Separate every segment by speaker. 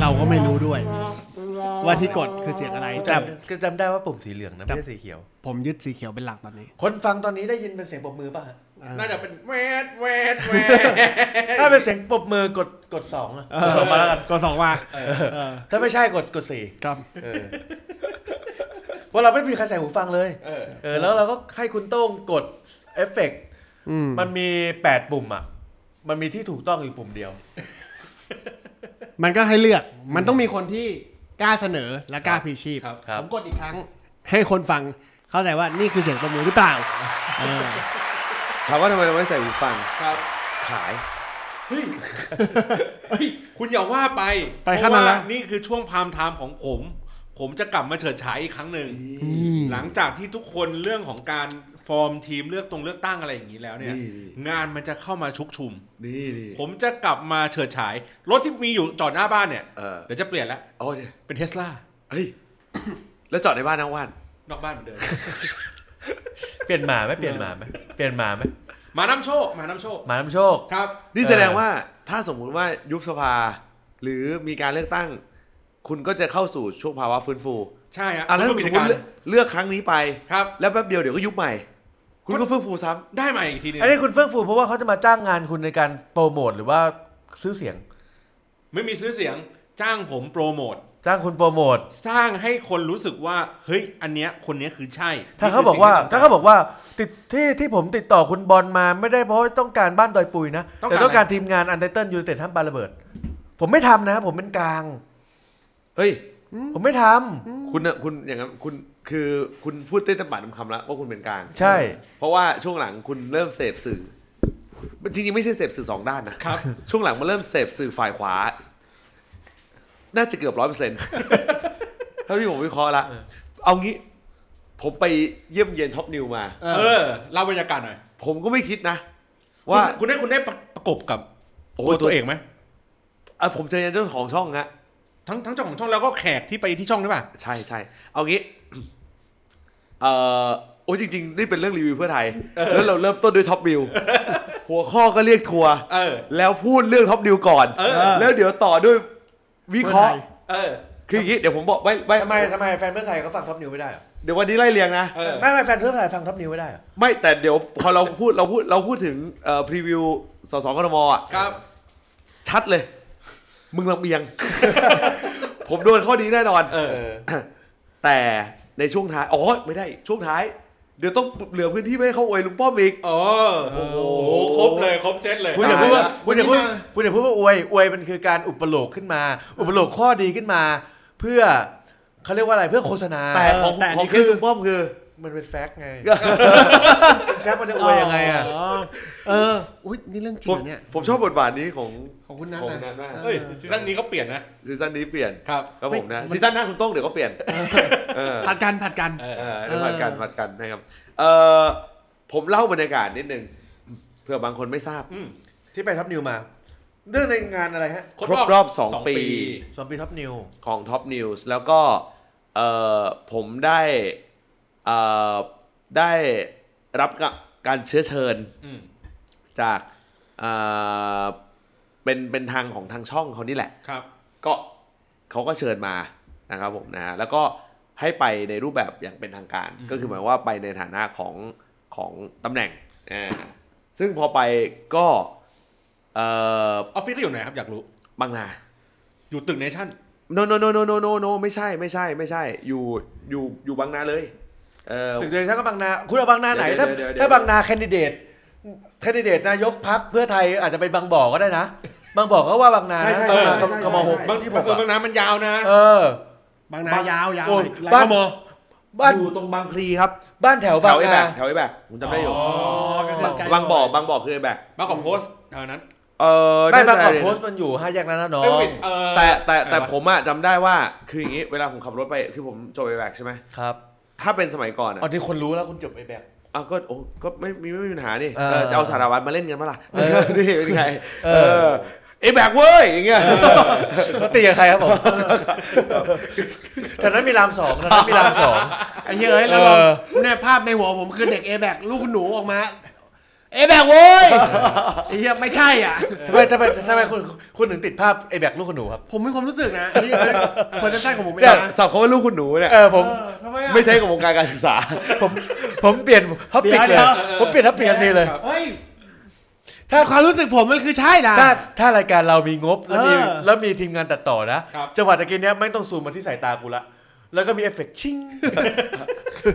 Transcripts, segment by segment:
Speaker 1: เราก็ไม่รู้ด้วย ว่าที่กดคือเสียงอะไร
Speaker 2: ผม
Speaker 1: แต่
Speaker 2: จำจำได้ว่าปุ่มสีเหลืองนะ ไม่ใช่สีเขียว
Speaker 1: ผมยึดสีเขียวเป็นหลักตอนนี้
Speaker 2: คนฟังตอนนี้ได้ยินเป็นเสียงปรบมือป่ะฮะ
Speaker 1: อ่า
Speaker 3: น่าจะเป็นเวทเวทเวท
Speaker 2: ถ้าเป็นเสียงปรบมือกดกดสองอะกดสองมาแล้วกัน
Speaker 1: กดสองมาเออ
Speaker 2: ถ้าไม่ใช่กดกดสี่
Speaker 1: ครับ
Speaker 2: เออเพราะเราไม่มีใครใส่หูฟังเลย
Speaker 3: เออ
Speaker 2: เออแล้วเราก็ให้คุณโต้งกดเอฟเฟกต์
Speaker 1: อืม
Speaker 2: มันมีแปดปุ่มอ่ะ มันมีที่ถูกต้องอยู่ปุ่มเดียว
Speaker 1: มันก็ให้เลือก มันต้องมีคนที่กล้าเสนอและกล้าพลีชีพ
Speaker 3: ครับ
Speaker 2: ครับ
Speaker 1: ผมกดอีกครั้ง ให้คนฟังเข้าใจว่านี่คือเสียงประมูลหรือเปล่าเออ
Speaker 4: ถามว่าทำไมเราไม่ใส่หูฟัง
Speaker 3: ครับ
Speaker 4: ขาย
Speaker 3: เฮ้ยเฮ้ยคุณอย่าว่าไป
Speaker 1: ไปขนาดนั้น
Speaker 3: เพระว่นี่คือช่วงพามไทม์ของผม ผมจะกลับมาเฉิดฉายอีกครั้งหนึ่ง
Speaker 1: อืม
Speaker 3: หลังจากที่ทุกคนเรื่องของการฟอร์มทีมเลือกตรงเลือกตั้งอะไรอย่างนี้แล้วเนี่ย
Speaker 4: นี่
Speaker 3: งานมันจะเข้ามาชุกชุม
Speaker 4: นี่นี่
Speaker 3: ผมจะกลับมาเฉิดฉาย รถที่มีอยู่จอดหน้าบ้านเนี่ย
Speaker 4: เออ
Speaker 3: เดี๋ยวจะเปลี่ยนแล้ว
Speaker 4: โอ้ย
Speaker 3: เป็นเทสลา
Speaker 4: เฮ้ย แล้วจอดในบ้านทั้งวัน
Speaker 3: นอกบ้านเหมือนเดิม
Speaker 2: เปลี่ยนหมาไหมเปลี่ยนหมาไหมเปลี่ยนหมาไหม
Speaker 3: หมาน้ำโชคหมาน้ำโชค
Speaker 2: หมาน้ำโชค
Speaker 3: ครับ
Speaker 4: นี่
Speaker 2: เออ
Speaker 4: แสดงว่าถ้าสมมุติว่ายุบสภา หรือมีการเลือกตั้ง คุณก็จะเข้าสู่ช่วงภาวะฟื้นฟู
Speaker 3: ใช่ฮะ
Speaker 4: อ่ะแล้ว
Speaker 3: คุณก็มี
Speaker 4: สมมติ
Speaker 3: กิจการ
Speaker 4: เลือกเลือกครั้งนี้ไป
Speaker 3: ครับ
Speaker 4: แล้วแป๊บเดียวเดี๋ยวก็ยุบใหม่ คุณก็ฟื้นฟูซ้ำ
Speaker 3: ได้มาอีกทีหนึง
Speaker 2: อันนี้คุณเฟื่องฟูเพราะว่าเขาจะมาจ้างงานคุณในการโปรโมทหรือว่าซื้อเสียง
Speaker 3: ไม่มีซื้อเสียงจ้างผมโปรโมท
Speaker 2: จ้างคุณโปรโมท
Speaker 3: สร้างให้คนรู้สึกว่า เฮ้ย อันเนี้ยคนเนี้ยคือใช่
Speaker 2: ถ้าเขาบอกว่า
Speaker 3: นี่คื
Speaker 2: ถ้า
Speaker 3: สิ่งที่
Speaker 2: เขาบอกว่าติดที่ที่ผมติดต่อคุณบอลมาไม่ได้เพราะต้องการบ้านดอยปุยนะ แต่ต้องการทีมงานอันเดอร์เติลยูเต็ดห้ามปาระเบิด ผมไม่ทำนะ ผมเป็นกลาง
Speaker 4: เฮ้ย
Speaker 2: ผมไม่ทำ
Speaker 4: คุณน่ะคุณอย่างนั้นคุณคือคุณพูดเต้นตะบัดคำละว่าคุณเป็นกลาง
Speaker 2: ใช่
Speaker 4: เพราะว่าช่วงหลังคุณเริ่มเสพสื่อ จริงๆไม่ใช่เสพสื่อสองด้านนะ
Speaker 3: ครับ
Speaker 4: ช่วงหลังมาเริ่มเสพสื่อฝ่ายขวา น่าจะเกือบร้อยเปอร์เซ็นต์ ถ้าพี่ผมวิเคราะห์ละ เอางี้ ผมไปเยี่ยมเยียนท็อปนิวมา
Speaker 1: เออ
Speaker 3: เออเล่าบรรยากาศหน่อย
Speaker 4: ผมก็ไม่คิดนะ ว่า
Speaker 3: คุณคุณได้คุณได้ประประกบกับ
Speaker 4: โอ้
Speaker 3: ตัว
Speaker 4: โห
Speaker 3: ตัวเองไหม
Speaker 4: อ่ะผมเจอเจ้าของช่องฮะ
Speaker 3: ทั้งทั้งเจ้าของช่องแล้วก็แขกที่ไปที่ช่องด้วยป่ะ
Speaker 4: ใช่ใช่เอางี้ เออโอ้ยจริง ๆ นี่เป็นเรื่องรีวิวเพื่อไทย แล้วเราเริ่มต้นด้วยท็อปนิว หัวข้อก็เรียกทัวร์
Speaker 3: เออ
Speaker 4: แล้วพูดเรื่องท็อปนิวก่อน
Speaker 3: เออ
Speaker 4: แล้วเดี๋ยวต่อด้วยวิเคราะห์
Speaker 1: เพื่อไทย
Speaker 3: เออ
Speaker 4: คืออย่างนี้เดี๋ยวผมบอกไว้ไว้
Speaker 2: ทำไมทำไมแฟนเพื่อไทยเขาฟังท็อปนิวไม่ได้เหรอ
Speaker 4: เดี๋ยววันนี้ไล่เรียงนะ
Speaker 3: เออ
Speaker 2: ไม่ไม่แฟนเพื่อไทยฟังท็อปนิวไม่ได้เหรอ
Speaker 4: ไม่แต่เดี๋ยวพอเรา พูดเราพูดเราพูดถึงเอ่อพรีวิวสสกทมอ่ะ
Speaker 3: ครับ
Speaker 4: ชัดเลย มึงลำเอียง ผมโดนข้อนี้แน่นอน
Speaker 3: เออ
Speaker 4: แต่ในช่วงท้าย อ๋อ ไม่ได้ช่วงท้าย เดี๋ยวต้องเหลือพื้นที่ไม่ให้เขาอวยลุงป้อมอีก
Speaker 3: โอ้
Speaker 4: โอ้โห
Speaker 3: โหครบเลย ครบเซตเลย
Speaker 2: คุณอย่าพูดว่าคุณอย่าพูดคุณอย่าพูดว่าอวยอวยมันคือการอุปโลกขึ้นมา อุปโลกข้อดีขึ้นมา เพื่อเขาเรียกว่าอะไรเพื่อโฆษณา
Speaker 4: แต่ของ
Speaker 1: แต่อัน
Speaker 4: ขอ
Speaker 1: นี้
Speaker 4: ง
Speaker 1: คื
Speaker 4: เค
Speaker 1: อ
Speaker 4: สลุงป้อมคือ
Speaker 2: มันเป็นแฟกต์ ไงแฟกต์มันจะอวยยังไงอ่ะ
Speaker 1: เอออุ้ยนี่เรื่องจริ
Speaker 4: ผ
Speaker 1: งเห
Speaker 4: ม
Speaker 1: รอเนี่ย
Speaker 4: ผมชอบบทบาทนี้ของ
Speaker 1: ของคุณนัท
Speaker 4: ของ
Speaker 1: นะ
Speaker 4: นัทมาก
Speaker 3: เฮ้ย
Speaker 1: เออ
Speaker 3: ซีซั่นนี้ก็เปลี่ยนนะ
Speaker 4: ซีซั่นนี้เปลี่ยน
Speaker 3: ครับ
Speaker 4: ครับผมนะซีซั่นหน้าคุณโต้องเดี๋ยวก็เปลี่ยนเออ
Speaker 1: ผัดกันผัดกัน
Speaker 3: เออ
Speaker 4: เออ
Speaker 1: เออ
Speaker 4: ผัดกันผัดกันนะครับเออผมเล่าบรรยากาศนิดนึงเผื่อบางคนไม่ทราบ
Speaker 3: อืม
Speaker 2: ที่ไปท็อปนิวมา เรื่องในงานอะไรฮะ
Speaker 4: ครบรอบสองปี
Speaker 2: สองปีท็อปนิว
Speaker 4: ของ Top News แล้วก็เออผมได้เออได้รับกะการเชื้อเชิญ
Speaker 3: อืม
Speaker 4: จากเอ่อเป็นเป็นทางของทางช่องเขานี่แหละ
Speaker 3: ครับ
Speaker 4: ก็เขาก็เชิญมานะครับผมนะฮะแล้วก็ให้ไปในรูปแบบอย่างเป็นทางการ
Speaker 3: อืม
Speaker 4: ก็คือหมายว่าไปในฐานะของของตำแหน่งอ่าซึ่งพอไปก็เอ่อ
Speaker 3: ออฟฟิศก็อยู่ไหนครับ อยากรู้
Speaker 4: บางนา
Speaker 3: อยู่ตึกเนชั่น
Speaker 4: no no no no no no no ไม่ใช่ไม่ใช่ไม่ใช่อยู่อยู่อยู่บางนาเลยเออ
Speaker 2: ตึกเดียวกันก็บางนา คุณเอาบางนาไหน
Speaker 4: เดี๋
Speaker 2: ถ้า
Speaker 4: ยวเดี๋ยวเดี๋ยว
Speaker 2: ถ้าบางนาแคนดิเดตแคนดิเดตนายกพักเพื่อไทยอาจจะไปบางบ่อก็ได้นะ บางบ่อก็ว่าบางนานะ
Speaker 1: ใช่ใช่
Speaker 2: บางนา
Speaker 1: ใช่ใช่
Speaker 2: กมหก
Speaker 1: ใช่
Speaker 3: บาง
Speaker 2: ที่
Speaker 3: ที่
Speaker 2: ผ
Speaker 3: ผม ม
Speaker 2: อะ
Speaker 3: บางน้ำมันยาวนะ
Speaker 2: เออ
Speaker 1: บางนายาวยาว
Speaker 2: โอ้
Speaker 1: เลยไร
Speaker 2: บ้าน
Speaker 1: ก็มอ
Speaker 2: บ้าน
Speaker 4: อยู่ตรงบางพลีครับ
Speaker 2: บ้านแถว
Speaker 4: แถ
Speaker 2: บาง
Speaker 4: วไอ้แบ
Speaker 2: นาก
Speaker 4: แถวไอ้แบกผมจำได้อยู่
Speaker 3: อ๋อ
Speaker 1: ก็คือไกล
Speaker 4: บางบ่อบางบ่อคือไอ้แบก
Speaker 3: บางกอกโพสต์เท่านั้น
Speaker 4: เออ
Speaker 2: ไม่
Speaker 4: น่
Speaker 2: บาง
Speaker 4: จะ
Speaker 2: กอกโพสต์มันอยู่ห้าแยกนั้นนะน้อง
Speaker 3: เอ้ยผิดเออ
Speaker 4: แต่แต่แต่
Speaker 3: อะไรวะ
Speaker 4: ผมอะจำได้ว่าคืออย่างนี้เวลาผมขับรถไปคือผมจบไอ้แบกใช่ไหม
Speaker 2: ครับ
Speaker 4: ถ้าเป็นสมัยก่อนอะ
Speaker 2: อ๋อที่คนรู้แล้วคุณจบไอแบก
Speaker 4: อ้าวก็โอ้ก็ไม่มีไม่มีปัญหานี่
Speaker 2: เออ
Speaker 4: เออจะเอาสารวัตรมาเล่นกันปะล่ะ
Speaker 2: เออ
Speaker 4: นี่เป็นไงเออไอ้แบกเว้ยอย่างเงี้ย
Speaker 2: เขาตีกับใครครับผม แต่นั้นมีรามสองแต่นั้นมีรามสอง
Speaker 1: ไอ้เหี้ยเอ้ยแล้วเรา
Speaker 2: เออ
Speaker 1: เนี่ยภาพในหัวผมคือเด็กเอแบกลูกหนูออกมา เอยแบกโว้ยไอ้เหี้ยไม่ใช่อ่ะ
Speaker 2: ทำไมทำไมทำไมคุณคุณถึงติดภาพไอ้แบกลูกขนหนูครับ
Speaker 1: ผมมีความรู้สึกนะอันนี่คนชั้นของผมเอง
Speaker 2: เนี่ย
Speaker 1: นะ
Speaker 4: สับเขาว่าลูกคุณหนูเนี่ย
Speaker 2: เออผม
Speaker 1: เออทำไมอ่ะ
Speaker 4: ไม่ใช่กับวงการการศึกษา
Speaker 2: ผมผมเปลี่ยนท็อปิกเล
Speaker 1: เดี๋
Speaker 2: ย
Speaker 1: ยว
Speaker 2: ผมเปลี่ยนท็อปิกทันทีเลย
Speaker 1: เฮ้ย
Speaker 2: ถ้า
Speaker 1: ความรู้สึกผมมันคือใช่นะ
Speaker 2: ถ้าถ้ารายการเรามีงบ แล้วมี
Speaker 1: เออ
Speaker 2: แล้วมีทีมงานตัดต่อนะครับ จังหวะตะกี้เนี้ยไม่งต้องซูมมาที่สายตากูละ แล้วก็มีเอฟเฟกต์ชิง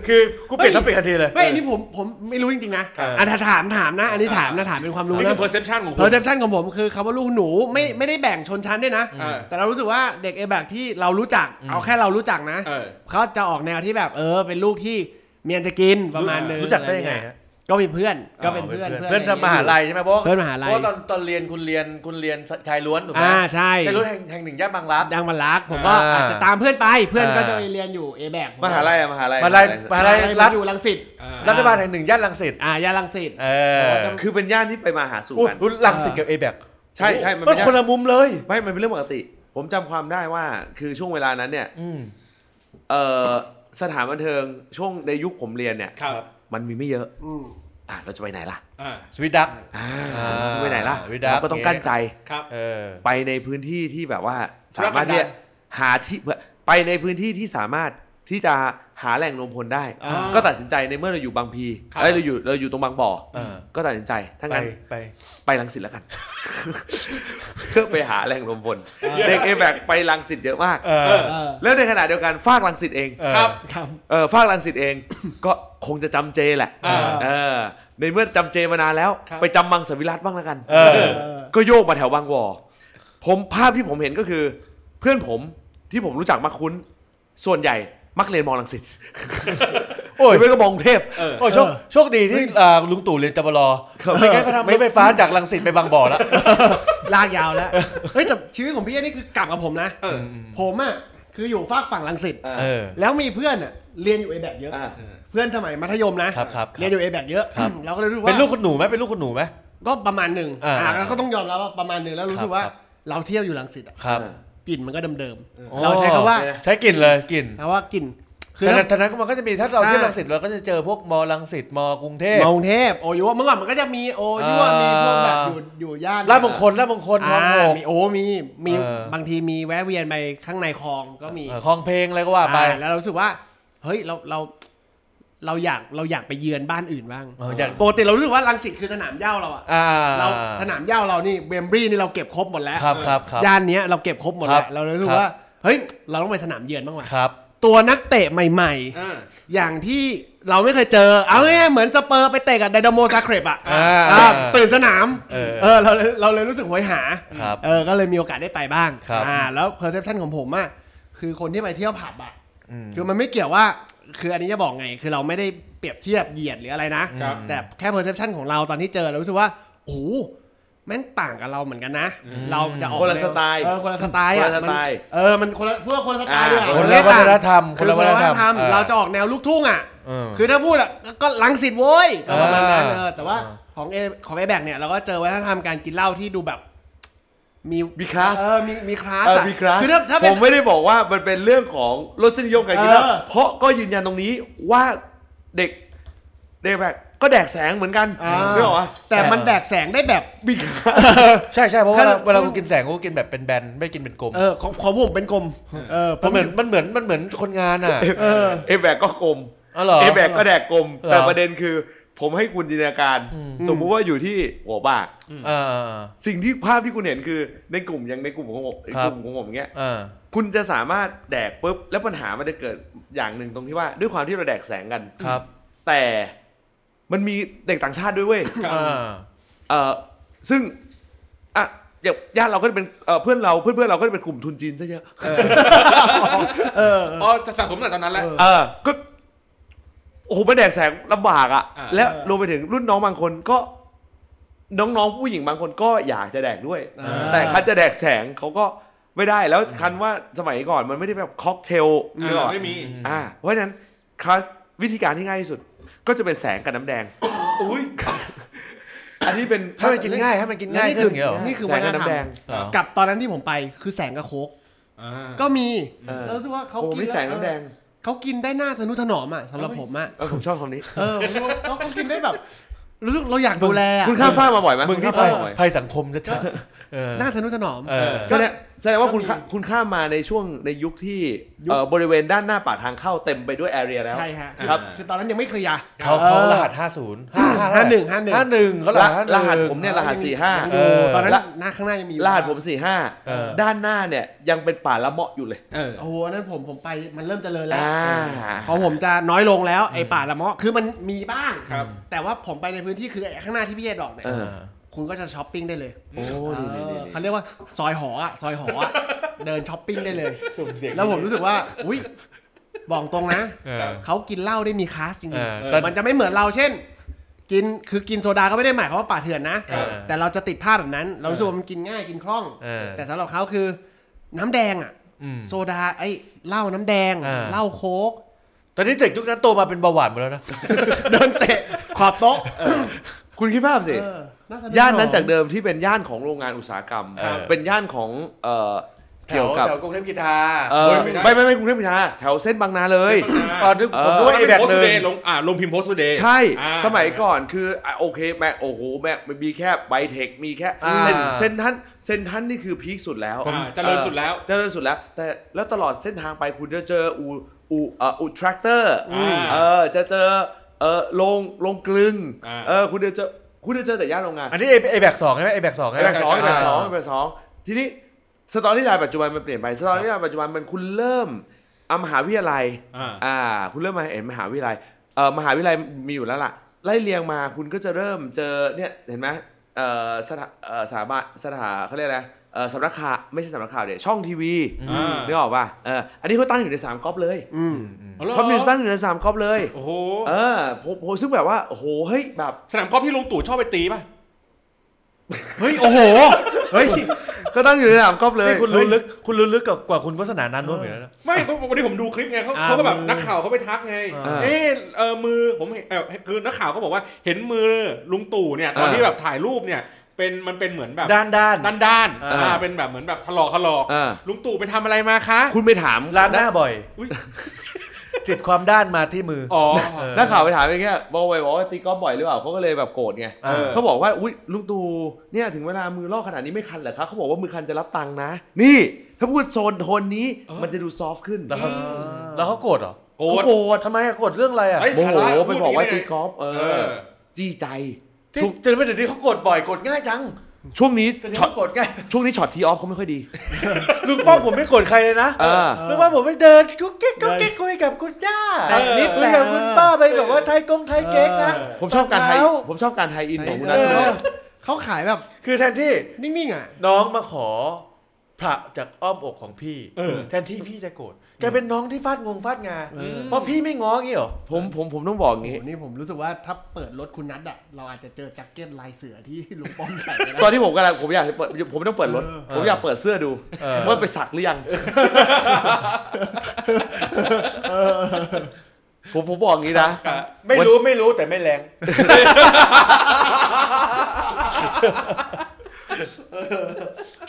Speaker 2: คือกูเปลี่ยนท็อปิกทันทีเลย
Speaker 1: ไม่อันนี้ผมผมไม่รู้จริงๆนะครับ อ่ะถ้าถามถามนะ อันนี้ถามนะถามเป็นความรู้
Speaker 3: นี่
Speaker 1: นะ
Speaker 3: คือ perception ของคุ
Speaker 1: p e r c e p t i o n ของผมคือคำว่าลูกหนูไม่ไม่ได้แบ่งชนชั้นด้วยนะ
Speaker 3: เออ
Speaker 1: แต่เรารู้สึกว่าเด็กเอแบกที่เรารู้จักเอาแค่เรารู้จักนะ
Speaker 3: เออ
Speaker 1: เขาจะออกแนวที่แบบเออเป็นลูกที่เมียนจะกินประมาณนึง
Speaker 2: รู้จักได้ยังไงฮะ
Speaker 1: ก็มีเพื่อนก็เป็น
Speaker 2: อ๋
Speaker 1: เพื่อน
Speaker 2: เพื่อนทำม
Speaker 1: ะ
Speaker 2: หา
Speaker 1: ไร
Speaker 2: ลัยใช่ไหมเพราะว่า
Speaker 1: เพื่อนมหาลัย
Speaker 2: เพราะว่าตอนตอนเรียนคุณเรียนคุณเรียนชายล้วนถูกไหม
Speaker 1: อ่าใช่
Speaker 2: ชายล้วนแห่งแห่งหนึ่งย่านบางรัก
Speaker 1: ดังมันรักผมก็
Speaker 2: อ่า
Speaker 1: อาจจะตามเพื่อนไปเพื่อน
Speaker 2: อ่า
Speaker 1: ก็จะไปเรียนอยู่เอแบก
Speaker 4: มหาลัยอะมหาลัย
Speaker 2: มหาลัยม
Speaker 1: ม
Speaker 2: หา
Speaker 1: หา
Speaker 2: ลั
Speaker 1: ลั
Speaker 2: ย
Speaker 1: ย
Speaker 2: รั
Speaker 1: รั
Speaker 2: ฐ
Speaker 1: ฐอยู่รังสิต
Speaker 3: เออ
Speaker 2: รัฐบาลแห่งหนึ่งย่านรังสิต
Speaker 1: อ่ายารังสิต
Speaker 2: เออ
Speaker 1: โอ้แต่
Speaker 4: คือเป็นย่านที่ไปมาหาสู่
Speaker 2: อุ๊ย
Speaker 4: กัน
Speaker 2: อุ๊ยรังสิตกับเอแบก
Speaker 4: ใช่ใช่มัน
Speaker 2: มั
Speaker 4: เป็น นย่า
Speaker 2: คน
Speaker 4: น
Speaker 2: ละมุมเลย
Speaker 4: ไม่มันเป็นเรื่องปกติ ผมจำความได้ว่าคือช่วงเวลานั้นเนี่ย
Speaker 2: อืม
Speaker 4: เออสถานบันเทิงช่วงในยุคผมเรียนเนี่ย
Speaker 3: ครับ
Speaker 4: มันมีไม่เยอะ
Speaker 1: อืม
Speaker 4: อ่ะเราจะไปไหนล่ะ
Speaker 3: อ่า
Speaker 2: สวิตดัก
Speaker 4: อ่า
Speaker 2: อ่า
Speaker 4: เราจะไปไหนล่ะ
Speaker 2: วิดา
Speaker 4: เราก็ต้องกั้นใจ
Speaker 3: ครับ
Speaker 2: เออ
Speaker 4: ไปในพื้นที่ที่แบบว่าสามารถที่จะหาที่ไปในพื้นที่ที่สามารถที่จะหาแหล่งรวมพลได้
Speaker 1: อ่า
Speaker 4: ก็ตัดสินใจในเมื่อเราอยู่บางพี
Speaker 3: ครับ
Speaker 4: เอ้ยเราอยู่เราอยู่ตรงบางบ่ออา ก็ตัดสินใจถ้า
Speaker 2: ไป
Speaker 4: งั้น
Speaker 2: ไป
Speaker 4: ไปลังสิตแล้วกัน เพื่อไปหาแหล่งรวมพลเด็กเอแบกไปลังสิตเยอะมาก
Speaker 2: เอ
Speaker 3: เอ
Speaker 2: อ
Speaker 3: อ
Speaker 1: เออ
Speaker 4: แล้วในขณะเดียวกันฟากลังสิตเอง
Speaker 2: เออ
Speaker 3: ครับ
Speaker 1: ครับ
Speaker 4: เออฟากลังสิตเอง ก็คงจะจำเจแหละ
Speaker 3: อ่า
Speaker 4: เออในเมื่อจำเจมานานแล้ว
Speaker 3: ครับ
Speaker 4: ไปจำมังสวิรัตบ้างแล้วกัน
Speaker 2: เออ
Speaker 1: เออ
Speaker 4: ก็โยกมาแถวบางวอผมภาพที่ผมเห็นก็คือ เพื่อนผมที่ผมรู้จักมักคุ้น ส่วนใหญ่มักเรียนมอลังสิต
Speaker 2: โอ้ย
Speaker 4: หรือไม่ก็มอกรุงเทพ
Speaker 3: เออ
Speaker 2: โอ้ยโชคโชคดีที่อ่าลุงตู่เรียนจบลอ
Speaker 4: ครับ
Speaker 2: ไม่งั้นเขาทำรถไฟฟ้าจากลังสิตไปบางบ่อแล้ว
Speaker 1: ลากยาวแล้วเฮ้ยแต่ชีวิตของพี่เอ๊นี่คือกลับกับผมนะ
Speaker 3: เออ
Speaker 1: ผมอ่ะคืออยู่ฝากฝั่งรังสิต
Speaker 2: เออ
Speaker 1: แล้วมีเพื่อนอ่ะเรียนอยู่เอแบกเยอะ
Speaker 4: อ่า
Speaker 1: เพื่อนสมัยมัธยมนะครับ
Speaker 2: ครับครับ
Speaker 1: เรียนอยู่เอแบกเยอะ
Speaker 2: ครับ
Speaker 1: เราก็เลยรู้สึก
Speaker 2: เป็น
Speaker 1: ว่า
Speaker 2: ลูกคุณหนูไหมเป็นลูกคุณหนูไหม
Speaker 1: ก็ประมาณหนึ่ง
Speaker 2: อ่า
Speaker 1: อ่าแล้วก็ต้องยอมรับว่าประมาณหนึ่งแล้วรู้สึก
Speaker 2: ครับ
Speaker 1: ว่า
Speaker 2: ครับ
Speaker 1: เราเที่ยวอยู่รังสิตอะ
Speaker 2: ครับ
Speaker 1: กลิ่นมันก็เดิม
Speaker 2: โอ้
Speaker 1: ๆเราใช้คำว่า
Speaker 4: เนี่ย
Speaker 2: ใช้กลิ่นเลยกลิ่น
Speaker 1: คำว่ากลิ่นคือ
Speaker 2: แต่
Speaker 1: ถ้า
Speaker 2: ทางนั้นมันก็จะมีถ้าเราเที่ยว
Speaker 1: อ่า
Speaker 2: ลังสิตเราก็จะเจอพวกมอลังสิตมอกรุงเทพ
Speaker 1: มากรุงเทพโอยุเมื่อก่อนมันก็จะมีโอยุ
Speaker 2: อ่ามี
Speaker 1: มีพวกแบบอยู่อยู่ย่าน
Speaker 2: ลาดมงคลลาดมงคลคลอง
Speaker 1: อ่า
Speaker 2: หก
Speaker 1: มีโอมีมี
Speaker 2: เออ
Speaker 1: บางทีมีแวะเวียนไปข้างในคลองก็มี
Speaker 2: เออคลองเพลงอะไรก็ว่าไป
Speaker 1: อ่าแล้วเรารู้สึกว่า เฮ้ยเราเราเราอยากเราอยากไปเยือนบ้านอื่นบ้าง
Speaker 2: เอออยาก
Speaker 1: ปกติเรารู้สึกว่ารังสิตคือสนามเหญ้าเราอะ
Speaker 2: อ่า
Speaker 1: เราสนามเหญ้าเรานี่เบมบรีนี่เราเก็บครบหมดแล้ว
Speaker 2: ครับครับครับ
Speaker 1: ย่านเนี้ยเราเก็บครบหมดแล้
Speaker 2: ครั
Speaker 1: ว
Speaker 2: บ
Speaker 1: เราเลยรู้สึกว่าเฮ้ยเราต้องไปสนามเยือนบ้างว่ะ
Speaker 2: ครับ
Speaker 1: ตัวนักเตะใหม่
Speaker 3: อ่า
Speaker 1: ๆ อย่างที่เราไม่เคยเจอเอาง่ายๆเหมือนสเปอร์ไปเตะกับไดนาโมซาเครบอะ
Speaker 2: อ่า
Speaker 1: อ่าตื่นสนาม
Speaker 2: เออ
Speaker 1: เออเราเลยเราเลยรู้สึกโหยหา
Speaker 2: ครับ
Speaker 1: เออก็เลยมีโอกาสได้ไปบ้าง
Speaker 2: ครับ
Speaker 1: อ่าแล้วเพอร์เซพชันของผมอะคือคนที่ไปเที่ยวผับอะ
Speaker 2: ม
Speaker 1: คือมันไม่เกี่ยวว่า คืออันนี้จะบอกไง คือเราไม่ได้เปรียบเทียบเหยียดหรืออะไรนะ
Speaker 3: ครับ
Speaker 1: แต่แค่ perception ของเราตอนที่เจอเรารู้สึกว่า โอ้โหแม่งต่างกับเราเหมือนกันนะ เราจะออก
Speaker 4: คนละ
Speaker 1: แว
Speaker 4: สไตล์
Speaker 1: เออคนละสไตล์อ่ะ
Speaker 4: คนละสไตล์
Speaker 1: มันเออ มันคนละพวกคนละสไตล์
Speaker 4: อ่า
Speaker 1: ด้วยอ่ะ
Speaker 2: คนละ
Speaker 1: ไม่ต่าง
Speaker 2: วัฒนธรรม
Speaker 1: คือคนละวัฒนธรรม
Speaker 2: คนละวัฒนธรรม
Speaker 1: เราจะออกแนวลูกทุ่งอ่ะ
Speaker 2: เออ
Speaker 1: คือถ้าพูดอ่ะ ก็ลังสิตโว้ยก็ประมาณนั้น
Speaker 2: อ่า
Speaker 1: เออ แต่ว่า
Speaker 2: อ่า
Speaker 1: ของเอของเอแบกเนี่ยเราก็เจอวัฒนธรรมการกินเหล้าที่ดูแบบ มี
Speaker 4: มีคลาส
Speaker 1: เออ มีมีคลาส
Speaker 4: เออ
Speaker 1: อะ
Speaker 4: มีคลาส
Speaker 1: คือถ้าถ้าเป็
Speaker 4: ผ
Speaker 1: น
Speaker 4: มไม่ได้บอกว่ามันเป็นเรื่องของรสนิยมการกินเหล้า
Speaker 1: เออ
Speaker 4: เพราะก็ยืนยันตรงนี้ว่าเด็กเด็กแบบก็แดกแสงเหมือนกัน
Speaker 1: อ่า
Speaker 4: เรื่องวะ
Speaker 1: แต่มันแดกแสงได้แบบ
Speaker 4: มีคลาส
Speaker 2: ใช่ใช่เพราะว่า
Speaker 1: คือ
Speaker 2: เวลากูกินแสงกูก็กินแบบเป็นแบนไม่กินเป็นกลม
Speaker 1: เออของของผมเป็นกลม เออผ
Speaker 2: มั
Speaker 1: ม
Speaker 2: นเหมือนมันเหมือนมันเหมือนคนงานอ่ะ
Speaker 1: เออ
Speaker 4: เอแบกก็กลม
Speaker 2: อ๋อเหรอ
Speaker 4: เอแบกก็แดกกลม
Speaker 2: เหรอ
Speaker 4: แต่ประเด็นคือ ผมให้คุณจินตนาการ
Speaker 2: อืม
Speaker 4: สมมุติว่าอยู่ที่หัวบ้าก
Speaker 2: เอ่า
Speaker 4: สิ่งที่ภาพที่คุณเห็นคือในกลุ่มอย่างในกลุ่มของผมใน
Speaker 2: ครั
Speaker 4: ก
Speaker 2: บ
Speaker 4: ลุ่มของผมอย่างเงี้ย
Speaker 2: อ่า
Speaker 4: คุณจะสามารถแดกปุ๊บแล้วปัญหามันจะเกิดอย่างหนึ่งตรงที่ว่า ด้วยความที่เราแดกแสงกัน
Speaker 2: ครับ
Speaker 4: แต่มันมีเด็กต่างชาติด้วยเว้ย
Speaker 2: อ่า
Speaker 4: เออซึ่งอ่ะอย่างญาติเราก็จะเป็นเอ่อเพื่อนเราเพื่อนเพื่อนๆเราก็จะเป็นกลุ่มทุนจีนซะเยอะ
Speaker 1: เออ
Speaker 3: อ๋อจะสะสมตั้งแต่ตอนนั้นแหละ
Speaker 4: เออก็โอ้โหมันแดกแสงลำบากอ่ะ
Speaker 3: อ่า
Speaker 4: แล้วรวมไปถึงรุ่นน้องบางคนก็ น้องๆผู้หญิงบางคนก็อยากจะแดกด้วย
Speaker 1: อ่า
Speaker 4: แต่คันจะแดกแสงเขาก็ไม่ได้แล้วคันว่าสมัยก่อนมันไม่ได้แบบค็อกเทล
Speaker 3: อ่า
Speaker 4: เนื้ออก
Speaker 3: ไม่มี
Speaker 4: อ่าเพราะฉะนั้นคลาสวิธีการที่ง่ายที่สุด ก็จะเป็นแสงกับน้ำแดง
Speaker 3: อุ้ย
Speaker 4: อันนี้เป็น
Speaker 2: ให้มันกินง่ายให้มันกินง่าย
Speaker 1: แล้ว
Speaker 2: ขึ้นอย่างเงี้ยเหรอ
Speaker 1: นี่คือวัฒนธรรม
Speaker 4: แสงกับน้ำแดง
Speaker 2: เหรอ
Speaker 1: กับตอนนั้นที่ผมไปคือแสงกับโคกก็มี
Speaker 4: เออ
Speaker 1: แล้วรู้สึกว่าเขา
Speaker 4: โอ้
Speaker 1: กิ
Speaker 4: ไม่แสงน้ำแดง
Speaker 1: เขากินได้หน้าทะนุถนอมอ่ะสำหรับผมอ่ะ
Speaker 4: เออผมชอบคำนี้
Speaker 1: เออผมรู้ว่าเขากินได้แบบ รู้สึกเราอยากดูแลอะ
Speaker 4: คุณข้ามฟ้ากมาบ่อยไหม
Speaker 2: มึงที่
Speaker 4: คุณข้า
Speaker 2: ภัย
Speaker 4: ฟ้ากาบ่อย
Speaker 2: ภัยสังคมจะชัดเออ
Speaker 1: น่าทนุถนอม
Speaker 2: เออ
Speaker 4: แสดงแสดงว่าคุณ
Speaker 1: ก็มี
Speaker 4: ข้าคุณข้ามมาในช่วงในยุคที่
Speaker 1: ยุค
Speaker 4: เอ่อบริเวณด้านหน้าป่าทางเข้าเต็มไปด้วยแอเรียแล้ว
Speaker 1: ใช่ฮะคือ
Speaker 4: ครับ
Speaker 1: คือตอนนั้นยังไม่เคลียร์
Speaker 2: เขาเขารหัสห้าศูนย์ห้า
Speaker 1: ห้าหนึ่งห้าหนึ่ง
Speaker 2: ห้าหนึ่งเขารหัส
Speaker 4: ร
Speaker 2: 51
Speaker 4: หัสผมเนี่ยรหัสสี่ห้า
Speaker 1: ยังอยู่
Speaker 2: เออ
Speaker 1: ตอนนั้น
Speaker 4: ละ
Speaker 1: หน้าข้างหน้ายังมีอยู่
Speaker 4: รหัสผมสี่ห้า
Speaker 2: เออ
Speaker 4: ด้านหน้าเนี่ยยังเป็นป่าละเมาะอยู่เลย
Speaker 3: เออ
Speaker 1: โอ้โหอันนั้นผมผมไปมันเริ่มเจริญแล้ว
Speaker 4: อ่า
Speaker 1: ของผมจะน้อยลงแล้วไอ้ป่าละเมาะคือมันมีบ้าง
Speaker 3: ครับ
Speaker 1: แต่ว่าผมไปในพื้นที่คือไอ้ข้างหน้าที่พี่เอดอกเนี่ย
Speaker 4: เออ
Speaker 1: คุณก็จะช้อปปิ้งได้เลย
Speaker 4: โอ้ดีดีดี
Speaker 1: เออเขาเรียกว่าซอยหออะซอยหออะ เดินช้อปปิ้งได้เลย แล้วผมรู้สึกว่า อุ้ยบอกตรงนะ
Speaker 2: เออ
Speaker 1: เขากินเหล้าได้มีคลาสจริง
Speaker 2: เอ
Speaker 1: ๆ
Speaker 2: อแต่
Speaker 1: มันจะไม่เหมือนเราเช่น กินคือกินโซดาก็ไม่ได้หมายความว่าป่าเถื่อนนะ
Speaker 2: เออ
Speaker 1: แต่เราจะติดภาพแบบนั้น เรารู้สึกว่ามันกินง่ายกินคล่อง
Speaker 2: เออ
Speaker 1: แต่สำหรับเขาคือน้ำแดงอ่ะ
Speaker 2: อืม
Speaker 1: โซดาไอ้เหล้าน้ำแดง
Speaker 2: อ่า
Speaker 1: เหล้าโค้ก
Speaker 2: ตอนนี้เด็กยุคนั้นโตมาเป็นเบาหวานหมดแล้วนะ
Speaker 1: เดินเตะขอบโต๊ะ
Speaker 4: คุณคิดภาพสิ
Speaker 1: เออส
Speaker 4: ย่านนั้นจากเดิมที่เป็นย่านของโรงงานอุตสาหกรรม
Speaker 2: ครับ
Speaker 4: เป็นย่านของเอ่อเกี่ยวกับ
Speaker 2: แถวกรุงเทพกีตา
Speaker 4: เอ่อไม่ไม่ไม่กรุงเทพพิธาแถวเส้นบางนาเลย
Speaker 2: ตอนนึกผมนึกว่าไอ้แบก
Speaker 3: โพสต์
Speaker 2: เลย
Speaker 3: ทูเดย์ลงอ่าลงพิมพ์โพสต์ทูเดย์
Speaker 4: ใช่ สมัยก่อนคืออ่ะโอเคแม็กโอ้โหแม็กมันมีแค่ไบเทค มีแค่
Speaker 2: อ่า
Speaker 4: เส้นเส้นท่านเส้นท่านนี่คือพีคสุดแล้ว
Speaker 3: อ่าเจริญสุดแล้ว
Speaker 4: เออเจริญสุดแล้ว แต่แล้วตลอดเส้นทางไปคุณจะเจออูอูเอ่ออูทรัคเตอร์
Speaker 3: อ่า
Speaker 4: เออจะเจอเออโรงโรงกลึง
Speaker 3: อ่า
Speaker 4: เออคุณจะเจอคุณจะเจอแต่ย่านโรงงาน
Speaker 2: อันนี้ไอ้ไอ้แบกสองใช่ไหมไอ้แบกสองใช่ไหม
Speaker 4: ไอแบกสองไอแบกสอง
Speaker 2: ใช่
Speaker 4: ไอแบกสองทีนี้สตอรี่ไลน์ปัจจุบันมันเปลี่ยนไปสตอรี่ไลน์ปัจจุบันมันคุณเริ่มเอามหาวิทยาลัย
Speaker 3: อ่า
Speaker 4: อ่า คุณเริ่มมาเห็นมหาวิทยาลัยเออมหาวิทยาลัยมีอยู่แล้วล่ะไล่เรียงมาคุณก็จะเริ่มเจอเนี่ยเห็นไหมเออสถาเออสถาบันสถาเขาเรียกอะไรเออสำนักข่าวไม่ใช่สำนักข่าวเดี๋ยวช่องทีวี
Speaker 3: อ่า
Speaker 4: นึกออกป่ะเอออันนี้เขาตั้งอยู่ในสามก๊อปเลย
Speaker 1: อืม
Speaker 3: อ๋อเหร
Speaker 4: ท็อปนิวส์ตั้งอยู่ในสามก๊อปเลย
Speaker 3: โอ้โห
Speaker 4: เออผมผมซึ่งแบบว่าโอ้โหเฮ้ยแบบ
Speaker 3: สนามกอล์ฟที่ลุงตู่ชอบไปตีป่ะ
Speaker 1: เฮ้ ย โอ้โห เฮ้ย
Speaker 4: ก็ตั้งอยู่ในสามก๊อปเลย
Speaker 2: นี่คุณรู้ลึกคุณรู้ลึกกว่ากว่าคุณวัฒนานั้นนู้นอยู่แล้วนะ
Speaker 3: ไม่ก็วันนี้ผมดูคลิปไงเขา
Speaker 1: อ่า
Speaker 3: เขาก็แบบ
Speaker 1: มือ
Speaker 3: นักข่าวเขาไปทักไง
Speaker 2: อ่า
Speaker 3: เออเออมือผมเห็นเออคือนักข่าวก็บอกว่าเห็นมือลุงตู่เนี่ย ตอน
Speaker 4: อ่า
Speaker 3: ที่แบบถ่ายรูปเนี่ยเป็นมันเป็นเหมือนแบบ
Speaker 2: ด้านด้าน
Speaker 3: ด้านด้านๆ
Speaker 4: อ่า
Speaker 3: อ่าเป็นแบบเหมือนแบบถลอกถลอก
Speaker 4: เออ
Speaker 3: ลุงตู่ไปทำอะไรมาคะ
Speaker 4: คุณไปถาม
Speaker 2: ร้านหน้าบ่อย
Speaker 3: อุ๊ย
Speaker 2: ติดความด้านมาที่มืออ
Speaker 3: อ๋อ
Speaker 2: เออ
Speaker 4: นักข่าวไปถามอย่างเงี้ยบอกไปบอกว่าตีกอล์ฟบ่อยหรือเปล่าเขาก็เลยแบบโกรธไง
Speaker 2: เออ
Speaker 4: เขาบอกว่าอุ้ยลุงตู่เนี่ยถึงเวลามือลอกขนาดนี้ไม่คันเหรอครับเขาบอกว่ามือคันจะรับตังค์นะ นี่ ถ้าพูดโซนโทนนี้
Speaker 3: เออ
Speaker 4: มันจะดูซอฟต์ขึ้น
Speaker 2: แล้วเขา
Speaker 4: อืม
Speaker 2: แล้วเขาโกรธเหรอ
Speaker 3: โกรธ
Speaker 4: เขาโกรธ
Speaker 2: ทำไมอะโกรธเรื่องอะไรอ่ะ
Speaker 3: เฮ้ย
Speaker 4: โมโหไปบอกว่า
Speaker 3: พูดอย่างนี้ได้ไง
Speaker 4: ตีกอล์ฟเอ
Speaker 3: เอ
Speaker 4: อ
Speaker 3: อ
Speaker 4: จี้ใจ
Speaker 2: ที่
Speaker 4: ช่วง
Speaker 2: จนไปถึงที่เขาโกรธบ่อยโกรธง่ายจัง
Speaker 4: ช่วงนี้
Speaker 2: แต่ที่
Speaker 4: ช็อต
Speaker 2: เขาโกรธง่าย
Speaker 4: ช่วงนี้ช็อตทีออฟเขาไม่ค่อยดี
Speaker 2: ลุงป้อมผมไม่โกรธใครเลยนะ
Speaker 4: เออ
Speaker 2: ลุงป้อมผมไม่เดินกุ๊กกิ๊กกุ๊กกิ๊กคุยกับคุณย่า
Speaker 1: แต่นิด
Speaker 2: คุย
Speaker 1: แต่
Speaker 2: กับคุณป้าไปแบบว่าไทยกงไทยเก๊กนะ
Speaker 4: ผมชอบการไทย
Speaker 2: ตอนเช้า
Speaker 4: ผมชอบการไทยอินของคุณนั
Speaker 1: เอ
Speaker 4: ท
Speaker 1: อเขาขายแบบ
Speaker 2: คือแทนที่
Speaker 1: นิ่งๆอ่ะ
Speaker 2: น้องมาขอพระจากอ้อมอกของพี่
Speaker 3: เออ
Speaker 2: แทนที่พี่จะโกรธแกเป็นน้องที่ฟาดงวงฟาดงา
Speaker 1: เออ
Speaker 2: เพราะพี่ไม่ง้ออย่างงี้เหรอ
Speaker 4: ผมผมผมต้องบอกอ
Speaker 1: โอ้โห
Speaker 4: ย่างงี้
Speaker 1: นี่ผมรู้สึกว่าถ้าเปิดรถคุณนัทอ่ะ เราอาจจะเจอแจ็คเก็ตลายเสือที่ลุงป้อมใส่ก็ได้
Speaker 4: ตอนที่ผมกำลังผมอยากเปิดผมไม่ต้องเปิดรถ
Speaker 1: เออ
Speaker 4: ผมอยากเปิดเสื้อดูว่าไปสักหรือยัง
Speaker 1: เออ
Speaker 4: ผมผมบอกอย่างงี้นะ
Speaker 2: ไม่รู้ไม่รู้แต่ไม่แรง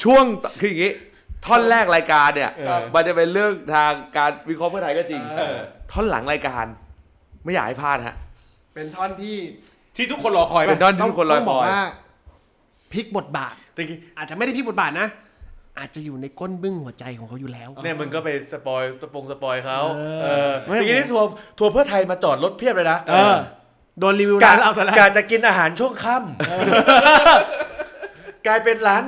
Speaker 4: ช่วงตคืออย่างนี้ ท่อนแรกรายการเนี่ย
Speaker 2: เออ
Speaker 4: มันจะเป็นเรื่องทางการวิเคราะห์เพื่อไทยก็จริง
Speaker 1: เออ
Speaker 4: ท่อนหลังรายการ ไม่อยากให้พลาดฮะ
Speaker 1: เป็นท่อนที่
Speaker 3: ที่ทุกคนรอคอย
Speaker 4: เป็
Speaker 3: ป่ะ
Speaker 4: นท่อนที่ทุกคนลอย
Speaker 1: ต้ง
Speaker 4: ค
Speaker 1: บอ
Speaker 4: อก ย
Speaker 1: ว่าพลิกบทบาท
Speaker 2: ตะกี้
Speaker 1: อาจจะไม่ได้พลิกบทบาทนะ อาจจะอยู่ในก้นบึ้งหัวใจของเขาอยู่แล้ว
Speaker 2: เนี่ยมึงก็ไปสปอยสปงสปอยเขา
Speaker 1: เออ
Speaker 2: เออ
Speaker 1: ไม่
Speaker 2: ทีนี้ทัวร์ทัวร์เพื่อไทยมาจอดรถเพียบเลยนะ
Speaker 1: เออโดนรีวิว
Speaker 2: กา
Speaker 1: ร้าร นเราซะแล้ว
Speaker 2: การจะกินอาหารช่วงค่ำกลายเป็นร้าน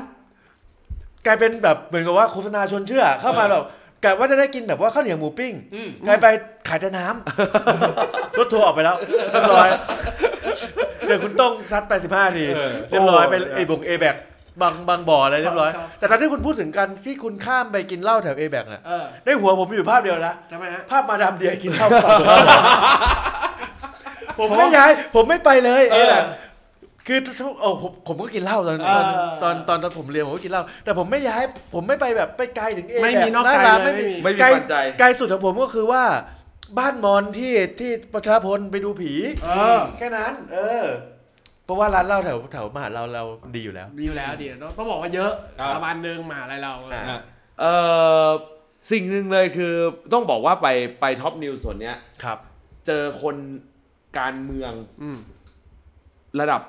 Speaker 2: กลายเป็นแบบเหมือนกับว่าโฆษณาชวนเชื่อ เข้ามาแบบกะว่าจะได้กินแบบว่าข้าวเหนียวหมูปิ้ง
Speaker 3: อืม
Speaker 2: กลายไปขายแต่น้ำ รถทัวร์ออกไปแล้วเรียบร้อยเจอคุณต้องซัดไปสิบห้าที
Speaker 3: เออ
Speaker 2: เรียบร้อย
Speaker 4: โอ้
Speaker 2: ไปไอ้บงเอแบกบางบางบ่ออะไรเรียบร้อย
Speaker 1: ครับ
Speaker 2: แต่ตอนที่คุณพูดถึงการที่คุณข้ามไปกินเหล้าแถวเอแบกน่ะ
Speaker 1: เออ
Speaker 2: ในหัวผมมีอยู่ภาพเดียวนะ
Speaker 1: ใช่ไหมฮะ
Speaker 2: ภาพมาดามเดียกินเหล้าเปล่าผมไม่ย้าย ผมไม่ไปเลย
Speaker 3: เอ
Speaker 2: เอ
Speaker 3: อ
Speaker 2: แบกคือโอ้ผมผมก็กินเหล้าตอน
Speaker 1: เออ
Speaker 2: ตอนตอนตอนผมเรียนผมก็กินเหล้าแต่ผมไม่ย้าย ผมไม่ไปแบบไปไกลถึงเอแบก
Speaker 1: ไม่มีนอกใจ
Speaker 2: ร้า
Speaker 1: เลย
Speaker 2: ไม่
Speaker 1: ไม่
Speaker 2: มี
Speaker 1: มี
Speaker 4: ไม่มี
Speaker 2: ไกล
Speaker 4: ปัจจัย
Speaker 2: ไกลสุดของผมก็คือว่าบ้านมอนที่ที่ประชาพลไปดูผี
Speaker 1: เออ
Speaker 2: แค่นั้น เออ เพราะว่าร้านเหล้าแถวแถวมหาเราเราดีอยู่แล้ว
Speaker 1: ดีอยู่แล้วดีต้องต้องบอกว่าเยอะ
Speaker 3: ครับ
Speaker 1: ประมาณนึงหมาอะไรเรา
Speaker 2: อ่า
Speaker 3: อ่ะ
Speaker 4: เออสิ่งหนึ่งเลยคือต้องบอกว่าไปไปท็อปนิวส์ส่วนเนี้ย
Speaker 2: ครับ
Speaker 4: เจอคนการเมือง
Speaker 1: อืม
Speaker 4: ระดับ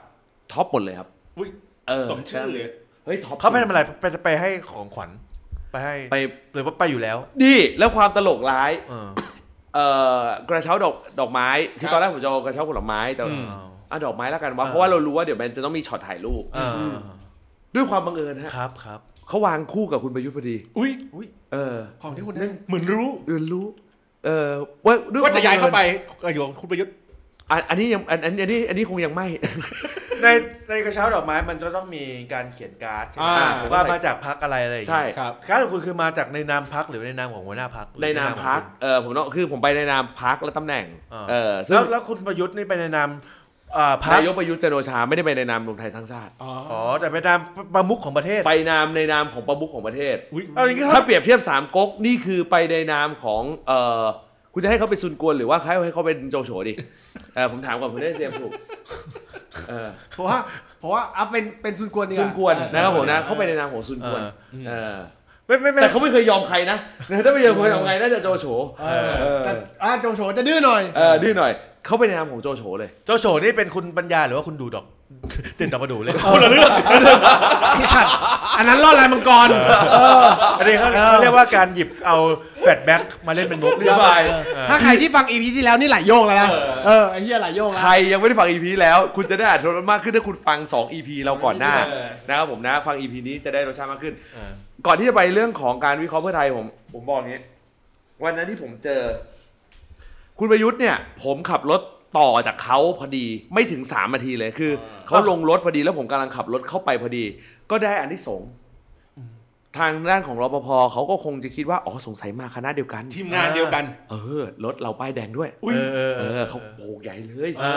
Speaker 4: ท็อปหมดเลยครับ
Speaker 3: อุ้ย
Speaker 4: เออ
Speaker 3: สมชื่อเลย
Speaker 4: เฮ้ยท็อป
Speaker 2: เขาไปทำอะไรไปไปให้ของขวัญไปให้
Speaker 4: ไป
Speaker 2: หรือว่าไปอยู่แล้ว
Speaker 4: นี่แล้วความตลกร้าย
Speaker 2: เออ
Speaker 4: เอ่อกระเช้าดอกดอกไม้ คื
Speaker 3: ครั
Speaker 4: อ
Speaker 3: บ
Speaker 4: ตอนแรกผมจะเอากระเช้าผลไม้แต่
Speaker 3: อืม
Speaker 2: เอา
Speaker 4: อ่ะดอกไม้แล้วกัน
Speaker 2: อ่า
Speaker 4: วะเพราะว่าเรารู้ว่าเดี๋ยวมันจะต้องมีช็อตถ่ายรูป
Speaker 2: เอออ
Speaker 4: ด้วยความบังเอิญฮะ
Speaker 2: ครับครับ
Speaker 4: เขาวางคู่กับคุณประยุทธ์พอดี
Speaker 3: อุ้ย
Speaker 4: เออ
Speaker 1: ของที่คุณได้
Speaker 3: เหมือนรู้
Speaker 4: เรียนรู้ เออว่าด้ว
Speaker 3: ว่าจะย้ายเข้าไป
Speaker 4: ควมบัง
Speaker 3: เอออยู่กับคุณประยุทธ์
Speaker 4: เอิญอ่ะอันนี้ยังอันอันอันนี้อันนี้คงยังไม่
Speaker 2: ในในกระเช้าดอกไม้มันจะต้องมีการเขียนการ์ดใช่ไหม
Speaker 3: อ่า
Speaker 2: ว่ามาจากพักอะไรอะไรอย่าง
Speaker 4: ใช่
Speaker 2: เงี้ย
Speaker 3: ครับ
Speaker 2: การ์ดของคุณคือมาจากในนามพักหรือในนามของหัวหน้าพัก
Speaker 4: ในนามพักเออผมเนาะคือผมไปในนามพักและตำแหน่ง
Speaker 2: อ่า
Speaker 4: เออซึ่
Speaker 2: แล้
Speaker 4: ง
Speaker 2: วแล้วคุณประยุทธ์นี่ไปในนามอ่าพัก
Speaker 4: นายกประยุทธ์จันทร์โอชาไม่ได้ไปในนามรวมไทยสร้างชาติ
Speaker 3: อ๋อ
Speaker 2: อ๋อแต่ไปนามประมุขของประเทศ
Speaker 4: ไปนามในนามของประมุขของประเทศ
Speaker 3: อุ้ย
Speaker 2: เอาอย่างงี้
Speaker 4: ถ้า
Speaker 2: ถ้า
Speaker 4: เปรียบเทียบสามก๊กนี่คือไปในนามของเออคุณจะให้เขาเป็นซุนกวนหรือว่าให้ให้เขาเป็นโจโฉดิเออผมถามก่อนผมได้เตรียมถูกเออ
Speaker 1: เพราะว่าเพราะว่าอ่ะเป็นเป็นซุนกวนเนี่ย
Speaker 4: ซุนกวนนะครับผมนะเขาไปในนามของซุนกวนเออ
Speaker 2: ไม่ไม่ไม่
Speaker 4: แต่เขาไม่เคยยอมใครนะ ถ้าไม่ยอมใครยอมใครน่าจะโจโฉ
Speaker 1: เออแต่อ่ะโจโฉจะดื้อหน่อย
Speaker 4: เออดื้อหน่อยเขาไปในนามของโจโฉเลย
Speaker 2: เจ้าโฉนี่เป็นคุณปัญญาหรือว่าคุณดูดอก เด่นดอกประดูเลย
Speaker 1: อันนั้นรอดลายมังกร
Speaker 2: อันนี้เขาเขาเรียกว่าการหยิบเอาแฟลชแบ็กมาเล่นเป็นมุก
Speaker 4: เรียบร้อย
Speaker 1: ถ้าใครที่ฟังอีพีที่แล้วนี่หลายโยกแล้วนะ เออไอ้เหี้ยหลายโยกแล้ว
Speaker 4: ใครยังไม่ได้ฟัง EP แล้ว คุณจะได้อ่านรสมากขึ้นถ้าคุณฟัง 2 EP เราก่อนหน้า
Speaker 3: เออ
Speaker 4: นะครับผมนะฟัง EP นี้จะได้รสชาติมากขึ้น
Speaker 2: เออ
Speaker 4: ก่อนที่จะไปเรื่องของการวิเคราะห์เพื่อไทยผมผมบอกอย่างนี้ วันนั้นที่ผมเจอ คุณประยุทธ์เนี่ย ผมขับรถต่อจากเขาพอดีไม่ถึงสามนาทีเลยคือเขาลงรถพอดีแล้วผมกำลังขับรถเข้าไปพอดี ก็ได้อันที่สงส์ทางด้านของรปภเขาก็คงจะคิดว่าอ๋อสงสัยมาคณะเดียวกัน
Speaker 3: ทีมงานเดียวกัน
Speaker 4: เออรถเราป้ายแดงด้วย
Speaker 3: อุ้ย
Speaker 2: เออเออ
Speaker 4: เอ
Speaker 2: เอ
Speaker 4: อ
Speaker 2: อ
Speaker 4: เขาโบกใหญ่เลย
Speaker 2: อ่า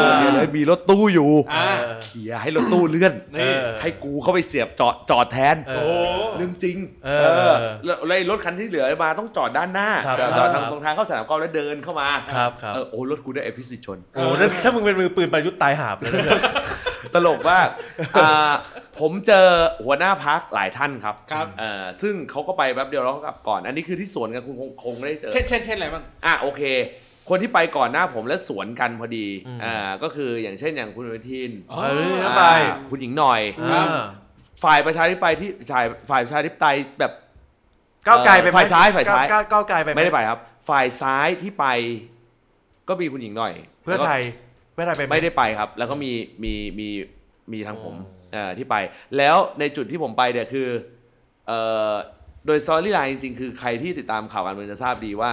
Speaker 4: โบกใหญ่เลยมีรถตู้อยู่
Speaker 3: อ่า
Speaker 4: เขี่ยให้รถตู้เลื่อน
Speaker 3: นี่
Speaker 2: เออ
Speaker 4: ให้กูเข้าไปเสียบจอดจอดแทน
Speaker 2: เออ
Speaker 3: โอ้โห
Speaker 4: เรื่องจริง
Speaker 2: เอ
Speaker 4: เอ
Speaker 2: อ
Speaker 4: อแล้วแล้วไอ้รถคันที่เหลือมาต้องจอดด้านหน้า
Speaker 2: ครับ
Speaker 4: จอดจอด
Speaker 2: ครับ
Speaker 4: ทางตรงทางเข้าสนามกอล์ฟแล้วเดินเข้ามา
Speaker 2: ครับครับ
Speaker 4: เออโอ้รถกูได้เอพิสิชน
Speaker 2: โอ้ถ้าถ้ามึงเป็นมือปืนประยุทธ์ตายหาบเลยนะ
Speaker 4: ตลก มากอ่าผมเจอหัวหน้าพักหลายท่านครับ
Speaker 3: ครับ
Speaker 4: เออซึ่งเขาก็ไปแป๊บเดียวแล้วเขากลับก่อน อันนี้คือที่สวนกันคุณคงคงไม่ได้เจอ
Speaker 3: เช่นเช่นเช่นอะไรบ้าง
Speaker 4: อ่ะโอเค คนที่ไปก่อนหน้าผมและสวนกันพอดี
Speaker 2: อืม
Speaker 4: อ่าก็คืออย่างเช่นอย่างคุณอนุทิน
Speaker 3: อ๋อ
Speaker 2: เออนะไป
Speaker 4: อ่าคุณหญิงหน่อย
Speaker 3: ครับ
Speaker 2: อ่า
Speaker 4: ฝ่ายประชาธิปไตยที่ฝ่ายฝ่ายประชาธิปไตยแบบ
Speaker 2: ก้าวไกลไปไหม
Speaker 4: ฝ่ายซ้ายฝ่ายซ้าย
Speaker 2: ก้วก้าวไกลไปห
Speaker 4: ไม่ได้ไปครับ ฝ่ายซ้ายที่ไป ก็มีคุณหญิงหน่อย
Speaker 2: เพื่อไทยเพื่อไทยไป
Speaker 4: แล้ว
Speaker 2: ห
Speaker 4: ก็ไม่ได้ไปครับ แล้วก็มีมีมีมีทางผมเอ่อที่ไป แล้วในจุดที่ผมไปเนี่ยคือเอ่อโดยซอรี่ไลน์จริงๆ คือใครที่ติดตามข่าวการเมืองจะทราบดีว่า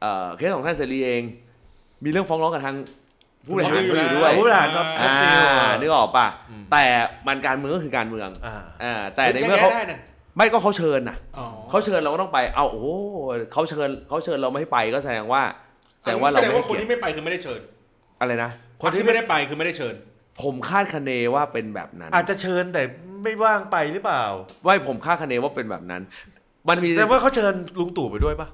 Speaker 4: เอ่อเคสของท่านเสรีเอง มีเรื่องฟ้องร้องกับทางผู้บริหารเขาอยู่ด้วย
Speaker 2: ผู้บริหารครับ
Speaker 4: อ่านึกออกป่ะ
Speaker 2: อืม
Speaker 4: แต่มันการเมืองก็คือการเมือง
Speaker 2: อ่า
Speaker 4: อ่าแต่ในเมื่อเขา
Speaker 3: ได้นะ
Speaker 4: ไม่ก็เขาเชิญน่ะ
Speaker 3: อ๋อ
Speaker 4: เขาเชิญเราก็ต้องไป เอาโอ้โหเขาเชิญเขาเชิญเราไม่ให้ไปก็แสดงว่า แสดงว่าเรา
Speaker 3: แสดง
Speaker 4: ไม่ให้
Speaker 3: ว่าคน
Speaker 4: เกียรติ
Speaker 3: ที่ไม่ไปคือไม่ได้เชิญ
Speaker 4: อะไรนะ
Speaker 3: คนที่ไม่ได้ไปคือไม่ได้เชิญ
Speaker 4: ผมคาดคะเนว่าเป็นแบบนั้น
Speaker 2: อาจจะเชิญแต่ไม่ว่างไปหรือเปล่า
Speaker 4: ว่าผมคาดคะเนว่าเป็นแบบนั้น มันมี
Speaker 2: แต่ว่าเขาเชิญลุงตู่ไปด้วยปะ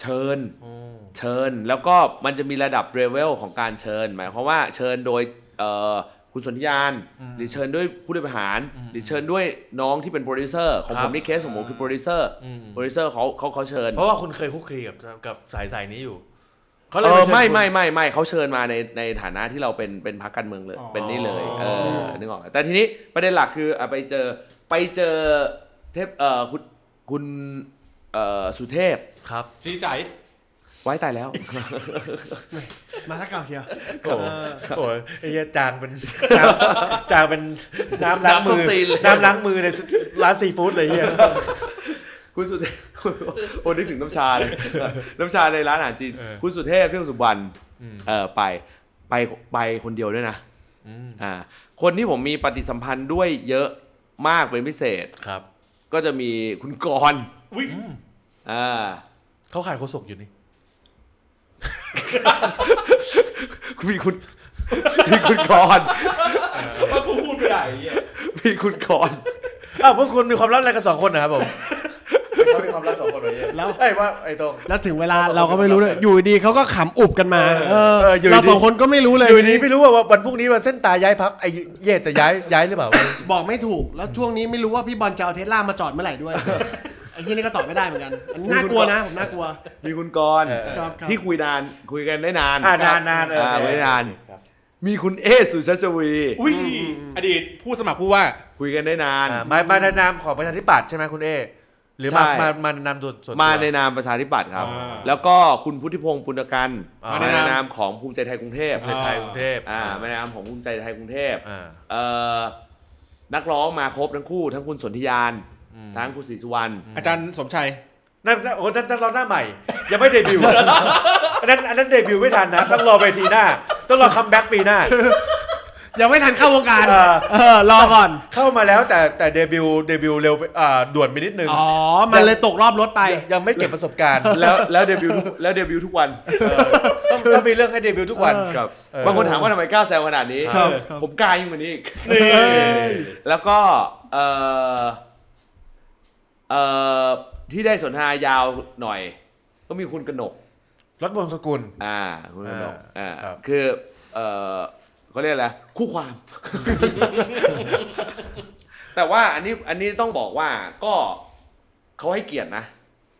Speaker 4: เชิญ
Speaker 2: อืม
Speaker 4: เชิญ แล้วก็มันจะมีระดับเรเวลของการเชิญ หมายความว่าเชิญโดยเอ่อคุณสนธยาน หรือเชิญด้วยผู้บริหาร หรือเชิญด้วยน้องที่เป็นโปรดิวเซอร์ของ
Speaker 2: ครั
Speaker 4: ผ
Speaker 2: บ
Speaker 4: มนี่เคสของผมคือโปรดิวเซอร์
Speaker 2: อืม
Speaker 4: โปรดิวเซอร์เขาเขาเขาเชิญ
Speaker 2: เพราะว่าคุณเคยคุกคีกับกับสายสายนี้อยู่เขาเล
Speaker 4: เอย อ
Speaker 2: เชิญ
Speaker 4: ไม่
Speaker 2: คุณ
Speaker 4: ไม่ไม่ไม่เขาเชิญมาในในฐานะที่เราเป็นเป็นพรรคการเมืองเลย
Speaker 3: อ๋อ
Speaker 4: เป็นนี่เลยเอ
Speaker 2: อ๋
Speaker 4: อ
Speaker 2: อ
Speaker 4: นึกออกไหมแต่ทีนี้ประเด็นหลักคืออ่ะไปเจอไปเจอเทพเอ่อคุณคุณเอ่อสุเทพ
Speaker 2: ครับ
Speaker 3: สีใส
Speaker 4: ไว้ตายแล้ว
Speaker 1: มาถ้าเก่าเชียว
Speaker 2: โอ้โหโอ้ยไอ้เหี้ยจางเป็น น้ำจางเป็นน้ำล้างมือ
Speaker 4: น้ำต้มตีนเลย
Speaker 2: น้ำล้างมือในร้านซีฟู้ดเลยเฮีย
Speaker 4: คุณสุเทพ โอ้นึกถึงน้ำชาเลย น้ำชาในร้านอาหารจีนคุณสุเทพเที่ยวสุวรรณเออไปไปไปคนเดียวด้วยนะอ่าคนที่ผมมีปฏิสัมพันธ์ด้วยเยอะมากเป็นพิเศษ
Speaker 2: ครับ
Speaker 4: ก็จะมีคุณกรณ์
Speaker 3: อุ้ย
Speaker 4: อ่า
Speaker 2: เขาขายโคศกอยู่นี่
Speaker 4: มีคุณ มีคุณกรณ์
Speaker 3: ว่ากูพูดไม่ได้ไอ้เหี้ย
Speaker 4: มีคุณกรณ์
Speaker 2: อ้าวพวกคุณมีความลับอะไรกันสองคนนะครับผมเขามีความลับสองคนเลย
Speaker 1: แล้ว
Speaker 2: ไอ้ว่าไอ้ตรง
Speaker 1: แล้วถึงเวลาเราก็ไม่รู้เลยอยู่ดีเขาก็ขำอุบกันมา เออ
Speaker 2: เอออยู่ดี
Speaker 1: เราสองคนก็ไม่รู้เลย
Speaker 2: อยู่นี้ไม่รู้ว่าวันพรุ่งนี้วันเส้นตาย้ายพักไอ้เย่จะย้ายย้ายหรือเปล่า
Speaker 1: บอกไม่ถูก แล้วช่วงนี้ไม่รู้ว่าพี่บอลจะเอาเทสลามาจอดเมื่อไหร่ด้วย ไอ้ที่นี่ก็ตอบไม่ได้เหมือนกัน อันนี้น่ากลัวนะ ผมน่ากลัว
Speaker 4: มีคุณกรณ์
Speaker 2: เออ
Speaker 1: ครับครับ
Speaker 4: ที่คุยนาน คุยกันได้นาน
Speaker 2: อ่านานนานเออ
Speaker 4: อ่าไม่นาน
Speaker 2: ครับ
Speaker 4: มีคุณเอสุชัชวี
Speaker 3: อุ้ยอดีตผู้สมัครผู้ว่า
Speaker 4: คุยกันได้นาน
Speaker 2: อ่ามามาในนามของประชาธิปัตย์ใช่ไหมคุณเอหรือมา
Speaker 4: ใช่
Speaker 2: มามาในนามส่วนส่วนตัว
Speaker 4: มาในนามประชาธิปัตย์ครับ
Speaker 3: อ่า
Speaker 4: แล้วก็คุณพุทธิพงศ์ปุณกัน
Speaker 2: อ่าม
Speaker 4: มาในนามของภูมิใจไทยกรุงเทพ
Speaker 2: ในไทยกรุงเทพ
Speaker 4: อ่ามาในนามของภูมิใจไทยกรุงเทพ
Speaker 2: อ่า
Speaker 4: เอ่อนักร้องมาครบทั้งคู่ทั้งคุณสนธิยาน
Speaker 2: อืม
Speaker 4: ทั้งคุณศรีสุวรรณ
Speaker 3: อาจารย์สมชัย
Speaker 2: นั่นนั่นโอ้นั่นนั่นเราหน้าใหม่ ยังไม่เดบิว ต์ อันนั้นอันนั้นเดบิวต์ไม่ทันนะ ต้องรอไปทีหน้า ต้องรอคัมแบ็กปีหน้า
Speaker 1: ยังไม่ทันเข้าวงการ
Speaker 2: เออ
Speaker 1: เออรอก่อน
Speaker 2: เข้ามาแล้วแต่แต่เดบิวต์เดบิวต์เร็วไปอ่าด่วนไปนิดนึง
Speaker 1: อ๋อ มันเลยตกรอบรถไป
Speaker 2: ยังยังไม่เก็บประสบการณ์
Speaker 4: แล้วแล้วเดบิวต์ทุกแล้วเดบิวต์ทุกวัน
Speaker 2: เออต้องต้องมีเรื่องให้เดบิวต์ทุกวัน
Speaker 1: เออ
Speaker 4: ครับ
Speaker 2: เออ
Speaker 4: บางคนถามว่าทำไมกล้าแซวขนาดนี้
Speaker 1: ครับครับ
Speaker 4: ผมกล้ายิ่งกว่านี้อีก
Speaker 3: นี่
Speaker 4: แล้วก็เออเออที่ได้สนทนายาวหน่อย ก็มีคุณกนก
Speaker 2: รถวงสกุล
Speaker 4: อ่า คุณกนก
Speaker 2: อ่าค
Speaker 4: อ่า
Speaker 2: รับ
Speaker 4: คือเออเขาเรียกอะไรคู่ความ แต่ว่าอันนี้อันนี้ต้องบอกว่าก็เขาให้เกียรตินะ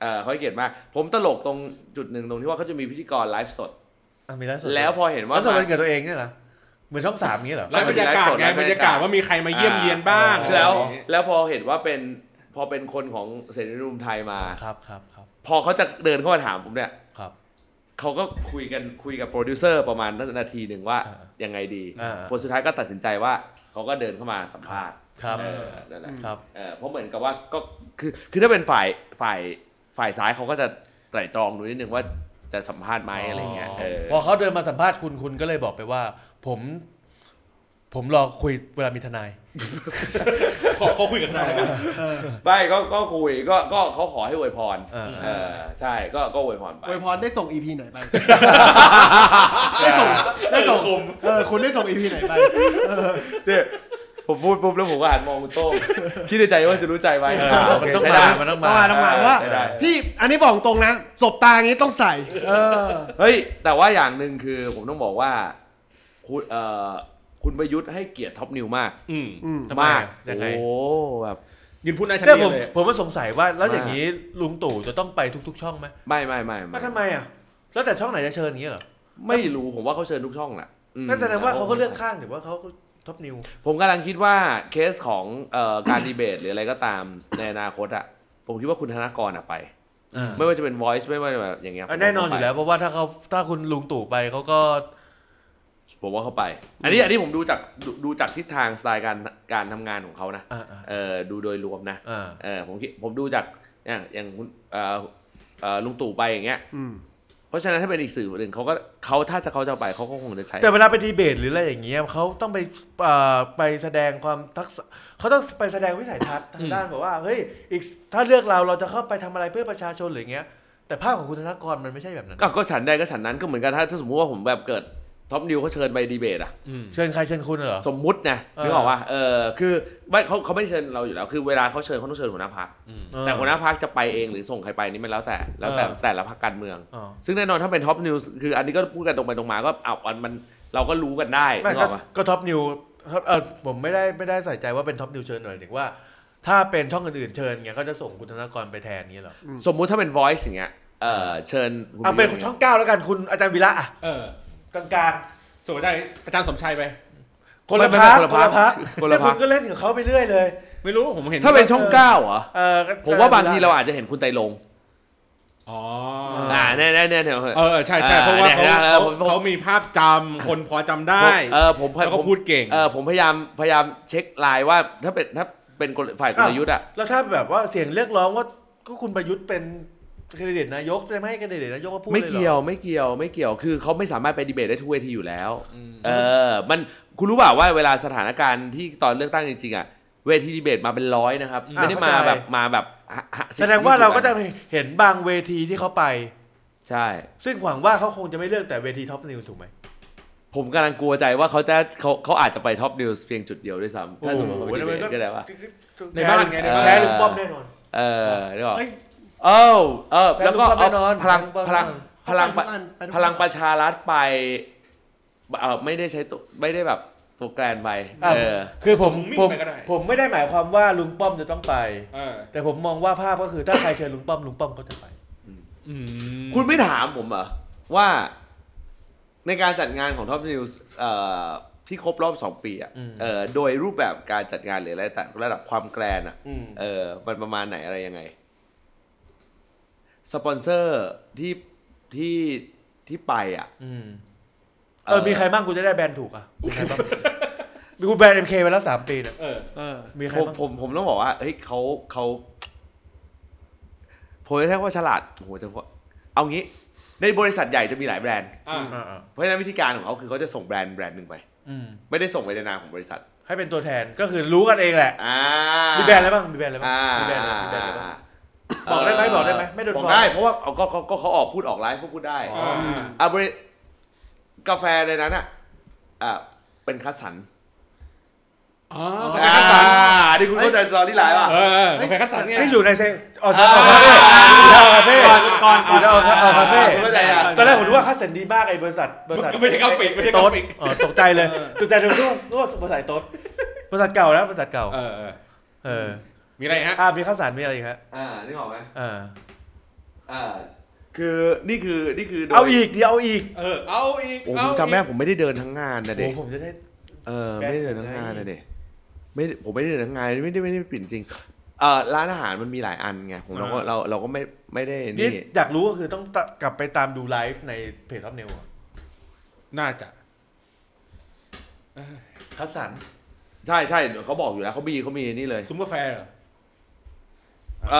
Speaker 4: เออเขาให้เกียรติมาก ผมตลกตรงจุดหนึ่งตรงที่ว่าเขาจะมีพิธีกรไลฟ์สด
Speaker 2: อ่ะมีร้านสด
Speaker 4: แล้วพอเห็นว่า
Speaker 2: ร้านสดวันเกิดตัวเองเนี่ยเหรอเหมือนช่องสามนี้เหรอ
Speaker 3: แล้วบรรยากาศไงบรรยากาศว่ามีใครมาเยี่ยมเยียนบ้าง
Speaker 2: อ่า
Speaker 4: แล้ว
Speaker 3: อะไรอย่างงี้
Speaker 4: แล้วพอเห็นว่าเป็นพอเป็นคนของเสรีรวมไทยมา
Speaker 2: ครับครับครับ
Speaker 4: พอเขาจะเดินเข้ามาถามผมเนี่ย
Speaker 2: ครับ
Speaker 4: เขาก็คุยกันคุยกับโปรดิวเซอร์ประมาณนาทีหนึ่งว่า
Speaker 2: อ่า
Speaker 4: ยังไงดี
Speaker 2: อ่า
Speaker 4: ผลสุดท้ายก็ตัดสินใจว่าเขาก็เดินเข้ามาสัมภาษณ์
Speaker 2: ครับ
Speaker 4: เออนั่นแหละ
Speaker 2: ครับ
Speaker 4: เออเพราะเหมือนกับว่าก็คือคือถ้าเป็นฝ่ายฝ่ายฝ่ายซ้ายเขาก็จะไตร่ตรองดูนิดนึงว่าจะสัมภาษณ์ไหมอะไรเงี้ยเออ
Speaker 2: พอเขาเดินมาสัมภาษณ์คุณคุณก็เลยบอกไปว่า ผม ผมรอคุยเวลามีทนาย
Speaker 3: ขอขอคุยกับทนายได้ไหม
Speaker 4: ไม่ก็ก็คุยก็ก็เขาขอให้อวยพร
Speaker 2: เออ
Speaker 4: เออใช่ก็ก็อวยพรไป
Speaker 1: อวยพรได้ส่งอีพีไหนไป ได้ส่งได้ส่ง
Speaker 3: คม
Speaker 1: เออคุณได้ส่งอีพีไหนไปเออ
Speaker 4: เนี่ยผมพูดปุ๊บแล้วผมก็หันมองคุณโต้ง คิดในใจว่าจะรู้ใจไหม
Speaker 2: เออมันต้อง
Speaker 4: ใช้
Speaker 2: มา
Speaker 4: ได้
Speaker 2: มันต้อง
Speaker 1: ต้องมา
Speaker 2: มา
Speaker 1: ต้องมา
Speaker 4: เออ
Speaker 1: ว่า
Speaker 4: ใช่ได้
Speaker 1: พี่อันนี้บอกตรงนะ สบตาอย่างนี้ต้องใส่ เออ
Speaker 4: เฮ้ย แต่ว่าอย่างหนึ่งคือผมต้องบอกว่า คุณเอ่อคุณประยุทธ์ให้เกียรติท็อปนิวมาก
Speaker 3: อืม
Speaker 1: อืม
Speaker 2: ทำไม
Speaker 4: มาก
Speaker 2: ยังไง
Speaker 4: โอ้โหแบบ
Speaker 3: ยืนพูดหน้าชั้น
Speaker 2: เนี่ย
Speaker 3: เรี
Speaker 2: ผ
Speaker 3: ย
Speaker 2: ม
Speaker 3: นเลย
Speaker 2: ผมก็สงสัยว่าแล้วอย่างนี้ลุงตู่จะต้องไปทุก ๆ ช่องไหม
Speaker 4: ไม่ไม่ไม่
Speaker 2: ว่าทำไมอ่ะ แล้วแต่ช่องไหนจะเชิญอย่างนี้เหรอ
Speaker 4: ไม่รู้ผมว่าเขาเชิญทุกช่องแหละอืม
Speaker 2: นั่นแสดงว่าเขาก็เลือกข้างหรือว่าเขาท็อปนิว
Speaker 4: ผมกำลังคิดว่าเคสของเอ่อการดีเบต หรืออะไรก็ตามในอนาคตอ่ะผมคิดว่าคุณธนากรอ่ะไป ไม่ว่าจะเป็น voice ไม่ว่าจะแบบอย่างเงี้ย
Speaker 2: แน่นอนอยู่แล้วเพราะว่าถ้าเขาถ้าคุณลุงตู่ไปเขาก็
Speaker 4: ผมว่าเขาไป อันนี้อันนี้ผมดูจากดูดูจากทิศทางสไตล์การการทำงานของเขานะ
Speaker 2: อ่าอ่า
Speaker 4: เออดูโดยรวมนะ
Speaker 2: อ่า
Speaker 4: เออผมคิดผมดูจากอย่างอย่างคุณเอ่อเอ่อลุงตู่ไปอย่างเงี้ย
Speaker 1: อืม
Speaker 4: เพราะฉะนั้นถ้าเป็นอีกสื่อหนึ่งเขาก็เขาถ้าจะเขาจะไปเขาก็คงจะใช้
Speaker 2: แต่เวลาไปดีเบตหรืออะไรอย่างเงี้ยเขาต้องไปอ่าไปแสดงความทักษะเขาต้องไปแสดงวิสัยทัศน์ทางด้านแบบว่าเฮ้ยอีกถ้าเลือกเราเราจะเข้าไปทำอะไรเพื่อประชาชนหรืออย่างเงี้ย แต่ภาพของคุณธนากรมันไม่ใช่แบบนั้น
Speaker 4: ก็ก็ฉันได้ก็ฉันนั้นก็เหมือนกันถ้าถ้าสมมติว่าผมแบบเกิดท็อปนิวเขาเชิญไปดีเบตอะ
Speaker 2: เชิญใครเชิญคุณเหรอ
Speaker 4: สมมุตินะ
Speaker 2: เออ
Speaker 4: นึกออกว่าเออคือไม่เขาเขาไม่ได้เชิญเราอยู่แล้ว คือเวลาเขาเชิญเขาต้องเชิญหัวหน้าพัก
Speaker 2: เออ
Speaker 4: แต่หัวหน้าพักจะไปเองหรือส่งใครไปนี่มันแล้วแต่แล้วแต่
Speaker 2: เออ
Speaker 4: แต่ละพักการเมือง
Speaker 2: อ๋อ
Speaker 4: ซึ่งแน่นอนถ้าเป็นท็อปนิวคืออันนี้ก็พูดกันตรงไปตรงมาก็เอาวันมันเราก็รู้กันได้
Speaker 2: ไม่
Speaker 4: นึกอ
Speaker 2: ก็
Speaker 4: อกปะ
Speaker 2: ก็ท็อปนิวเออผมไม่ได้ไม่ได้ใส่ใจว่าเป็นท็อปนิวเชิญหน่อยถึงว่า ถ้าเป็นช่องอื่นๆเชิญเงี้ยเขาจะส่งคุณธนากรไปแทนเงี้ยเหรอ
Speaker 4: สมมุติถ้าเป็น voice อย่างเงี้ย เออเชิญคุณ
Speaker 2: เอาเป็น
Speaker 4: วิโรจ
Speaker 2: ช่องเก้าแล้วกันคุณอาจารย์วีระอ่ะ
Speaker 3: เออก
Speaker 2: ลางๆ
Speaker 3: สมมติได้อาจารย์สมชัยไป
Speaker 2: คนละพักคนละพัก
Speaker 4: คนละ
Speaker 2: เนี่ย
Speaker 4: พั
Speaker 2: คุณ
Speaker 4: ก
Speaker 2: ก็เล่นกับเขาไปเรื่อยเลย
Speaker 3: ไม่รู้ผมเห็น
Speaker 4: ถ้าเป็นช่องเก้าเหรอ
Speaker 2: เออ
Speaker 4: ผมว่าบางทีเราอาจจะเห็นคุณไตรลงค์
Speaker 3: อ๋อ
Speaker 4: อ่าแน่แน่แน่แน่
Speaker 3: เออใช่ใช่เพราะว่าเขา
Speaker 4: เนี่ยนะ
Speaker 3: เขา
Speaker 4: ผมผม
Speaker 3: เขามีภาพจำคนพอจำได้
Speaker 4: เออผม
Speaker 3: แล้วก็
Speaker 4: ผม
Speaker 3: พูดเก่ง
Speaker 4: เออผมพยายามพยายามเช็คไลน์ว่าถ้าเป็นถ้าเป็นกลฝ่ายกลยุทธ์อ่ะ
Speaker 2: แล้วถ้าแบบว่าเสียงเรียกร้องว่าก็คุณประยุทธ์เป็นแคนดิเดตนายกได้ไหมแคนดิเดตนายกก็พูดล
Speaker 4: ไม่
Speaker 2: หรอ
Speaker 4: เกี่ยวไม่เกี่ยวไม่เกี่ยวคือเขาไม่สามารถไปดีเบตได้ทุกเวทีอยู่แล้ว
Speaker 3: อืม
Speaker 4: เออ มันคุณรู้เปล่าว่าเวลาสถานการณ์ที่ตอนเลือกตั้งจริงๆอ่ะเวทีดีเบตมาเป็นร้อยนะครับ ไม่ได้มาแบบมาแบบฮะฮะสิบ
Speaker 2: แสดงว่าเราก็จะ
Speaker 4: ยี่สิบ
Speaker 2: เห็นบางเวทีที่เขาไป
Speaker 4: อันใช่
Speaker 2: ซึ่งหวังว่าเขาคงจะไม่เลือกแต่เวทีท็อปนิวถูกไหม
Speaker 4: ผมกำลังกลัวใจว่าเขาจะเขาเขาอาจจะไปท็อปนิวส์เพียงจุดเดียวด้วยซ้ำถ้าสมมติว่า
Speaker 2: นั่น
Speaker 4: ไม่
Speaker 2: มัน
Speaker 4: ได้ก็ได้ว่า
Speaker 3: ในบ้านไงในบ้าน
Speaker 2: แพ้ลุงป้อมแน่นอน
Speaker 4: เออเดี๋ยว
Speaker 1: เอ้ย
Speaker 4: เออเออแล้วก็
Speaker 2: แฟนลุงป้อมแน่นอน
Speaker 4: พลัง
Speaker 2: แฟนลุงป้อม
Speaker 4: พลัง
Speaker 2: แน่นอ
Speaker 4: พ
Speaker 1: ไปทุก
Speaker 4: ลัง
Speaker 1: อันไปทุกอัน
Speaker 4: พลังประชารัฐไปเออไม่ได้ใช้ตัวไม่ได้แบบตัวแกรนไปเออ
Speaker 2: คือผม
Speaker 3: ผมมิ่ง
Speaker 2: ผม
Speaker 3: ไปก็ได้
Speaker 2: ผมไม่ได้หมายความว่าลุงป้อมจะต้องไป
Speaker 3: เออ
Speaker 2: แต่ผมมองว่าภาพก็คือถ้าใครเชิญลุงป้อมลุงป้อมก็จะไป
Speaker 3: อืม
Speaker 4: คุณไม่ถามผมเหรอว่า ในการจัดงานของ Top News เอ่อที่ครบรอบ 2 ปีอ่ะ
Speaker 2: อืม
Speaker 4: เอ่อโดยรูปแบบการจัดงานหรืออะไรแต่ระดับความแกรนอ่ะ
Speaker 2: อืม
Speaker 4: เออมันประมาณไหนอะไรยังไง สปอนเซอร์ที่ที่ที่ไปอ่ะ
Speaker 2: อืมเออมีใครบ้างกูจะได้แบรนด์ถูกอ่ะมีใครบ้างมีกูแบรนด์เอ็มเคไปแล้วสามปีเนี่ย
Speaker 3: เออ
Speaker 1: เออ
Speaker 2: มีใคร
Speaker 4: ผม
Speaker 2: บ้าง
Speaker 4: ผมผมต้องบอกว่าเฮ้ยเขาเขาผมจะใช้คำว่าฉลาดโอ้โหจะพูดเอางี้ ในบริษัทใหญ่จะมีหลายแบรนด์
Speaker 3: อ่า
Speaker 2: อ่าอ่า
Speaker 4: เพราะฉะนั้นวิธีการของเขาคือเขาจะส่งแบรนด์แบรนด์หนึ่งไป
Speaker 2: อืม
Speaker 4: ไม่ได้ส่งไปในนามของบริษัท
Speaker 2: ให้เป็นตัวแทนก็คือรู้กันเองแหละ
Speaker 4: อ่า
Speaker 2: มีแบรนด์อะไรบ้างมีแบรนด์อะไรบ้าง
Speaker 4: อ่า
Speaker 2: มีแบรนด์อะไรมีแบรนด์อะไรบ้าง
Speaker 4: อ่า
Speaker 2: บอกได้ไหมบอกได้ไหมไม่โดน
Speaker 4: บอก
Speaker 2: ฟ้อง
Speaker 4: ได้เพราะว่าเอาก็ก็ก็เขาออกพูดออกไลฟ์พวกพูดได้
Speaker 2: อ๋อ
Speaker 4: อ่าบริกาแฟในนั้นอ่ะอ่าเป็นคัสสัน
Speaker 3: อ๋อ
Speaker 1: อ๋อ
Speaker 3: กาแฟคัสสัน
Speaker 4: นี่คุณเข้าใจสตอรี่ไลน์ป่ะ
Speaker 3: เออเออกาแฟคัสสันไง
Speaker 2: ที่อยู่ในเซออซาออซาเฟ่
Speaker 1: ก่อน
Speaker 2: อยู่
Speaker 1: ก่อนก่อน
Speaker 2: ในออซาออซาเฟ่
Speaker 4: อ่าเข้าใจอ่ะ
Speaker 2: ตอนแรกผมรู้ว่าค่าสันดีมากไอ้บริษัทบริษัท
Speaker 3: ไม่ใช่กราฟิกไม่ใช่กราฟิก
Speaker 2: โต๊ดอ๋อตกใจเลย
Speaker 1: เออ
Speaker 2: ตกใจเลยรู้ว่ารู้ว่าบริษัทโต๊ด บริษัทเก่านะบริษัทเก่า
Speaker 3: เออเออ
Speaker 2: เออ
Speaker 3: มีอะไรฮะ
Speaker 2: อ่ามีข้าวสารมีอะไรอีกฮะ
Speaker 4: อ่านึกออกไหม
Speaker 2: เออ
Speaker 4: อ่าคือนี่คือนี่คือโดย
Speaker 2: เอาอีกดิเอาอีก
Speaker 3: เออ เอาอีก
Speaker 4: โอ้โห
Speaker 3: เอา
Speaker 4: ผม
Speaker 3: อีก
Speaker 4: จำแม่ผมไม่ได้เดินทั้งงานนะ
Speaker 2: โอ้
Speaker 4: เด็ก
Speaker 2: โหผมจะได้
Speaker 4: เออ
Speaker 2: แบน
Speaker 4: ไม่ได้เดินทั้งงาน
Speaker 2: ไหน
Speaker 4: นะเด็ไม่ได้ผมไม่ได้เดินทั้งงานไม่ได้ไม่ได้ปิดจริงเออร้านอาหารมันมีหลายอันไงผมเราก็เราเราก็ไม่ไม่ได้
Speaker 2: นี่
Speaker 4: นี่
Speaker 2: อยากรู้ก็คือต้องกลับไปตามดูไลฟ์ในเพจท็อปเนว
Speaker 3: น่าจะ
Speaker 2: คัสสัน
Speaker 4: ใช่ใช่เดี๋ยวเขาบอกอยู่แล้วเขามีเขามีนี่เลย
Speaker 3: ซุ้มกาแฟเหรอ
Speaker 4: เอ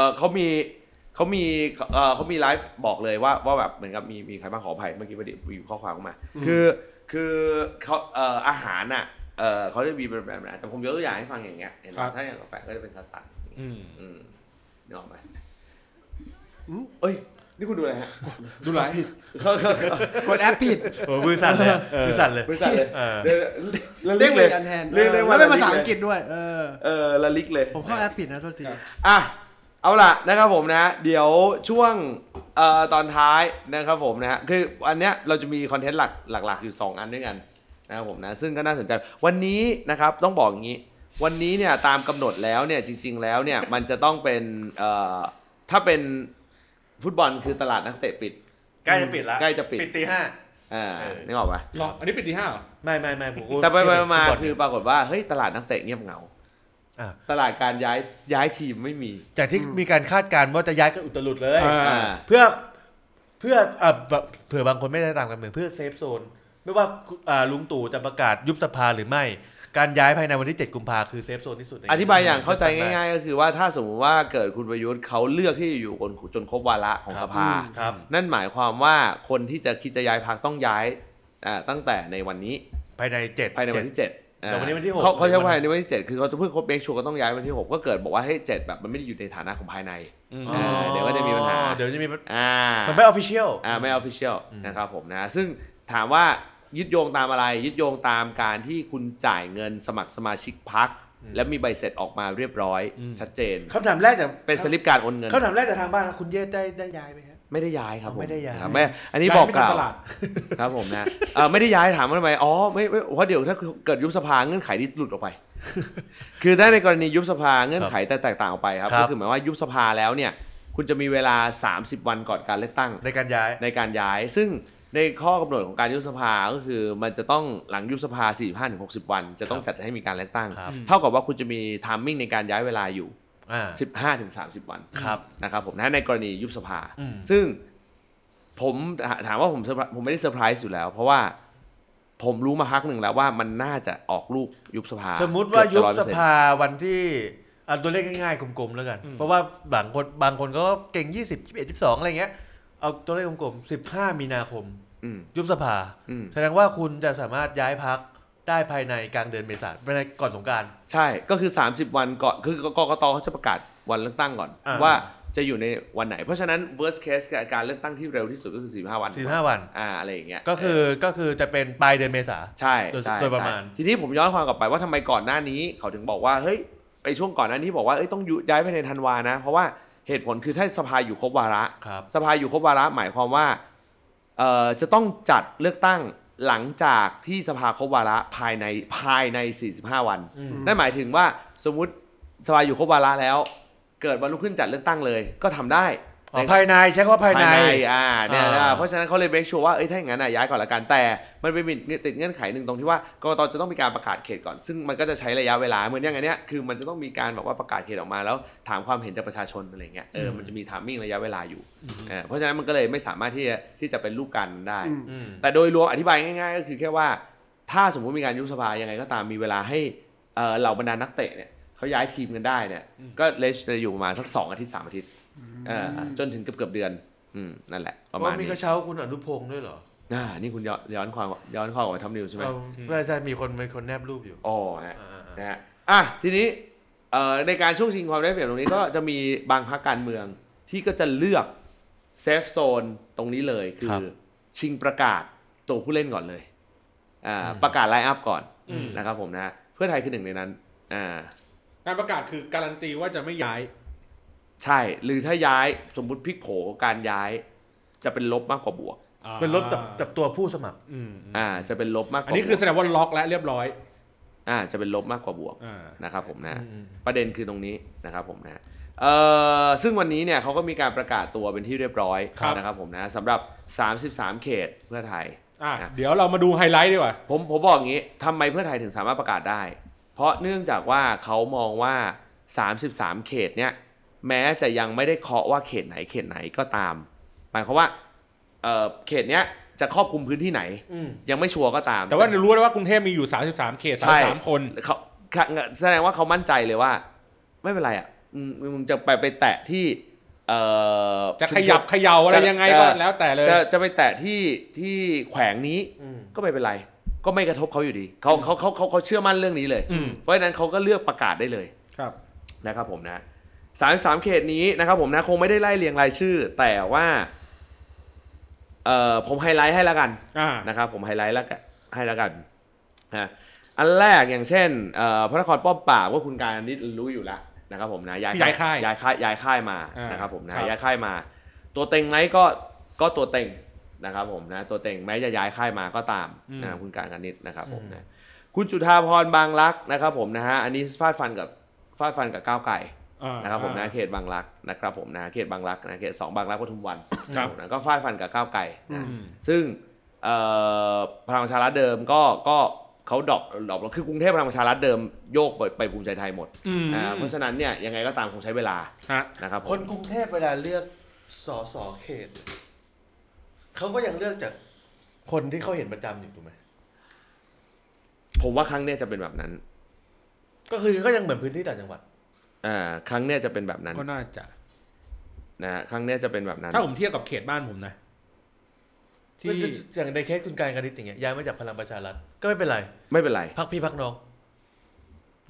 Speaker 4: อเขามีเขามีเออเขามีไลฟ์บอกเลยว่าว่าแบบเหมือนกับมีมีใครบ้างขออภัยเมื่อกี้พอดีมีข้อความเข้ามา คือคือเขาเอ่ออาหารอ่ะเออเขาจะมีเป็นแบบนั้นแต่ผมยกตัวอย่างให้ฟังอย่างเงี้ยเห็นไหม
Speaker 3: ครับ
Speaker 4: ถ้าอย่างกาแฟก็จะเป็นคัสสัน
Speaker 3: อืม
Speaker 4: อืมนึกออกไหมอืมเอ้ยนี่คุณดูอะไรฮะ
Speaker 3: ดูไลฟ์
Speaker 4: เขาเขาเขา
Speaker 1: กดแอปผิด
Speaker 2: โอ้มือสั่นเลยอะมือสั่นเลย
Speaker 4: บริษัทเลย
Speaker 2: เออ
Speaker 4: เดี๋ยวละ
Speaker 1: เรี
Speaker 4: ลิ
Speaker 1: ยก
Speaker 4: ก
Speaker 1: เล
Speaker 4: เลย ย
Speaker 1: กันแทน
Speaker 4: เรียกเรียกว่า
Speaker 1: แล้วเป็นภาษาอังกฤษด้วย เออ
Speaker 4: เออละลิกเลย
Speaker 1: ผมเข้าแอปผิดนะโทษที
Speaker 4: อ่ะเอาล่ะนะครับผมนะ เดี๋ยวช่วงเอ่อตอนท้ายนะครับผมนะฮะคืออันเนี้ยเราจะมีคอนเทนต์หลักหลัก ๆ อยู่ 2 อันด้วยกันนะครับผมนะซึ่งก็น่าสนใจวันนี้นะครับต้องบอกอย่างนี้ วันนี้เนี่ยตามกำหนดแล้วเนี่ยจริง ๆ แล้วเนี่ยมันจะต้องเป็นเอ่อถ้าเป็นฟุตบอลคือตลาดนักเตะปิด
Speaker 2: ใกล้จะปิดละ
Speaker 4: ใกล้จะปิด
Speaker 2: ปิดตีห้า
Speaker 4: อ่า
Speaker 2: เออ
Speaker 4: นึกออกปะ
Speaker 3: เหรออันนี้เป็นที่ห้าเหรอ
Speaker 2: ไม่ไม่ไม่ผม
Speaker 4: แต่ไปไปมา
Speaker 2: ฟุตบล
Speaker 4: คือปรากฏว่าเฮ้ยตลาดนักเตะเงียบเหงา
Speaker 2: อ่ะ
Speaker 4: ตลาดการย้ายย้ายทีมไม่มี
Speaker 2: จากที่
Speaker 1: อืม
Speaker 2: มีการคาดการณ์ว่าจะย้ายกันอุตลุดเลย
Speaker 3: อ่า
Speaker 2: เพื่อเพื่อเอ่อแบบเผื่อบางคนไม่ได้ตามกันเหมือนเพื่อเซฟโซน ไม่ว่าอ่าลุงตู่จะประกาศยุบสภาหรือไม่ การย้ายภายในวันที่ 7 กุมภาคือเซฟโซนที่สุดใน
Speaker 4: อธิบายอย่างเข้าใจง่ายๆ ก็คือว่าถ้าสมมติว่าเกิดคุณประยุทธ์เขาเลือกที่จะอยู่คนจนครบวาระของสภา
Speaker 2: ๆครับ
Speaker 4: นั่นหมายความว่าคนที่จะคิดจะย้ายพักต้องย้ายอ่าตั้งแต่ในวันนี้
Speaker 2: ภายใน7
Speaker 4: ภายในวันที่เจ็ดอ่า
Speaker 2: แต่วันนี้วันที่หก
Speaker 4: เขาเขาใช้ภายในวันที่เจ็ดคือเขาจะเพิ่งครบเมกชัวก็ต้องย้ายวันที่หกก็เกิดบอกว่าให้เจ็ดแบบมันไม่ได้อยู่ในฐานะของภายใน
Speaker 3: อืม
Speaker 4: อ่าเดี๋ยวก็จะมีปัญหา
Speaker 2: เดี๋ยวจะมีปัญ
Speaker 4: อ่า
Speaker 2: มันไม่ออฟฟิเชียล
Speaker 4: อ่าไม่ออฟฟิเชียล
Speaker 2: อืม
Speaker 4: นะครับผมนะซึ่งถามว่ายึดโยงตามอะไร ยึดโยงตามการที่คุณจ่ายเงินสมัครสมาชิกพัก และมีใบเสร็จออกมาเรียบร้อย ชัดเจน
Speaker 2: คำถามแรกจาก
Speaker 4: เป็นสลิปการโอนเงิน
Speaker 2: คำถามแรกจากทางบ้านนะคุณเยศได้ได้ย้ายไหมฮะ
Speaker 4: ไม่ได้ย้ายครับผม
Speaker 2: ไม่ได้ย้าย
Speaker 4: ครับไม่อันนี้
Speaker 3: ย้าย
Speaker 4: บอก
Speaker 3: ไม่
Speaker 4: ก
Speaker 3: ทัน
Speaker 4: ล่า
Speaker 3: ต
Speaker 4: ว
Speaker 3: ลาด
Speaker 4: ครับผมนะเอ่อไม่ได้ย้ายถามว่าทำไมอ๋อไม่ไม่เพราะเดี๋ยวถ้าเกิดยุบสภาเงื่อนไขที่หลุดออกไป คือถ้าในกรณียุบสภาเงื่อนไขแต่แตกต่างออกไปครับ
Speaker 2: ครับ
Speaker 4: ก็คือหมายว่ายุบสภาแล้วเนี่ย คุณจะมีเวลา 30 วันก่อนการเลือกตั้ง
Speaker 2: ในการย้าย
Speaker 4: ในการย้ายซึ่งในข้อกำหนดของการยุบสภาก็คือมันจะต้องหลังยุบสภา 45-60 วัน จะต้องจัดให้มีการเลือกตั้ง
Speaker 2: ครับ
Speaker 4: เท่ากับว่าคุณจะมีไทามมิ่งในการย้ายเวลาอยู่
Speaker 2: อ่า
Speaker 4: 15-30 วัน
Speaker 2: ครับ
Speaker 4: นะครับผมนะในกรณียุบสภา
Speaker 2: อืม
Speaker 4: ซึ่งผมถาถามว่าผมเซอร์ไพรส์ผมไม่ได้เซอร์ไพรส์อยู่แล้ว เพราะว่าผมรู้มาพักหนึ่งแล้วว่ามันน่าจะออกลูกยุบสภา
Speaker 2: สมมุติว่ายุบส
Speaker 4: เกือบจะ100%
Speaker 2: ภาวันที่อ่ะตัวเลขง่ายๆกลมๆแล้วกัน
Speaker 3: อืม
Speaker 2: เพราะว่าบางคนบางคนก็เก่ง 20 21 22 อะไรเงี้ย เอาตัวเลขกลมๆ15 มีนาคม
Speaker 4: อืม
Speaker 2: ยุบสภา
Speaker 4: อืม
Speaker 2: แสดงว่าคุณจะสามารถย้ายพักได้ภายในกลางเดือนเมษายนภายในก่อนสงกราร
Speaker 4: ใช่ ก็คือ 30 วันก่อนคือกกตเขาจะประกาศวันเลือกตั้งก่อน
Speaker 2: อ่า
Speaker 4: ว่าจะอยู่ในวันไหน เพราะฉะนั้น worst case คือการเลือกตั้งที่เร็วที่สุดก็คือ45วัน
Speaker 2: 45 วัน
Speaker 4: อ่าอะไรอย่างเงี้ย
Speaker 2: ก็คือก็คือจะเป็นปลายเดือนเมษา
Speaker 4: ใช่
Speaker 2: โดย
Speaker 4: ใช่
Speaker 2: โดยประมาณ
Speaker 4: ใช่ทีนี้ผมย้อนความกลับไปว่าทำไมก่อนหน้านี้เขาถึงบอกว่าเฮ้ยไอช่วงก่อนหน้านี้บอกว่าเอ้ยต้องยุย้ายไปในธันวานะ เพราะว่าเหตุผลคือถ้าสภาอยู่ครบวาระ
Speaker 2: ครับ
Speaker 4: สภาอยู่ครบวาระหมายความว่าเอ่อจะต้องจัดเลือกตั้งหลังจากที่สภาครบวาระภายในภายใน 45 วัน
Speaker 2: อืม
Speaker 4: นั่นหมายถึงว่าสมมติสภาอยู่ครบวาระแล้ว เกิดวันรุ่งขึ้นจัดเลือกตั้งเลย ก็ทำได้
Speaker 2: อ๋อภายในใช้คำว่าภายใน
Speaker 4: ภายในอ่าเนี่ยนะ
Speaker 2: อ่า
Speaker 4: เพราะฉะนั้นเขาเลยเมคชัวร์ว่าเอ้ยถ้าอย่างนั้นน่ะย้ายก่อนละกันแต่ มันเป็นติดเงื่อนไขหนึ่งตรงที่ว่ากรกตจะต้องมีการประกาศเขตก่อน ซึ่งมันก็จะใช้ระยะเวลาเหมือนอย่างอันเนี้ยคือมันจะต้องมีการแบบว่าประกาศเขตออกมาแล้วถามความเห็นจากประชาชนอะไรเงี้ยเออมันจะมีทามมิ่งระยะเวลาอยู่เออเพราะฉะนั้นมันก็เลยไม่สามารถที่จะที่จะเป็นรูปการณ์ได้
Speaker 1: อืม
Speaker 2: อืม
Speaker 4: แต่โดยรวมอธิบายง่ายๆ ก็คือแค่ว่า ถ้าสมมุติมีการยุบสภายังไงก็ตามมีเวลาให้เอ่อเหล่าบรรดานักเตะเนี่ยเขาย้ายทีมกันได้เนี่ยก็เลชจะอยู่ประมาณสักสองอาทิตย์สามอาทิตย์เอ่อจนถึงเกือบเกือบๆเดือนอืมนั่นแหละประมาณ
Speaker 2: ว่ามี
Speaker 4: นี้
Speaker 2: กระเช้าคุณอนุพงศ์ด้วยเหรอ
Speaker 4: อ่านี่คุณย้อนย้อนความย้อนข้อกับทอมนิวใช่ไหม
Speaker 2: เอาน่าจะมีคนเป็นคนแนบรูปอยู่
Speaker 4: อ๋อฮะ
Speaker 2: อ่าๆ
Speaker 4: นะฮะอ่ะทีนี้เอ่อในการช่วงชิงความได้เปรียบตรงนี้ก็จะมีบางพรรคการเมืองที่ก็จะเลือกเซฟโซนตรงนี้เลยคื
Speaker 2: ครั
Speaker 4: อบ ชิงประกาศตัวผู้เล่นก่อนเลยอ่าประกาศไลน์อัพก่อน
Speaker 3: อืม
Speaker 4: นะครับผมนะฮะเพื่อไทยคือหนึ่งในนั้นอ่า
Speaker 3: การประกาศคือการันตีว่าจะไม่ย้าย
Speaker 4: ใช่หรือถ้าย้ายสมมุติพลิกโผการย้าย จะเป็นลบมากกว่าบวก
Speaker 2: ๆเป็นรถจับจับตัวผู้สมัคร
Speaker 3: อืม
Speaker 4: อ่าจะเป็นลบมากก
Speaker 3: อั
Speaker 4: ว่าน
Speaker 3: นี้คือแสดง
Speaker 4: บวก
Speaker 3: ว่าล็อกแล้วเรียบร้อย
Speaker 4: อ่าจะเป็นลบมากกว่าบวก
Speaker 3: อ่า
Speaker 4: นะครับผมนะฮะ
Speaker 2: อืม
Speaker 4: ประเด็นคือตรงนี้นะครับผมนะฮะเอ่อซึ่งวันนี้เนี่ยเขาก็มีการประกาศตัวเป็นที่เรียบร้อย
Speaker 3: ครับ
Speaker 4: นะครับผมนะสำหรับ 33 เขตเพื่อไทย
Speaker 3: อ่ะ
Speaker 4: นะ
Speaker 3: เดี๋ยวเรามาดูไฮไลท์ดีกว่า
Speaker 4: ผมผมบอกอย่างนี้ทำไมเพื่อไทยถึงสามารถประกาศได้ เพราะเนื่องจากว่าเขามองว่า 33 เขตเนี่ยแม้จะยังไม่ได้เคาะว่าเขตไหนเขตไหนก็ตาม หมายความว่าเอ่อเขตเนี้ยจะครอบคลุมพื้นที่ไหน
Speaker 2: อืม
Speaker 4: ยังไม่ชัวร์ก็ตาม
Speaker 3: แต่ว่ารู้แล้วว่ากรุงเทพมีอยู่ 33 เขต
Speaker 4: ใช่
Speaker 3: 33 คน
Speaker 4: เขาเขาแสดงว่าเขามั่นใจเลยว่า ไม่เป็นไรอ่ะอืมมึงจะไปไปแตะที่เอ่อ
Speaker 3: จะขยับเขย่าอะไร
Speaker 4: จะ
Speaker 3: ยังไงก็
Speaker 4: จะ
Speaker 3: แล้วแต่เลย
Speaker 4: จะจะไปแตะที่ที่แขวงนี้
Speaker 2: อืม
Speaker 4: ก็ไม่เป็นไร ก็ไม่กระทบเขาอยู่ดีเขาเขาเขาเขาเขาเชื่อมั่นเรื่องนี้เลย
Speaker 3: อืม
Speaker 4: เพราะฉะนั้นเขาก็เลือกประกาศได้เลย
Speaker 3: ครับ
Speaker 4: นะครับผมนะสามสามเขตนี้นะครับผมนะคงไม่ได้ไล่เรียงรายชื่อ แต่ว่าเอ่อผมไฮไลท์ให้ละกัน
Speaker 3: อ่า
Speaker 4: นะครับผมไฮไลท์ละกันให้ละกันนะอันแรกอย่างเช่นเอ่อพระนครป้อมปราบก็คุณการนิดรู้อยู่แล้วนะครับผมนะย้าย
Speaker 3: ที่ย้ายค่าย
Speaker 4: ย้ายค่ายย้ายค่ายมา
Speaker 3: อ่าน
Speaker 4: นะครับผมนะครับ ย้ายค่ายมา ตัวเต็งไหมก็ก็ตัวเต็งนะครับผมนะตัวเต็งแม้จะย้ายค่ายมาก็ตามนะคุณการกันนิดนะครับผมนะ คุณจุธาพรบางรักนะครับผมนะฮะอันนี้ฟาดฟันกับฟาดฟันกับก้าวไก่
Speaker 3: อ่า
Speaker 4: นะครับผมนะ
Speaker 3: อ่า
Speaker 4: เขตบางรักนะครับผมนะเขตบางรักนะเขตสองบางรักปทุมวัน
Speaker 3: ครับ
Speaker 4: นะก็ฟาดฟันกับก้าวไก่นะ
Speaker 3: อืม
Speaker 4: ซึ่งเอ่อพลังประชารัฐเดิมก็ก็เขาดรอปดรอปลงคือกรุงเทพพลังประชารัฐเดิมโยกไปไปภูมิใจไทยหมด
Speaker 3: อืม
Speaker 4: อ่าเพราะฉะนั้นเนี่ยยังไงก็ตามคงใช้เวลา
Speaker 3: ฮะ
Speaker 4: นะครับผม
Speaker 2: คนกรุงเทพเวลาเลือกสอสอเขต เขาก็ยังเลือกจากคนที่เขาเห็นประจำอยู่ถูกไหม
Speaker 4: ผมว่าครั้งเนี้ยจะเป็นแบบนั้น
Speaker 2: ก็คือก็ยังเหมือนพื้นที่ต่างจังหวัด
Speaker 4: อ่าครั้งเนี้ยจะเป็นแบบนั้น
Speaker 3: ก็น่าจะ
Speaker 4: นะฮะครั้งเนี้ยจะเป็นแบบนั้น
Speaker 3: ถ้าผมเทียบกับเขตบ้านผมนะ ที่
Speaker 2: อย่างในเคสคุณการกนิตอย่างเงี้ยย้ายมาจากพลังประชารัฐก็ไม่เป็นไร
Speaker 4: ไม่เป็นไร
Speaker 2: พักพี่พักน้อง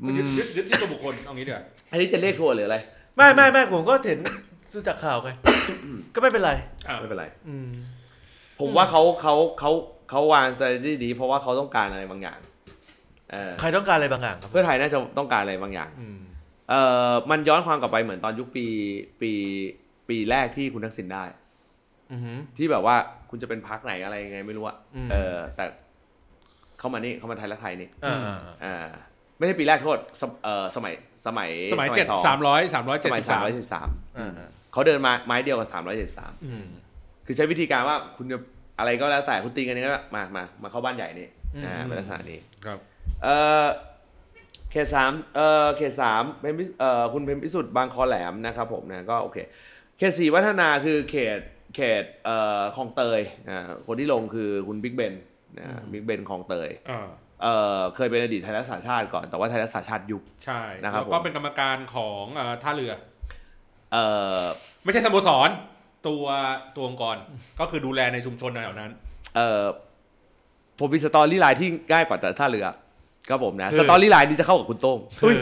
Speaker 4: อื
Speaker 3: ยึด
Speaker 4: ม
Speaker 3: ยึดยึดที่ตัวบุคคลเอางี้ดีกว่า
Speaker 4: อันนี้จะเรียกทัวร์หรืออะไร
Speaker 2: ไม่ไม่ไม่ผมก็เห็นรู้จักข่าวไง ก็ไม่เป็นไร
Speaker 4: ไม่เป็นไร
Speaker 2: อืม
Speaker 4: ผมว่าเขาเขาเขาเขาวาง strategy นี้เพราะว่าเขาต้องการอะไรบางอย่างเออ
Speaker 2: ใครต้องการอะไรบางอย่างครับ
Speaker 4: เพื่อไทยน่าจะต้องการอะไรบางอย่าง
Speaker 2: อืม
Speaker 4: เออมันย้อนความกลับไปเหมือนตอนยุคปีปีปีแรกที่คุณทักษิณได้
Speaker 2: อือหือ
Speaker 4: ที่แบบว่าคุณจะเป็นพักไหนอะไรยังไงไม่รู้อะ
Speaker 2: อืม
Speaker 4: เออ แต่เข้ามานี่เข้ามาไทยรักไทยนี่
Speaker 2: อ่า
Speaker 4: อ่าไม่ใช่ปีแรกโทษสมเออสมัยสมัย
Speaker 3: สมัยเจ็ด
Speaker 4: สอง
Speaker 3: สามร้อยสามร้อย
Speaker 4: ส
Speaker 3: เจ็ด
Speaker 4: มัย
Speaker 3: สิบ
Speaker 4: สา
Speaker 3: สาม ม
Speaker 4: ร้อยสิบสาม
Speaker 2: อ่าอ่า
Speaker 4: เขาเดินมาไม้เดียวกับสามร้อยเจ็ดสาม
Speaker 2: อืม
Speaker 4: คือใช้วิธีการว่าคุณจะอะไรก็แล้วแต่คุณตีกันนี้ก็มามามาเข้าบ้านใหญ่นี่
Speaker 2: อืม
Speaker 4: อ่าเป็นลักษณะนี้
Speaker 3: ครับ
Speaker 4: เอ่อเขตสามเอ่อเขตสามเป็นพิเอ่อคุณเป็นพิสุทธิ์บางคอแหลมนะครับผมนะก็โอเคเขตสี่วัฒนาคือเขตเขตเอ่อคลองเตยอ่าคนที่ลงคือคุณบิ๊กเบนนะบิ๊กเบนคลองเตย
Speaker 3: อ่า
Speaker 4: เอ่อเคยเป็นอดีตไทยรักษาชาติก่อนแต่ว่าไทยรักษาชาติยุบ
Speaker 3: ใช่
Speaker 4: นะครับ
Speaker 3: แล้วก็
Speaker 4: ผม
Speaker 3: เป็นกรรมการของเอ่อท่าเรือ
Speaker 4: เอ่อ
Speaker 3: ไม่ใช่สโมสร ตัวตัวองค์กร ก็คือดูแลในชุมชนแถวนั้น
Speaker 4: เอ่อผมมีสตอรี่ไลน์ที่ง่ายกว่าแต่ท่าเรือครับผมนะ
Speaker 3: คือ
Speaker 4: สตอรี่ไลน์นี้จะเข้ากับคุณโต้ง
Speaker 2: อุ้ย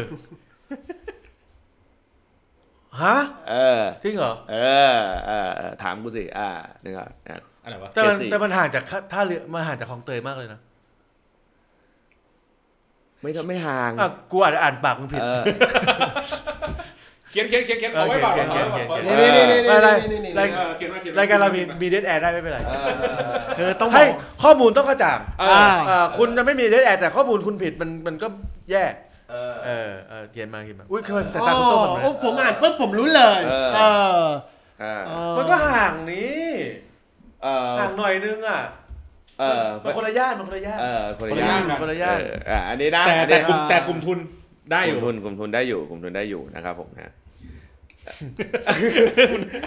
Speaker 2: ฮะ
Speaker 4: เออ
Speaker 2: จริงเหรอ
Speaker 4: เออเออเออถามกูสิอ่านี่ก็อ่ะ
Speaker 3: อะไรวะ
Speaker 2: แต่มัน
Speaker 4: เขตสี่
Speaker 2: แต่มันห่างจากท่าเรือมันห่างจากคลองเตยมากเลยนะ
Speaker 4: ไม่ไม่ห่าง
Speaker 2: อ่ะกูอาจจะอ่านปากมึงผิด
Speaker 4: เออ
Speaker 3: เขียนเขียนเขียนเขียน
Speaker 2: เออ
Speaker 3: เอาไว้ก่อน
Speaker 2: เขียน
Speaker 3: เอา
Speaker 2: เขียน
Speaker 3: ไว้ก่อน
Speaker 2: เขียน
Speaker 1: นี่นี่นี่นี่
Speaker 2: อะไร
Speaker 1: นี่นี่
Speaker 2: ราย
Speaker 1: นี่
Speaker 3: เออเขียนมเขียน
Speaker 2: รายการเรามีมีเดทแอร์ได้ไม่เป็นไร
Speaker 4: เออ
Speaker 1: คือต้องบ
Speaker 2: ให้
Speaker 1: อก
Speaker 2: ข้อมูลต้องกระจ่าง
Speaker 3: เอ
Speaker 1: อ่า
Speaker 3: อ
Speaker 2: เอ่อคุณจะไม่มีเดทแอร์แต่ข้อมูลคุณผิดมันมันก็แย่
Speaker 4: เออ
Speaker 2: เออเออเขียนมาเขียนมาอุ้ยคือสาย
Speaker 1: อ๋
Speaker 2: ตาคุณโต้งมัน
Speaker 1: อ
Speaker 2: เลย
Speaker 1: ผมอ่านปุ๊บผมรู้เลย
Speaker 4: เออ
Speaker 1: เออ
Speaker 4: อ่า
Speaker 1: เออ
Speaker 2: มันก็ห่างนี้
Speaker 4: เออ
Speaker 2: ห่างหน่อยนึงอ่ะ
Speaker 4: เออ
Speaker 2: มันคนละญาติมันคนละญาติ
Speaker 4: เออคน
Speaker 3: ค
Speaker 4: ละ
Speaker 3: นละ
Speaker 4: ย่าน
Speaker 3: ย่าน
Speaker 2: คนละญาติ
Speaker 4: เอออ่ะอันนี้ได้
Speaker 3: แต่
Speaker 4: อัน
Speaker 3: แต่
Speaker 4: นี้
Speaker 3: กลุ่มแต่กลุ่มทุนได้อก
Speaker 4: ลุ่
Speaker 3: ยู่
Speaker 4: มทุนกลุ่มทุนได้อยู่กลุ่มทุนได้อยู่นะครับผมนะ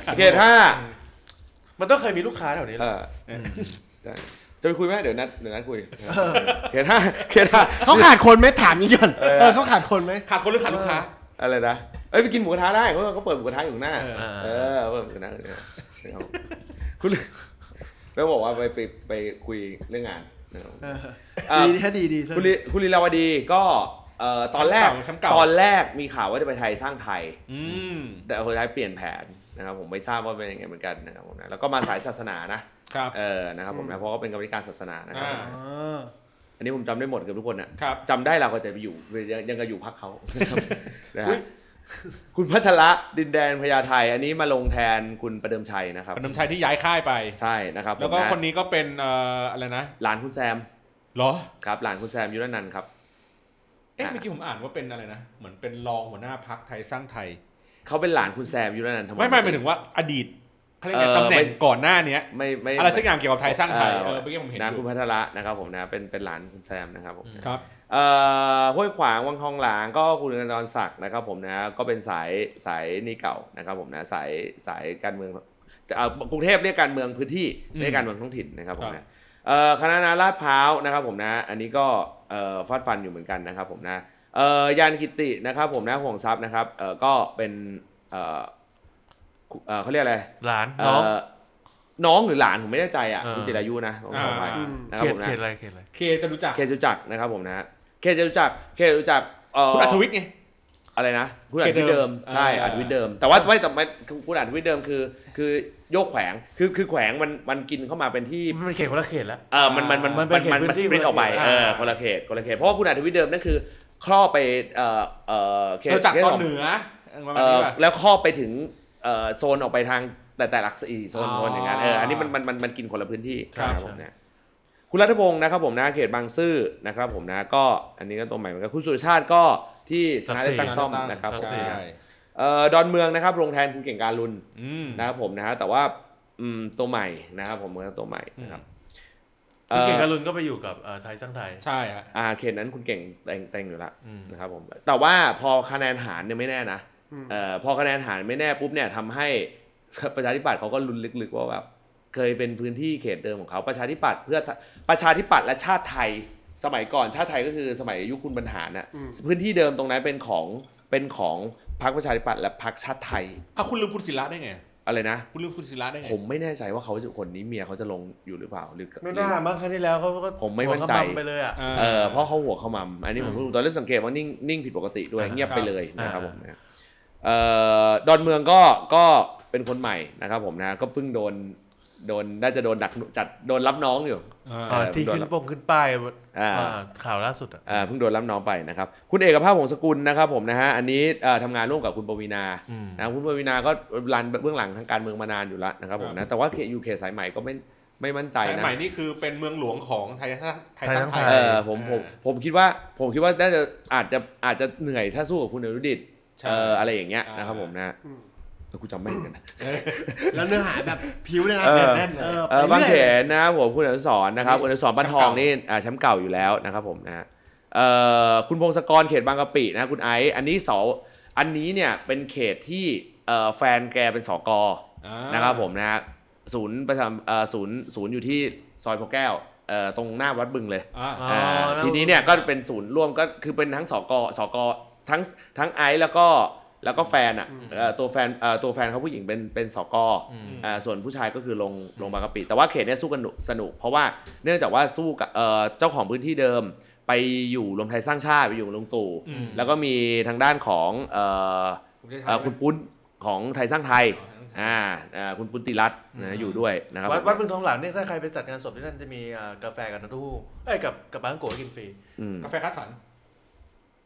Speaker 4: โอเคถ้า
Speaker 2: มันต้องเคยมีลูกค้าแถวนี้แห
Speaker 4: เอ
Speaker 2: ละ
Speaker 4: อ
Speaker 3: เออ
Speaker 4: ใช่จะไปคุยไหมเดี๋ยวนัดเดี๋ยวนัดคุยเขียนห้าเขียนห้า
Speaker 1: เขาขาดคนไหมถามนี้ก่อน
Speaker 4: เออ
Speaker 1: เออเขาขาดคนไหม
Speaker 3: ขาดคนหรือขาดลูกค้า
Speaker 4: อะไรนะเอ้ยไปกินหมูกระทะได้เพราะว่าเขาเปิดหมูกระทะอยู่ข้างหน้า
Speaker 3: เออ
Speaker 2: อ่า
Speaker 4: เออเปิดหมูกระทะอยู่ข้างหน้านะครับคุณแล้วบอกว่าไปไปไปคุยเรื่องงานนะครับ
Speaker 1: เออ
Speaker 4: เอ่อ
Speaker 1: ดีดีฮะดีดีซะ
Speaker 4: คุณลีคุณลีลาวดีก็เอ่อตอนแรก
Speaker 3: แชมป์เก่า
Speaker 4: ตอนแรกมีข่าวว่าจะไปไทยสร้างไทย
Speaker 3: อืม
Speaker 4: แต่คนไทยเปลี่ยนแผนนะครับผมไม่ทราบว่าเป็นยังไงเหมือนกันนะครับผมนะแล้วก็มาสายศาสนานะครับ เออนะครับผมนะเพราะว่าเป็นกรรมธิการศาสนานะครับ
Speaker 3: อ่า
Speaker 1: อ๋อ
Speaker 4: อันนี้ผมจำได้หมดเกือบทุกคนนะครับ จำได้เราก็จะไปอยู่ยังยังก็อยู่พักเขา นะครับนะฮะคุณพัทระดินแดนพญาไทอันนี้มาลงแทนคุณประเดิมชัยนะครับ
Speaker 3: ประนมชัยที่ย้ายค่ายไป
Speaker 4: ใช่นะครับผม
Speaker 3: แล้วก็
Speaker 4: นะ
Speaker 3: คนนี้ก็เป็นเอ่ออะไรนะ
Speaker 4: หลานคุณแซม
Speaker 3: เหรอ
Speaker 4: ครับหลานคุณแซมยุรนันท์ครับ
Speaker 3: เอ๊ะ
Speaker 4: อ่า
Speaker 3: เมื่อกี้ผมอ่านว่าเป็นอะไรนะ เหมือนเป็นรองหัวหน้าพักไทยสร้างไทย
Speaker 4: เขาเป็นหลานคุณแซมยุรนันท์ทำไม
Speaker 3: ไม่ไม่หมายถึงว่าอดีตเขาเรียกไง
Speaker 4: เอ่อ
Speaker 3: ตำแหน่ง
Speaker 4: ไม่
Speaker 3: ก่อนหน้าเนี้ย
Speaker 4: ไม่ไม่
Speaker 3: อะไรสักอย่างเกี่ยวกับไทยสร้างไทย
Speaker 4: เอ่
Speaker 3: เอ
Speaker 4: อ
Speaker 3: อเมื่อกี้ผมเห็น
Speaker 4: นะ
Speaker 3: อ
Speaker 4: คุ
Speaker 3: ยู่
Speaker 4: ณพัทระนะครับผมนะเป็นเป็นหลานคุณแซมนะครับผมนะครับ เอ่อห้วยขวางวังทองหลางก็คุณกนรศักดิ์นะครับผมนะก็เป็นสายสายนี่เก่านะครับผมนะสายสายการเมืองเอ่อกรุงเทพเรียกการเมืองพื้นที่
Speaker 3: อืม
Speaker 4: เรียกการเมืองท้องถิ่นนะครับผม
Speaker 3: ครั
Speaker 4: นะ
Speaker 3: บ
Speaker 4: เอ่อคณะนาราชพร้าวนะครับผมนะอันนี้ก็เอ่อฟาดฟันอยู่เหมือนกันนะครับผมนะเอ่อยานกิตินะครับผมนะห่วงทรัพย์นะครับเอ่อก็เป็นเอ่อเอ่อเขาเรียกอะไร
Speaker 2: หลาน
Speaker 4: เอ่
Speaker 2: น้อง
Speaker 4: อน้องหรือหลานผมไม่แน่ใจอ่ะ
Speaker 2: เออ
Speaker 4: คุณจิรายุนะผมขออภัย
Speaker 3: อ่า
Speaker 4: นะครับ
Speaker 2: เขต
Speaker 4: ผม
Speaker 2: เข
Speaker 4: นะ
Speaker 2: ตอะไรเขตอะไร
Speaker 3: เคจะรู้จัก
Speaker 4: เคจตุจักรนะครับผมนะเคจตุจักรเคจตุจักรเ
Speaker 3: คุณอัธวิทย์ไง
Speaker 4: อะไรนะคุณอัดวิทย์
Speaker 3: เขตเดิ
Speaker 4: เดิม
Speaker 3: ม
Speaker 4: ใช่
Speaker 3: อ่า
Speaker 4: อัดวิทย์เดิม แต่ว่าไม่แต่ไม่คุณอัดวิทย์เดิมคือคือโยกแขวงคือคือแขวงมันมันกินเข้ามาเป็นที่
Speaker 2: มันเป็นเขตคนละเขตแล้ว
Speaker 4: เออมันมันมัน
Speaker 2: มั
Speaker 4: มัน น
Speaker 2: เป็นเข
Speaker 4: มัน
Speaker 2: ต
Speaker 4: มัน
Speaker 2: พื้
Speaker 4: ส
Speaker 2: นที่
Speaker 4: ปริตออกไป
Speaker 2: คนละเขต
Speaker 4: เออคนละเขตคนละเขตเพราะว่าคุณอัดวิทย์เดิมนั่นคือครอบไปเออเออเขต
Speaker 3: เราจาก
Speaker 4: เข
Speaker 3: ตอน
Speaker 4: ขง
Speaker 3: เหนือประมาณ
Speaker 4: เอ
Speaker 3: นี้
Speaker 4: อ
Speaker 3: ป่ะ
Speaker 4: แล้วครอบไปถึงเอ่อโซนออกไปทางแต่แต่หลักสี่โซน
Speaker 3: อ๋อ
Speaker 4: โซนอย่างนั้นเอออันนี้มันมันมันมันกินคนละพื้นที่
Speaker 3: ครับ
Speaker 4: นะผมนะคุณรัฐพงศ์นะครับผมนะเขตบางซื่อนะครับผมนะก็อันนี้ก็ตัวใหม่เหมือนกันคุณสุรชาติก็ที่ชนะเลือกตั้งซ่อมนะครับผม
Speaker 3: ใช่
Speaker 4: นะเอ่อดอนเมืองนะครับลงแทนคุณเก่งการลุน
Speaker 3: อืม
Speaker 4: นะครับผมนะฮะแต่ว่าอืมตัวใหม่นะครับผมเหมือนกับตัวใหม่นะครับ
Speaker 2: คุณเขตก
Speaker 4: เอ่อ
Speaker 2: รุณก็ไปอยู่กับเอ่อไทยสร้างไทย
Speaker 3: ใช่ฮะ
Speaker 4: อ่าเขตนั้นคุณเก่งแต่งแต่งอยู่ละ
Speaker 2: อืม
Speaker 4: นะครับผมแต่ว่าพอคะแนนหารเนี่ยไม่แน่นะ
Speaker 1: อืม
Speaker 4: เอ่อพอคะแนนหารไม่แน่ปุ๊บเนี่ยทำให้ ประชาธิปัตย์เขาก็ลุ้นลึกๆว่าแบบเคยเป็นพื้นที่เขตเดิมของเขาประชาธิปัตย์เพื่อประชาธิปัตย์และชาติไทย สมัยก่อนชาติไทยก็คือสมัยยุคคุณบรรหารน่ะ
Speaker 1: อืม
Speaker 4: พื้นที่เดิมตรงนั้นเป็นของเป็นของพรรคประชาธิปัตย์และพรรคชาติไทย
Speaker 3: อ่ะคุณลืมคุณศิระได้ไง
Speaker 4: อะไรนะ
Speaker 3: คุณลืมคุณศิระได้ไง
Speaker 4: ผมไม่แน่ใจว่าเขาจะคนนี้เมียเขาจะลงอยู่หรือเปล่าหรือ
Speaker 2: ไม่น่ามั้งครั้งที่แล้วเขาก็
Speaker 4: ผมไม่มั่นใจ
Speaker 2: หัวเขาบังไปเลยอ่ะ
Speaker 4: เออเพราะเขาหัวเขามำอันนี้ผมรู้ตอนเริ่มสังเกตว่านิ่งนิ่งผิดปกติด้วย
Speaker 2: อ่า
Speaker 4: เงียบ
Speaker 3: ครับ
Speaker 4: ไปเลยนะครับ
Speaker 2: อ่า
Speaker 4: ผมนะเอ่อดอนเมืองก็ก็เป็นคนใหม่นะครับผมนะก็เพิ่งโดนโดนน่าจะโดนดักจัดโดนรับน้องอยู่
Speaker 3: อ่า
Speaker 2: อ่าที่ขึ้นปงขึ้นป้าย
Speaker 4: อ่า
Speaker 2: อ่าข่าวล่าสุดอ่ะ
Speaker 4: อ่าเพิ่งโดนรับน้องไปนะครับคุณเอกภาพหงสกุลนะครับผมนะฮะอันนี้เอ่อทำงานร่วมกับคุณปวีนา
Speaker 2: อืม
Speaker 4: นะคุณปวีนาก็รันเบื้องหลังทางการเมืองมานานอยู่แล้วนะครับผมนะแต่ว่ายูเคสายใหม่ก็ไม่ไม่มั่นใจ
Speaker 3: สาย
Speaker 4: นะ
Speaker 3: ใหม่นี่คือเป็นเมืองหลวงของไทยสร้างไทยสร้างไทย
Speaker 2: ใช่
Speaker 4: เออผมผมผมคิดว่าผมคิดว่าน่าจะอาจจะอาจจะเหนื่อยถ้าสู้กับคุณอนุดิต
Speaker 3: ใช่
Speaker 4: เอออะไรอย่างเงี้ยนะครับ
Speaker 3: อ่า
Speaker 4: ผมนะ
Speaker 1: อืม
Speaker 4: แล้วกูจำไม่ได้เหมือนกันนะ
Speaker 1: แล้วเนื้อหาแบบผิวเลยนะ
Speaker 4: เออ
Speaker 1: แน่นๆเลย
Speaker 4: เออ
Speaker 1: ไป
Speaker 4: บางเข
Speaker 1: รื่อย
Speaker 4: นนะครับผมคุณอนุสรณ์นะครับ
Speaker 3: อั
Speaker 4: คุ
Speaker 3: น
Speaker 4: ณ
Speaker 3: นี้
Speaker 4: อนุสรณ์บ้านทองนี่อ่าแชมป์เก่าอยู่แล้วนะครับผมนะเอ่อคุณพงศกรเขตบางกะปินะคุณไอซ์อันนี้เสาอันนี้เนี่ยเป็นเขตที่เอ่อแฟนแกเป็นสก
Speaker 3: อ่า
Speaker 4: นะครับผมนะศูนย์ประจำเอ่อศูนย์ศูนย์อยู่ที่ซอยพระแก้วเอ่อตรงหน้าวัดบึงเลย
Speaker 3: อ่า
Speaker 2: อ๋อ
Speaker 4: อ่า
Speaker 2: แล้ว
Speaker 4: ทีนี้เนี่ยก็เป็นศูนย์ร่วมก็คือเป็นทั้งสกสกทั้งทั้งไอซ์แล้วก็แล้วก็แฟนอ่ะเอ่อตัวแฟนเอ่อตัวแฟนเขาผู้หญิงเป็นเป็นสกอ่าส่วนผู้ชายก็คือลงลงบางกะปิแต่ว่าเขตเนี่ยสู้กันหนุสนุก เพราะว่าเนื่องจากว่าสู้กับเอ่อเจ้าของพื้นที่เดิม ไปอยู่รวมไทยสร้างชาติไปอยู่ลุงตู่
Speaker 3: อืม
Speaker 4: แล้วก็มีทางด้านของเอ่อ
Speaker 3: ผมจะ
Speaker 4: เอ่อ
Speaker 3: ทำ
Speaker 4: คุณปุ้นของไทยสร้างไทย
Speaker 3: อ๋อไทยสร้างไทย
Speaker 4: อ่าอ่าคุณปุ้นติรัตน์นะอยู่ด้วยนะครับ
Speaker 2: วัดวัดบึงทองหลางเนี่ยถ้าใครไปจัดงานศพที่นั่นจะมีอ่ากาแฟกับน้ำเต้าหู้เอ้ยกับกับปลาท่องโกะให้กินฟรี
Speaker 4: อืม
Speaker 3: กาแฟคัสสัน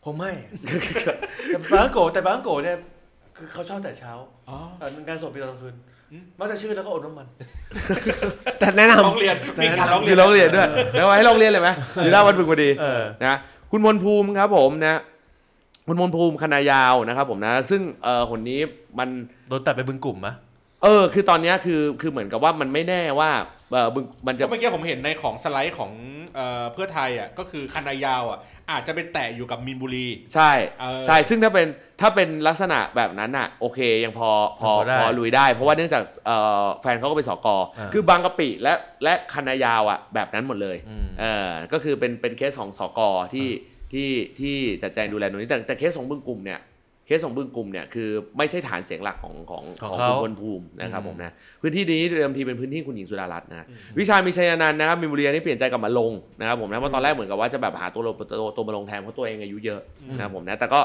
Speaker 2: ค งไม่ แต่ปลาท่องโกะแต่ปลาท่องโกะเนี่ยคือเขาชอบแต่เช้า
Speaker 3: อ๋อ
Speaker 2: เอ่องานศพเป็นตอนกลางคืน
Speaker 3: อืม
Speaker 2: มักจะชื่อแล้วก็อดน้ำมัน
Speaker 1: แต่แนะนำ
Speaker 3: ร้องเรียนมีการร้อง
Speaker 4: อ
Speaker 3: เรีย
Speaker 4: ยู่
Speaker 3: น
Speaker 4: โรงเรียนด้วยแล้วให้โรงเรียนเลยไหมอยู่หน้าวัดบึงพอดี
Speaker 2: เออ
Speaker 4: นะคุณมนภูมิครับผมนะคุณมนภูมิคณะยาวนะครับผมนะ ซึ่งเออคนนี้มัน
Speaker 2: โดนตัดไปบึงกลุ่มมะ
Speaker 4: เอ เออ คือตอนเนี้ยคือคือเหมือนกับว่ามันไม่แน่ว่าเออมึงมันจะ
Speaker 3: เมื่อกี้ผมเห็นในของสไลด์ของเอ่อเพื่อไทยอ่ะก็คือคันนายาวอ่ะอาจจะไปแตะอยู่กับมีนบุรี
Speaker 4: ใช่
Speaker 3: เออ
Speaker 4: ใช่ซึ่งถ้าเป็นถ้าเป็นลักษณะแบบนั้นอ่ะโอเคยังพอพอ
Speaker 2: พอได้
Speaker 4: พอลุยได้ เพราะว่าเนื่องจากเอ่อแฟนเขาก็ไปนสก
Speaker 2: อ่า
Speaker 4: คือบางกะปิและและคันนายาวอ่ะแบบนั้นหมดเลย
Speaker 2: อืม
Speaker 4: เออก็คือเป็นเป็นเคสของสกที่ที่ที่จัดแจงดูแลตรงนี้แต่แต่เคสของบึงกลุ่มเนี่ยเคสของบึงกลุ่มเนี่ยคือไม่ใช่ฐานเสียงหลักของของ
Speaker 2: ของ
Speaker 4: ของ
Speaker 2: เขา
Speaker 4: คุณพลภูมินะครับผมนะพื้นที่นี้เดิมทีเป็นพื้นที่คุณหญิงสุดารัตน์นะวิชามีชัยอนันต์นะครับมีนบุรีนี่เปลี่ยนใจกลับมาลงนะครับผมนะเพราะตอนแรกเหมือนกับว่าจะแบบหาตัวลงตัวตัวมาลงแทนเพราะตัวเองอายุเยอะนะครับผมนะแต่ก็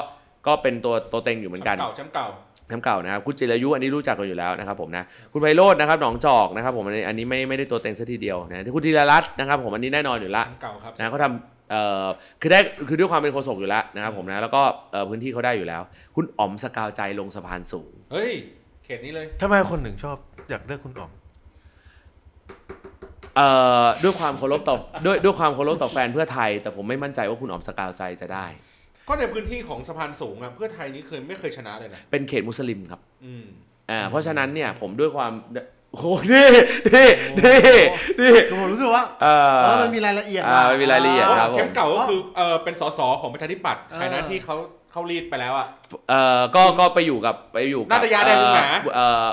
Speaker 4: ก็เป็นตัวตัวเต็งอยู่เหมือนกัน
Speaker 3: เก่าจำเก่า
Speaker 4: น้ำเก่านะครับคุณจิรายุอันนี้รู้จักกันอยู่แล้วนะครับผมนะคุณไพโรจน์นะครับหนองจอกนะครับผมอันนี้อันนี้ไม่ไม่ได้ตัวเต็งซะทีเดียวนะที่คุณธีรรัตน์นะครับผมอันนี้แน่นอนอยู่ละ
Speaker 3: จำเก่าครับ
Speaker 4: นะเขาทำเอ่อคือได้คือด้วยความเป็นโฆษกอยู่แล้วนะครับผมนะแล้วก็เอ่อพื้นที่เขาได้อยู่แล้ว คุณอ๋อมสกาวใจลงสะพานสูง
Speaker 3: เฮ้ย เขตนี้เลย
Speaker 2: ทำไมคนหนึ่งชอบอยากเลือกคุณอ๋อม
Speaker 4: เอ่อด้วยความเคารพต่อด้วยด้วยความเคารพต่อแฟนเพื่อไทย แต่ผมไม่มั่นใจว่าคุณอ๋อมสกาวใจจะได้
Speaker 3: ก็ในพื้นที่ของสะพานสูงอ่ะเพื่อไทยนี้เคยไม่เคยชนะเลยนะ
Speaker 4: เป็นเขตมุสลิมครับ
Speaker 3: อืม
Speaker 4: อ่าเพราะฉะนั้นเนี่ยผมด้วยความโอ้โหนี่นี่นี่นี่
Speaker 1: คือผมรู้สึกว่า
Speaker 4: เอ่อ
Speaker 1: เออมันมีรายละเอียด
Speaker 4: อ่ามันมีรายละเอียด
Speaker 1: อ๋อ
Speaker 4: ครับผม
Speaker 3: เข็มเก่าก็คือเออเป็นสสของประชาธิปัตย์
Speaker 1: เออ
Speaker 3: ใครนะที่เขาเขารีดไปแล้วอ่ะ
Speaker 4: เอ่อก็ก็ไปอยู่กับไปอยู่กับ
Speaker 3: นาตยาแดงบุหงา
Speaker 4: เอ่อ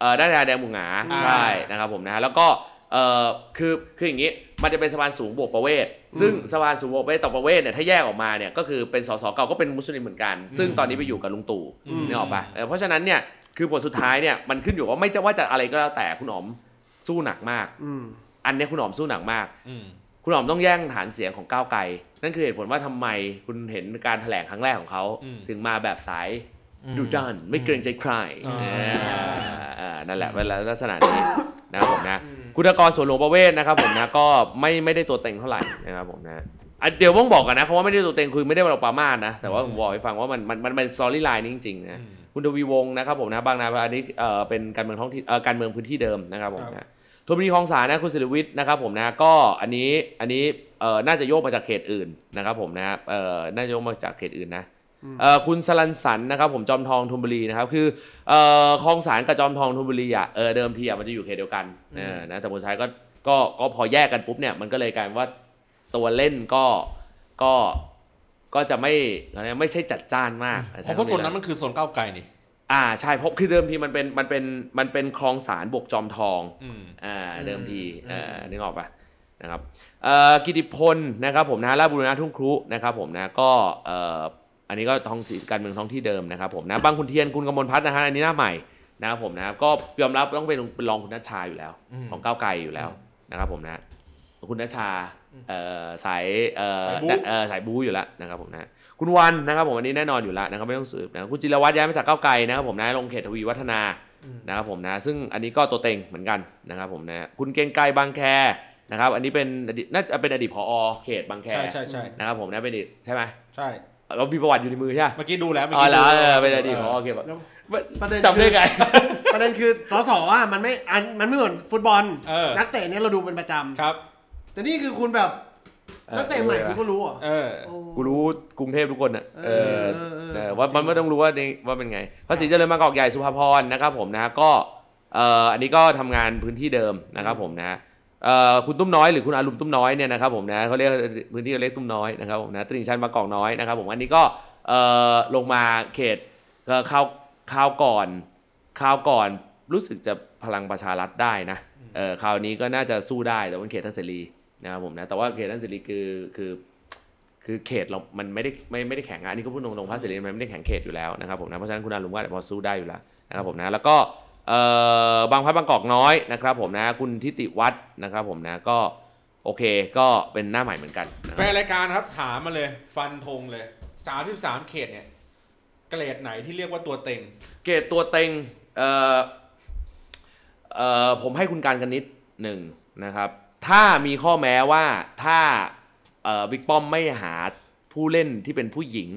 Speaker 4: เอ่อนาตยาแดงบุหงา
Speaker 3: อ่า
Speaker 4: ใช่นะครับผมนะ แล้วก็เอ่อคือคืออย่างนี้มันจะเป็นสะพานสูงบวกประเวศ ซึ่งสะพานสูงบวกประเวศต่อประเวศเนี่ยถ้าแยกออกมาเนี่ยก็คือเป็นสสเก่าก็เป็นมุสลิมเหมือนกัน ซึ่งตอนนี้ไปอยู่กับลุงตู่
Speaker 1: อืม
Speaker 4: นี่ออกปะเออเพราะฉะนั้นเนี่ยคือผลสุดท้ายเนี่ยมันขึ้นอยู่ว่าไม่จะว่าจะอะไรก็แล้วแต่คุณหอมสู้หนักมาก
Speaker 1: อืม
Speaker 4: อันเนี้ยคุณหอมสู้หนักมาก
Speaker 3: อืม
Speaker 4: คุณหอมต้องแย่งฐานเสียงของก้าวไกล นั่นคือเหตุผลว่าทำไมคุณเห็นการแถลงครั้งแรกของเขา
Speaker 3: อืม
Speaker 4: ถึงมาแบบสาย
Speaker 2: อืม
Speaker 4: ดุดันไม่เกรงใจใคร
Speaker 3: อ่า
Speaker 4: าอ่านั่นแหละเป็นลักษณะนี้ นะครับผมนะคุณตะกรสวนหลวงประเวศนะครับผมนะก็ไม่ไม่ได้ตัวเต็งเท่าไหร่นะครับผมนะอ่ะเดี๋ยวต้องบอกกันนะเขาว่าไม่ได้ตัวเต็งคือไม่ได้เราประมาทนะ แต่ว่าผมบอกให้ฟังว่ามันมันมันเป็นสตอรี่ไลน์นี้จริงๆนะ คุณทวีวงศ์นะครับผมนะบางนาอันนี้เอ่อเป็นการเมืองท้องถิ่นเอ่อการเมืองพื้นที่เดิมนะครับผมนะธนบุรีคลองสานนะคุณศิริวิทย์นะครับผมนะก็อันนี้อันนี้เอ่อน่าจะโยกมาจากเขตอื่นนะครับผมนะเอ่อน่าจะโยกมาจากเขตอื่นนะเอ่อคุณสลันสันนะครับผมจอมทองธนบุรีนะครับคือเอ่อคลองสานกับจอมทองธนบุรีอ่ะเออเดิมทีอ่ะมันจะอยู่เขตเดียวกันเออนะแต่ผลสุดท้ายก็ก็ก็พอแยกกันปุ๊บเนี่ยมันก็เลยกลายเป็นว่าตัวเล่นก็ก็ก็จะไม่อะไรนะไม่ใช่จัดจ้านมากใช้
Speaker 3: เพราะ
Speaker 4: คำ
Speaker 3: โซนนั้
Speaker 4: ละ
Speaker 3: นมันคือโซนก้าวไกลนี่
Speaker 4: อ่าใช่เพราะคือเดิมทีมันเป็นมันเป็นมันเป็นคลองสารบวกจอมทอง
Speaker 3: อืม
Speaker 4: อ่าเดิมทีเอ่อนึกออกปะนะครับเอ่อกิติพลนะครับผมนะราชบุรณะทุ่งครุนะครับผมนะก็เอ่ออันนี้ก็ท้องถิ่นการเมืองท้องที่เดิมนะครับผมนะบางขุนเทียนคุณกมลพัฒน์นะฮะอันนี้หน้าใหม่นะครับผมนะครับก็ยอมรับต้องเป็นเป็นรองคุณนัชชาอยู่แล้ว
Speaker 2: อืม
Speaker 4: ของก้าวไกลอยู่แล้วนะครับผมนะคุณนัชชาเอ่อสายเอ่อ
Speaker 3: สายบู๊
Speaker 4: เอ่อสายบู๊อยู่แล้วนะครับผมนะ คุณวันนะครับผมวันนี้แน่นอนอยู่แล้วนะครับไม่ต้องสืบนะคุณจิรวัตรย้ายมาจากก้าวไกลนะครับผมนะลงเขตทวีวัฒนานะครับผมนะซึ่งอันนี้ก็ตัวเต็งเหมือนกันนะครับผมนะคุณเกรียงไกรบางแคนะครับอันนี้เป็นอดีตน่าจะเป็นอดีตผอเขตบางแค
Speaker 3: ใช่ใช่ใช่
Speaker 4: นะครับผมนะเป็นอดีตใช่ไหม
Speaker 3: ใช่
Speaker 4: เรามีประวัติอยู่ในมือใช่ไหม
Speaker 3: เมื่อกี้ดูแล้วมื่
Speaker 4: อ๋อ
Speaker 3: กี้
Speaker 4: เหรอเออเป็นอดีตผอ
Speaker 3: เออ
Speaker 4: เขตบาง
Speaker 1: แล้ว
Speaker 4: มัน
Speaker 1: ประเด็น
Speaker 4: จำได้ไง
Speaker 1: ประเด็นคือสสอ่ะมันไม่อันมันไม่เหมือนฟุตบอล
Speaker 3: เออ
Speaker 1: นักเตะเนี่ยเราดูเป็นประจ
Speaker 3: ครับ
Speaker 1: ำ แต่นี่คือคุณแบบ
Speaker 4: เออ
Speaker 1: นักเตะใหม่คุณก็รู้เหรอ่ะ
Speaker 3: เออ
Speaker 4: กูรู้กรุงเทพทุกคนอ่ะเอ
Speaker 1: เอ
Speaker 4: อ
Speaker 1: อเออเออ
Speaker 4: เออว่ามันไม่ต้องรู้ว่านี่ว่าเป็นไงภาษีเจริญมากอกใหญ่สุภาพรนะครับผมนะก็เอ่ออันนี้ก็ทำงานพื้นที่เดิมนะครับผมนะเอ่อคุณตุ้มน้อยหรือคุณอารุมตุ้มน้อยเนี่ยนะครับผมนะเขาเรียกพื้นที่เขาเรียกตุ้มน้อยนะครับผมนะตลิ่งชันมากอกน้อยนะครับผมอันนี้ก็เอ่อลงมาเขตเอ่อคราวคราวก่อนคราวก่อนรู้สึกจะพลังประชารัฐได้นะเออคราวนี้ก็น่าจะสู้ได้แต่ว่าเขตท่านเสรีนะครับผมนะแต่ว่าเขตท่านเสรีคือคือ คือเขตเรา มันไม่ได้ไม่ไม่ได้แข่งอะอันนี้ก็พูดตรงๆพรรคเสรีมันไม่ได้แข่งเขตอยู่แล้วนะครับผมนะ เพราะฉะนั้นคุณอารุณว่าพอสู้ได้อยู่แล้วนะครับผมนะ แล้วก็เอ่อบางพลัดบางกอกน้อยนะครับผมนะ คุณทิติวัฒน์นะครับผมนะ ก็โอเค ก็เป็นหน้าใหม่เหมือนกันนะค
Speaker 3: แฟ
Speaker 4: รับ
Speaker 3: นรายการครับถามมาเลย ฟันธงเลยสามสามเขตเนี่ย เกรดไหนที่เรียกว่าตัวเต็ง
Speaker 4: เกตตัวเต็งเอ่อเอ่อผมให้คุณการกันนิดหนึ่งนะครับ ถ้ามีข้อแม้ว่าถ้าเอ่อบิ๊กป้อมไม่หาผู้เล่นที่เป็นผู้หญิง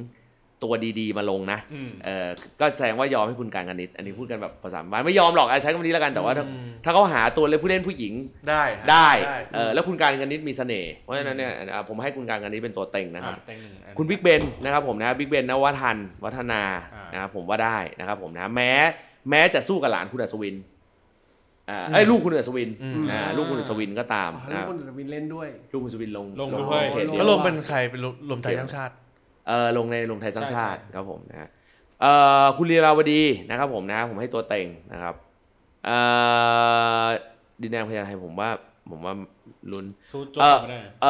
Speaker 4: ตัวดีๆ มาลงนะ
Speaker 3: อืม
Speaker 4: เออก็แสดงว่ายอมให้คุณการกันนิด อันนี้พูดกันแบบภาษาบ้านไม่ยอมหรอกอ่ะใช้คำนี้แล้วกันแต่ว่าถ้า
Speaker 2: อืม
Speaker 4: ถ้าเขาหาตัวเล่นผู้เล่นผู้หญิง
Speaker 2: ได้
Speaker 4: ได้
Speaker 2: ได้
Speaker 4: เออแล้วคุณการกันนิดมีเสน่ห์เพราะฉะนั้นเนี่ยอ่ะผมให้คุณการกันนิดเป็นตัวเต็งนะครับ
Speaker 3: อ่ะเต็งหนึ่งอัน
Speaker 4: คุณบิ๊กเบนนะครับผมนะบิ๊กเบนนวัทันวัฒนา
Speaker 3: อ่าน
Speaker 4: นะครับผมว่าได้นะครับผมนะแม้แม้จะสู้กับหลานคุณอัศวิน อ่าไอ้ยลูกคุณอัศวิน
Speaker 2: อืม
Speaker 4: อ่าลูกคุณอัศวินก็ตาม
Speaker 1: อ๋อแล้
Speaker 4: นะ
Speaker 1: วคนอื่นวินเล่นด้วย
Speaker 4: ลูกคุณอัศวินลง
Speaker 3: ลงด้วย
Speaker 4: เพจเดี
Speaker 2: ก็
Speaker 4: ยว
Speaker 2: ลงเป็นใครเป็นรวมไทยทั้างชาติ
Speaker 4: เออลงในลงไทยสร้างชาติ
Speaker 3: ใช่
Speaker 4: ครับผมนะฮะเอ่อคุณลีลาวดีนะครับผมนะ ผมให้ตัวเต็งนะครับเอ่อดินแดงพญาไทผมว่าผมว่าลุ้น
Speaker 3: สู้โจบไม่ได้
Speaker 4: เอ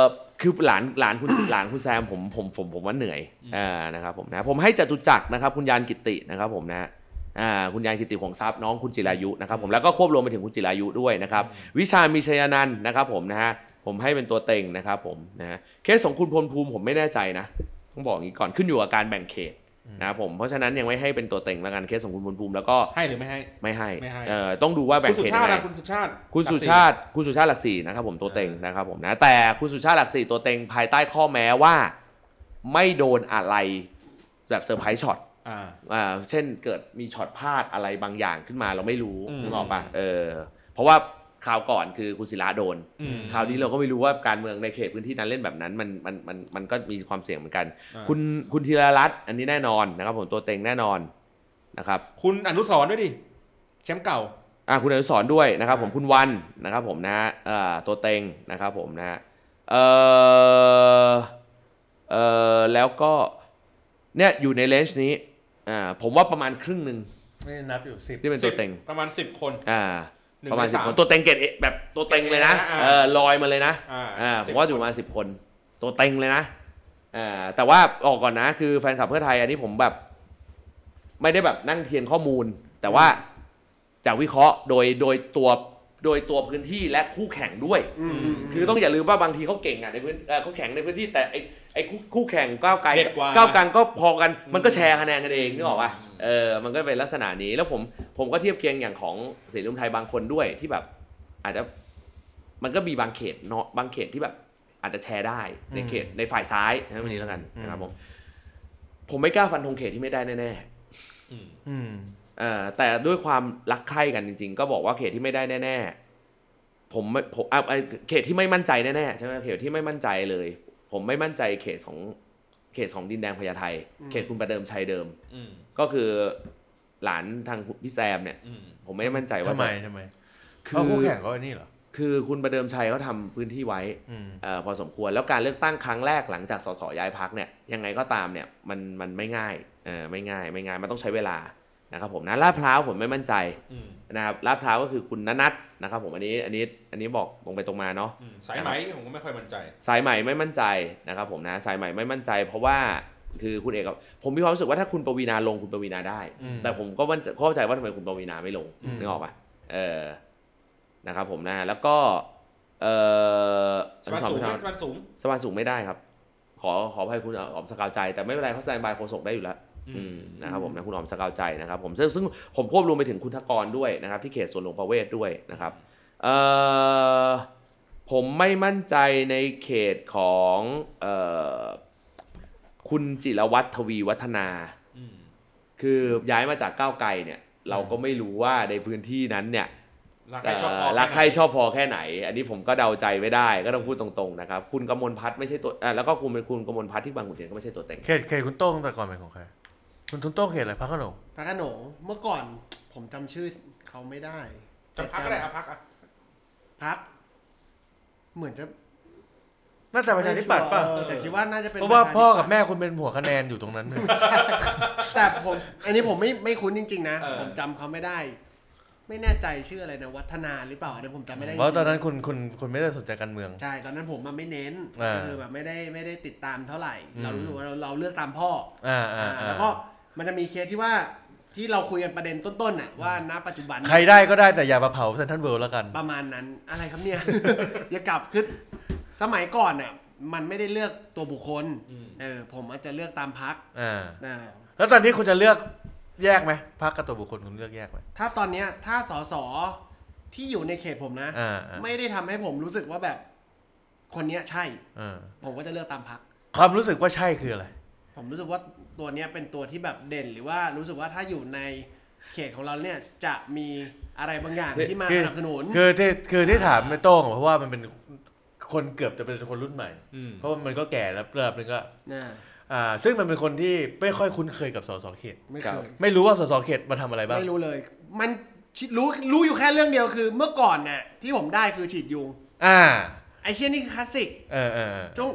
Speaker 4: อคือหลานหลานคุณ หลานคุณแซมผมผมผมผมว่าเหนื่อยอ่านะครับผมนะผมให้จตุจักรนะครับ คุณยานกิตินะครับผมนะอ่าคุณยานกิติของทรัพย์น้องคุณจิรายุนะครับผมแล้วก็ควบรวมไปถึงคุณจิรายุด้วยนะครับวิชามีชัยนันท์นะครับผมนะฮะผมให้เป็นตัวเต็งนะครับผมนะฮะเคสของคุณพลภูมิผมไม่แน่ใจนะต้องบอกอย่างนี้ก่อนขึ้นอยู่กับการแบ่งเขตนะครับผมเพราะฉะนั้นยังไม่ให้เป็นตัวเต็งแล้วกันเคสของคุณพลภูมิแล้วก็
Speaker 3: ให้หรือไม่ให้
Speaker 4: ไม่ให้
Speaker 3: ไม่ให้
Speaker 4: เออต้องดูว่าแบ่
Speaker 3: คุณ
Speaker 4: ง
Speaker 3: สุ
Speaker 4: เขต
Speaker 3: ชา
Speaker 4: ยั
Speaker 3: ติ
Speaker 4: งไง
Speaker 3: อะคุณสุชาติ
Speaker 4: คุณสุชาติคุณสุชาติหลักสี่นะครับผมตัวเต็งนะครับผมนะแต่คุณสุชาติหลักสี่ตัวเต็งภายใต้ข้อแม้ว่าไม่โดนอะไรแบบเซอร์ไพรส์ช็อต
Speaker 3: อ่า
Speaker 4: อ่าเช่นเกิดมีช็อตพลาดอะไรบางอย่างขึ้นมาเราไม่รู้
Speaker 3: อืม
Speaker 4: นึกออกปะเออเพราะว่าคราวก่อนคือคุณศิลาโดน
Speaker 3: อืม
Speaker 4: คราวนี้เราก็ไม่รู้ว่าการเมืองในเขตพื้นที่นั้นเล่นแบบนั้นมันมันมันมันก็มีความเสี่ยงเหมือนกัน
Speaker 3: อ่า
Speaker 4: คุณคุณธีรรัตน์อันนี้แน่นอนนะครับผมตัวเต็งแน่นอนนะครับ
Speaker 3: คุณอนุสรณ์ด้วยดิแชมป์เก่า
Speaker 4: อ่ะคุณอนุสรณ์ด้วยนะครับผม
Speaker 3: อ่า
Speaker 4: คุณวันนะครับผมนะฮะเอ่อตัวเต็งนะครับผมนะฮะเออเออแล้วก็เนี่ยอยู่ในเลนจ์นี้อ่าผมว่าประมาณครึ่งหนึ่ง
Speaker 2: ไม่ได้นับอยู่สิบ
Speaker 4: ที่เป็นตัวเต็ง
Speaker 3: ประมาณ 10 คน
Speaker 4: อ่า
Speaker 3: หนึ่ง
Speaker 4: ประมาณ
Speaker 3: ใน
Speaker 4: สิบ
Speaker 3: สาม
Speaker 4: คนตัวเต็งเกรดเอแบบตัวเต็งเลยนะ
Speaker 3: เกรดเอนะอ่า
Speaker 4: เออลอยมาเลยนะ
Speaker 3: อ่า
Speaker 4: อ่าผ
Speaker 3: สิบ
Speaker 4: มว่าอยู่ประมาณสิบคน ตัวเต็งเลยนะอ่าแต่ว่าออกก่อนนะคือแฟนคลับเพื่อไทยอันนี้ผมแบบ ไม่ได้แบบนั่งเทียนข้อมูล แต่ว่าจากวิเคราะห์โดยโดยตัวโดยตัวพื้นที่และคู่แข่งด้วย คือต้องอย่าลืมว่าบางทีเขาเก่งอ่ะในพื้นเอ่อเขาแข่งในพื้นที่แต่ไอ้ไอ้คู่คู่แข่งก้าวไกล
Speaker 3: เด็ดกว่า
Speaker 4: ก้าวไกลก็พอกันมันก็แชร์คะแนนกันเองนึกออกป่ะเออมันก็เป็นลักษณะนี้แล้วผมผมก็เทียบเคียงอย่างของเสรีรวมไทยบางคนด้วยที่แบบ อาจจะมันก็มีบางเขตเนาะบางเขตที่แบบอาจจะแชร์ได้ในเขตในฝ่ายซ้ายนะวันนี้แล้วกันนะครับผมผมไม่กล้าฟันธงเขตที่ไม่ได้แน่ๆ
Speaker 3: อืม
Speaker 2: อืม
Speaker 4: เอ่อแต่ด้วยความรักใคร่กันจริงๆ ก็บอกว่าเขตที่ไม่ได้แน่ๆ ผมไม่ผมอ่ะไอ้เขตที่ไม่มั่นใจแน่ๆใช่ไหมเขตที่ไม่มั่นใจเลย ผมไม่มั่นใจเขตของเขตของดินแดงพญาไทเขตคุณประเดิมชัยเดิม
Speaker 3: อืม
Speaker 4: ก็คือหลานทางพี่แซมเนี่ย
Speaker 3: อืม
Speaker 4: ผมไม่มั่นใจว่า
Speaker 2: ทำไม
Speaker 4: จะ
Speaker 2: ทำไมเพ
Speaker 4: คื
Speaker 2: ราะ
Speaker 4: อ
Speaker 2: คู่แข่งเขาไอ้นี่เหรอ
Speaker 4: คือคุณประเดิมชัยเขาทำพื้นที่ไว้
Speaker 2: อืม
Speaker 4: เอ่อพอสมควรแล้วการเลือกตั้งครั้งแรกหลังจากสสย้ายพักเนี่ยยังไงก็ตามเนี่ยมันมันไม่ง่ายเออไม่ง่ายไม่ง่ายมันต้องใช้เวลานะครับผมนะลาดพร้าวผมไม่มั่นใจ
Speaker 3: อืม
Speaker 4: นะครับลาดพร้าวก็คือคุณณนัทนะครับผมอันนี้อันนี้อันนี้บอกตรงไปตรงมาเนาะ
Speaker 3: อืม สายไหมผมก็ไม่ค่อยมั่นใจ
Speaker 4: สายใหม่ไม่มั่นใจนะครับผมนะสายใหม่ไม่มั่นใจ เพราะว่าคือคุณเอกกับผมมีความรู้สึกว่าถ้าคุณปวีนาลงคุณปวีนาได้
Speaker 2: อืม
Speaker 4: แต่ผมก็มั่นใจเข้าใจว่าทำไมคุณปวีนาไม่ลง
Speaker 2: อืม
Speaker 4: นึกออกปะเออนะครับผมนะแล้วก็เออ
Speaker 3: สมันสูงไหมสมันสูง
Speaker 4: สวรรค์สูงไม่ได้ครับ ขอขออภัยคุณอ๋อมสกาวใจ แต่ไม่เป็นไรเขาแซนบายโคศกได้อยู่แล้ว
Speaker 3: อืม
Speaker 4: อืมนะครับผมนะคุณออมสกาวใจนะครับผมซึ่งซึ่งผมควบรวมไปถึงคุณทกรด้วยนะครับ ที่เขตสวนหลวงประเวศด้วยนะครับเอ่อผมไม่มั่นใจในเขตของเอ่อคุณจิรวัตรทวีวัฒนา
Speaker 3: อืม
Speaker 4: คือย้ายมาจากก้าวไกลเนี่ย เราก็ไม่รู้ว่าในพื้นที่นั้นเนี่ย
Speaker 3: รักใครชอบพอ
Speaker 4: เอ่อรักใครชอบพอแค่ไหน อันนี้ผมก็เดาใจไม่ได้ก็ต้องพูดตรงๆนะครับคุณกมลพัฒน์ไม่ใช่ตัวอ่ะแล้วก็คุณเป็นคุณกมลพัฒน์ที่บางขุนเทียนก็ไม่ใช่ตัวเต็ง
Speaker 2: เขตเขตคุณโต้งแต่ก่อนเป็นของใคร คุณคุณโต้งเขตอะไรพักขนง
Speaker 1: พระโขนงเมื่อก่อนผมจำชื่อเขาไม่ได้
Speaker 3: จะพักก็ได้ครับพักอ่ะ
Speaker 1: พัก เหมือนจะ
Speaker 2: น่าจะประชาธิปัตย์ป่ะ
Speaker 1: เออแต่คิดว่าน่าจะเป็น
Speaker 2: เพราะว่า
Speaker 1: ปชธิปัตย์
Speaker 2: พ่อกับแม่คุณเป็นหัวคะแนนอยู่ตรงนั้นเลย
Speaker 1: แต่ผม อันนี้ผมไม่ไม่คุ้นจริง ๆ นะ
Speaker 3: เออ
Speaker 1: ผมจำเขาไม่ได้ ไม่แน่ใจชื่ออะไรนะวัฒนาหรือเปล่าอันนี้ผมจำไม่ได้
Speaker 2: เพราะตอนนั้น
Speaker 1: จริง
Speaker 2: คุณคุณคุณไม่ได้สนใจการเมือง
Speaker 1: ๆใช่ ตอนนั้นผมมันไม่เน้น
Speaker 2: อ่า
Speaker 1: ก็คือแบบไม่ได้ไม่ได้ติดตามเท่าไหร่
Speaker 2: อืม
Speaker 1: เรารู้สึกว่าเราเราเลือกตามพ่อ
Speaker 2: อ่า
Speaker 1: อ
Speaker 2: อ่า
Speaker 1: แล้วก็มันจะมีเคสที่ว่าที่เราคุยกันประเด็นต้นๆน่ะว่าณปัจจุบันเนี่ย
Speaker 2: ใครได้ก็ได้แต่อย่ามาเผาเซนทรันเวิลด์แล้วกัน
Speaker 1: ประมาณนั้นอะไรครับ เนี่ย อย่ากลับคือสมัยก่อนเนี่ยมันไม่ได้เลือกตัวบุคคล
Speaker 3: อืม
Speaker 1: เออผมอาจจะเลือกตามพัก
Speaker 2: อ่า
Speaker 1: นะ
Speaker 2: แล้วตอนนี้คุณจะเลือกแยกไหมพักกับตัวบุคคลคุณเลือกแยกไหม
Speaker 1: ถ้าตอนเนี้ยถ้าสสที่อยู่ในเขตผมนะ
Speaker 2: อ่าอ่า
Speaker 1: ไม่ได้ทำให้ผมรู้สึกว่าแบบ คนเนี้ยใช่
Speaker 2: อ่า
Speaker 1: ผมก็จะเลือกตามพัก
Speaker 2: ความรู้สึกว่าใช่คืออะไร
Speaker 1: ผมรู้สึกว่าตัวเนี้ยเป็นตัวที่แบบเด่น หรือว่ารู้สึกว่าถ้าอยู่ในเขตของเราเนี่ยจะมีอะไรบางอย่างที่มา
Speaker 2: คือ
Speaker 1: สนับสนุน
Speaker 2: คือที่คือที่ถามไม่โต้งเพราะว่ามันเป็นคนเกือบจะเป็นคนรุ่นใหม่
Speaker 3: อืม
Speaker 2: เพราะว่ามันก็แก่แล้วระดับหนึ่งก็
Speaker 1: นะ
Speaker 2: อ่าซึ่งมันเป็นคนที่ไม่ค่อยคุ้นเคยกับสสเขต
Speaker 1: ไม่
Speaker 4: ครั
Speaker 1: เค
Speaker 4: บ
Speaker 1: ย
Speaker 2: ไม่รู้ว่าสสเขตมาทำอะไรบ้าง
Speaker 1: ไม่รู้เลย มัน ชิรู้รู้อยู่แค่เรื่องเดียวคือ เมื่อก่อนเนี่ยที่ผมได้คือฉีดยุง
Speaker 2: อ่า
Speaker 1: ไอ้เคียนี่คือคลาสสิก
Speaker 2: เออเออเออ
Speaker 1: ช่วง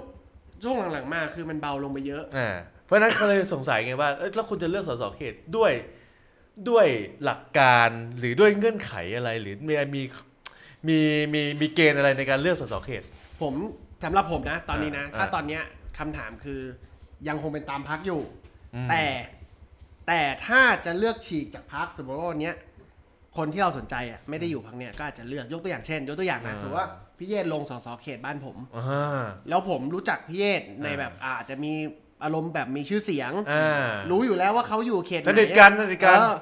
Speaker 1: ช่วงหลังๆมาคือมันเบาลงไปเยอะ
Speaker 2: อ่า เพราะฉะนั้นเขาเลยสงสัยไงว่าเอ้ยแล้วคุณจะเลือกสสเขตด้วยด้วยหลักการหรือด้วยเงื่อนไขอะไรหรือมีมีมีมีมีเกณฑ์อะไรในการเลือกสสเขต
Speaker 1: ผมสำหรับผมนะ ตอนนี้นะ
Speaker 2: อ่า
Speaker 1: ถ้า
Speaker 2: อ่า
Speaker 1: ตอนเนี้ยคำถามคือยังคงเป็นตามพักอยู่
Speaker 2: อืม
Speaker 1: แต่แต่ถ้าจะเลือกฉีกจากพักสมมติว่าวันเนี้ยคนที่เราสนใจอ่ะไม่ได้อยู่พักเนี้ยก็อาจจะเลือกยกตัวอย่างเช่น ยกตัวอย่างนะสมมติว่าพี่เยศลงสสเขตบ้านผม
Speaker 2: อ่า
Speaker 1: แล้วผมรู้จักพี่เยศใน
Speaker 2: อ่า
Speaker 1: แบบอาจจะมีอารมณ์แบบมีชื่อเสียง
Speaker 2: อ่า
Speaker 1: รู้อยู่แล้วว่าเขาอยู่เขตไหน
Speaker 2: สนิทกันสนิทกัน
Speaker 1: เออ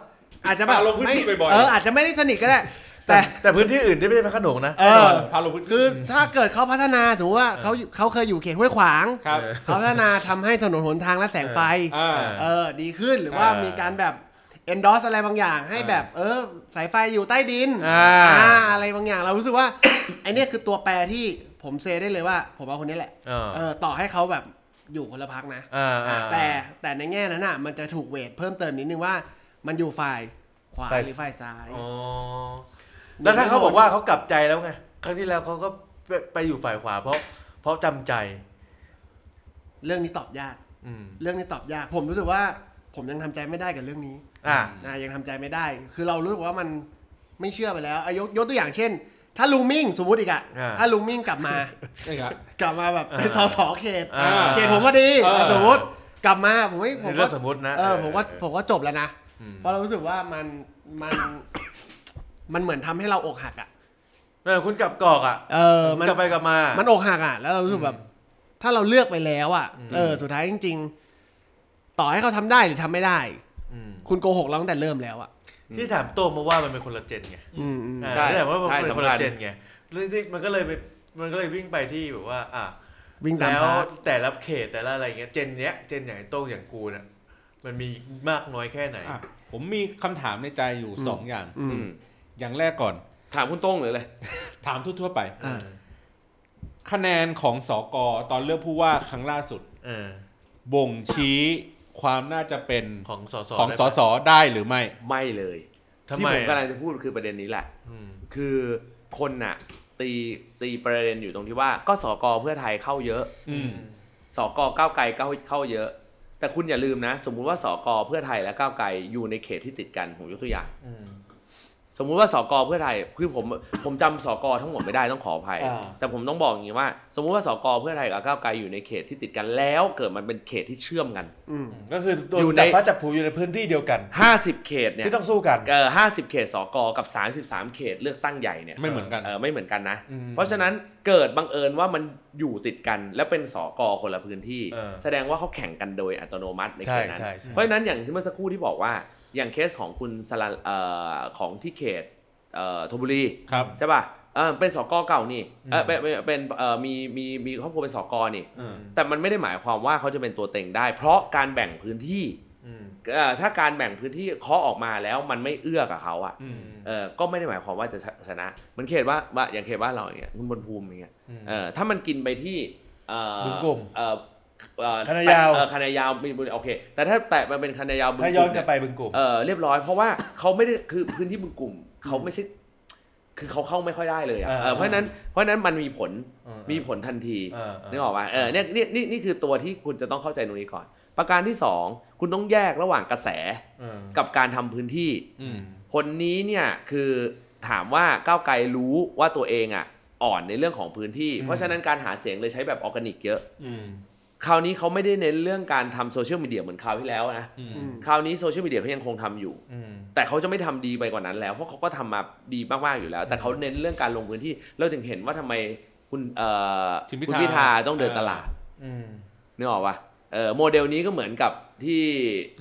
Speaker 1: อาจจะแบบ
Speaker 3: อารมณ์พื้นที่บ่อยๆ
Speaker 1: เอออาจจะไม่ได้สนิทก็ได้ แต่
Speaker 2: แต่แต่พื้นที่อื่นที่ไม่ใช่พระโขนงนะ
Speaker 1: เออ
Speaker 3: พาลงพื้น
Speaker 1: คือถ้าเกิดเขาพัฒนาถือว่าเขาอยู่เขาเคยอยู่เขตห้วยขวาง
Speaker 3: ครับ
Speaker 2: เออ
Speaker 1: เขาพัฒนาทำให้ถนนหนทางและแสงไฟ
Speaker 3: อ่า
Speaker 1: เออ ดีขึ้นหรือว่า
Speaker 2: อ่า
Speaker 1: มี
Speaker 2: มี
Speaker 1: การแบบ endorse อะไรบางอย่าง ให้
Speaker 3: อ่า
Speaker 1: แบบ เออ สายไฟอยู่ใต้ดิน
Speaker 2: อ่า
Speaker 1: อะไรบางอย่างเรารู้สึกว่า ไอเนี้ยคือตัวแปรที่ผมเซได้เลยว่า ผมเอาคนนี้แหละ
Speaker 2: เออ
Speaker 1: เออ ต่อให้เขาแบบอยู่คนละพักนะ
Speaker 2: อ่าอ่า
Speaker 1: แต่แต่ในแง่นั้นอ่ะ มันจะถูกเวทเพิ่มเติมนิดนึงว่า มันอยู่ฝ่ายขวา
Speaker 2: ฝ่าย
Speaker 1: หรือฝ่ายซ้าย
Speaker 2: อ๋อแล้วถ้าเขาบอกว่าเขากลับใจแล้วไง ครั้งที่แล้วเขาก็ไปไปอยู่ฝ่ายขวาเพราะ เพราะจำใจ
Speaker 1: เรื่องนี้ตอบยาก
Speaker 2: อืม
Speaker 1: เรื่องนี้ตอบยาก ผมรู้สึกว่า ผมยังทำใจไม่ได้กับเรื่องนี้
Speaker 2: อ่า
Speaker 1: อ่ะยังทำใจไม่ได้ คือเรารู้สึกว่ามันไม่เชื่อไปแล้วอ่ะยกยกตัวอย่างเช่น ถ้าลุงมิ่งสมมติอีกอะ
Speaker 2: อ่า
Speaker 1: ถ้าลุงมิ่งกลับ มา
Speaker 3: นี่ครับ
Speaker 1: กลับมาแบบ
Speaker 2: อ่า
Speaker 1: เป็นสสเขต
Speaker 2: อ่า
Speaker 1: เขตผมก็ดี
Speaker 3: เออ
Speaker 1: สมมติกลับมาผมว่าผม
Speaker 2: เรื่
Speaker 1: ก็
Speaker 2: องสมมตินะ
Speaker 1: เออผมว่า
Speaker 2: เ
Speaker 1: ผมว่าจบแล้วนะ
Speaker 2: อืม
Speaker 1: เพราะเรารู้สึกว่ามันมัน มันเหมือนทำให้เราอกหักอะ
Speaker 2: เออคุณกลับกอกอ่ะ
Speaker 1: เออมัน
Speaker 2: กลับไปกลับมา
Speaker 1: มันอกหักอะแล้วเรารู้สึกแบบ ถ้าเราเลือกไปแล้วอะ
Speaker 2: อืม
Speaker 1: เออ สุดท้ายจริง ๆ ต่อให้เขาทำได้หรือทำไม่ได้
Speaker 2: อืม
Speaker 1: คุณโกหกเราตั้งแต่เริ่มแล้วอะ
Speaker 2: ที่ถามโต้งมาว่ามันเป็นคนละเจนไง
Speaker 1: อืมอืม
Speaker 2: อ่า
Speaker 4: ใช่
Speaker 2: ที่ถามว่ามัน
Speaker 4: ใช่
Speaker 2: เป็นคน
Speaker 4: สำคั
Speaker 2: ละ
Speaker 4: ญ
Speaker 2: เจนไงเรื่องที่มันก็เลยไปมันก็เลยวิ่งไปที่แบบว่า อ่ะ
Speaker 1: วิ่งตาม
Speaker 2: แล้ว
Speaker 1: พาร์ท
Speaker 2: แต่ละเขตแต่ละอะไรเงี้ยเจนเนี้ยเจนอย่างไอ้โต้งอย่างกูเนี่ยมันมีมากน้อยแค่ไหน
Speaker 3: อ่ะผมมีคำถามในใจอยู่สองอย่าง
Speaker 1: อื
Speaker 4: อื
Speaker 1: ม
Speaker 4: ม
Speaker 3: อย่างแรกก่อน
Speaker 4: ถามคุณโต้งเลยเลย
Speaker 3: ถามทั่วๆไป
Speaker 1: อ่า
Speaker 3: คะแนนของสกตอนเลือกผู้ว่าครั้งล่าสุด
Speaker 2: เออ
Speaker 3: บ่งชี้ความน่าจะเป็น
Speaker 2: ของสส
Speaker 3: ของ
Speaker 2: ได้ไห
Speaker 3: ส
Speaker 2: ม
Speaker 3: สได้หรือไม่
Speaker 4: ไม่เลย
Speaker 2: ทำ
Speaker 4: ที่
Speaker 2: ไม
Speaker 4: ผมกำลั
Speaker 2: อ่ะ
Speaker 4: งจะพูดคือประเด็นนี้แหละ
Speaker 2: อืม
Speaker 4: คือคนน่ะ ตีตีประเด็นอยู่ตรงที่ว่าก็สกเพื่อไทยเข้าเยอะ
Speaker 3: อืม
Speaker 4: สกก้าวไกลเข้าเข้าเยอะ แต่คุณอย่าลืมนะ สมมุติว่าสกเพื่อไทยและก้าวไกลอยู่ในเขตที่ติดกันผมยกตัวอย่าง
Speaker 2: อืม
Speaker 4: สมมุติว่าสกเพื่อไทยคือผมผมจำสกทั้งหมดไม่ได้ต้องขออภัย
Speaker 2: อ่า
Speaker 4: แต่ผมต้องบอกอย่างนี้ว่า สมมุติว่าสกเพื่อไทยกับก้าวไกลอยู่ในเขตที่ติดกันแล้ว เกิดมันเป็นเขตที่เชื่อมกัน
Speaker 1: อืม
Speaker 2: ก็คือโดน
Speaker 4: อยู่ใน
Speaker 2: จับพระจับผูอยู่ในพื้นที่เดียวกัน
Speaker 4: 50 เขตเนี่ย
Speaker 2: ที่ต้องสู้กัน
Speaker 4: เออห้าสิบเขตสกกับ 33 เขตเลือกตั้งใหญ่เนี่ย
Speaker 3: ไม่เหมือนกัน
Speaker 4: เออไม่เหมือนกันนะ
Speaker 2: อืม
Speaker 4: เพราะฉะนั้นเกิดบังเอิญว่ามันอยู่ติดกันและเป็นสกคนละพื้นที่
Speaker 2: เออ
Speaker 4: แสดงว่าเขาแข่งกันโดยอัตโนมัติในเขตนั้น
Speaker 2: ใช่ใช่ใช่
Speaker 4: เพราะฉะนั้นอย่างที่เมื่อสักครู่ที่บอกว่าอย่างเคสของคุณสลันเอ่อของที่เขตเอ่อธนบุรี
Speaker 3: ครับ
Speaker 4: ใช่ป่ะเออเป็นสกเก่านี่เออเป็นเป็นเป็นเออมีมีมีครอบครัวเป็นสกนี่
Speaker 3: อืม
Speaker 4: แต่มันไม่ได้หมายความว่าเขาจะเป็นตัวเต็งได้ เพราะการแบ่งพื้นที่
Speaker 2: อืม
Speaker 4: เอ่อถ้าการแบ่งพื้นที่เคาะออกมาแล้วมันไม่เอื้อกับเขาอ่ะ
Speaker 3: อืม
Speaker 4: เออก็ไม่ได้หมายความว่าจะชนะเหมันเขตว่าว่าอย่างเขตบ้านเราอย่างเงี้ยคุณบนภูมิอย่างเงี้ย
Speaker 2: อืม
Speaker 4: เออถ้ามันกินไปที่เอ่อ
Speaker 2: บึงกลุ่ม
Speaker 4: เอ่อเอ่อ
Speaker 2: คณะยาว
Speaker 4: เอ่อคณะยาวบึงกลุ่มโอเค แต่ถ้าแตะมันเป็นคณะยาวบึงก
Speaker 2: ถ้า
Speaker 4: ลุ่ม
Speaker 2: ย้อนกลั
Speaker 4: เนี่ย
Speaker 2: บไปบึงกลุ่ม
Speaker 4: เออเรียบร้อยเพราะว่าเขาไม่ได้คือพื้นที่บึงกลุ่มเขาไม่ใช่คือเขาเข้าไม่ค่อยได้เลยอะ
Speaker 2: อ่า
Speaker 4: เออเพราะฉะนั้นเพราะฉะนั้นมันมีผล
Speaker 2: อ่ามี
Speaker 4: มีผลทันที
Speaker 2: อ่าอ่านึ
Speaker 4: นึกออกป่ะเออเนี่ยนี่นี่นี่คือตัวที่คุณจะต้องเข้าใจตรงนี้ก่อน ประการที่สองคุณต้องแยกระหว่างกระแสกับการทำพื้นที่
Speaker 3: อืม
Speaker 4: คนนี้เนี่ยคือถามว่าก้าวไกลรู้ว่าตัวเองอ่ะอ่อนในเรื่องของพื้นที่
Speaker 2: อืม
Speaker 4: เพราะฉะนั้นการหาเสียงเลยใช้แบบออร์แกนิกเยอะ
Speaker 3: อืม
Speaker 4: คราวนี้เขาไม่ได้เน้นเรื่องการทำโซเชียลมีเดียเหมือนคราวที่แล้วนะ
Speaker 3: อืม
Speaker 1: อืม
Speaker 4: คราวนี้โซเชียลมีเดียเขายังคงทำอยู่ แต่เขาจะไม่ทำดีไปกว่านั้นแล้ว เพราะเขาก็ทำมาดีมากๆอยู่แล้ว แต่เขาเน้นเรื่องการลงพื้นที่ เราถึงเห็นว่าทำไมคุณเอ่อ
Speaker 3: ทิมพิธา
Speaker 4: คุณพิธาต้องเดินตลาดนึกออกปะเออโมเดลนี้ก็เหมือนกับที่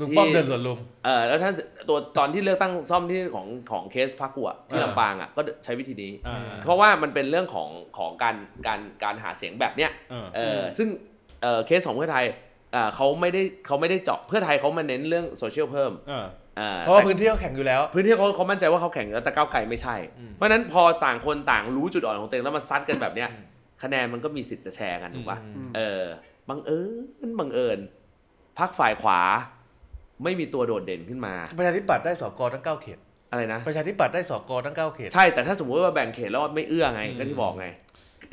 Speaker 2: ลุง
Speaker 4: ที่
Speaker 2: ป้อมเดินสวนลุม
Speaker 4: เออแล้วท่านตัวตอนที่เลือกตั้งซ่อมที่ของของเคสพักกัวที่
Speaker 2: เออ
Speaker 4: ลำปางอ่ะก็ใช้วิธีนี้
Speaker 3: อ่า
Speaker 4: เพราะว่ามันเป็นเรื่องของของการการการหาเสียงแบบเนี้ย
Speaker 3: เออ
Speaker 4: เออซึ่งเออเคสของเพื่อไทยเออเขาไม่ได้เขาไม่ได้เจาะเพื่อไทยเขามาเน้นเรื่องโซเชียลเพิ่ม
Speaker 3: เออ
Speaker 4: อ่
Speaker 2: เพราะว่าพื้นที่เขาแข่งอยู่แล้ว
Speaker 4: พื้นที่เขาเขามั่นใจว่าเขาแข่งอยู่แล้วแต่ก้าวไกลไม่ใช่
Speaker 2: อืม
Speaker 4: เพราะฉะนั้นพอต่างคนต่างรู้จุดอ่อนของตัวเองแล้วมาซัดกันแบบเนี้ยคะแนนมันก็มีสิทธิ์จะแชร์กันถูกป่ะ
Speaker 1: อืม
Speaker 4: เออบังเอิญบังเอิญพักฝ่ายขวา ไม่มีตัวโดดเด่นขึ้นมา
Speaker 2: ประชาธิปัตย์ได้สกตั้งเก้าเขต
Speaker 4: อะไรนะ
Speaker 2: ประชาธิปัตย์ได้สกตั้งเก้าเขต
Speaker 4: ใช่ แต่ถ้าสมมติว่าแบ่งเขตแล้วไม่เอื้อไง ก็ที่บอกไง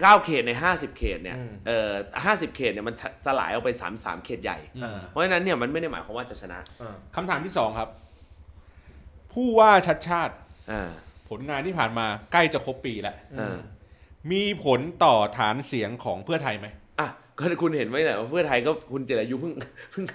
Speaker 4: เก้าเขตใน 50 เขตเนี่ย
Speaker 2: อืม
Speaker 4: เอ่อห้าสิบเขตเนี่ยมันสลายออกไป3ามสามเขตใหญ่
Speaker 3: อืม
Speaker 4: เพราะฉะนั้นเนี่ยมันไม่ได้หมายความว่าจะชนะ
Speaker 2: อ่า
Speaker 3: คำถามที่สองครับ ผู้ว่าชัดชาติ
Speaker 4: อ่า
Speaker 3: ผลงานที่ผ่านมาใกล้จะครบปีแล้ว
Speaker 4: อ่า
Speaker 3: มีผลต่อฐานเสียงของเพื่อไทยไหม
Speaker 4: อ่ะก็คุณเห็นไหมเนี่ยว่าเพื่อไทยก็คุณเจรายุเพิ่ง เพิ่ง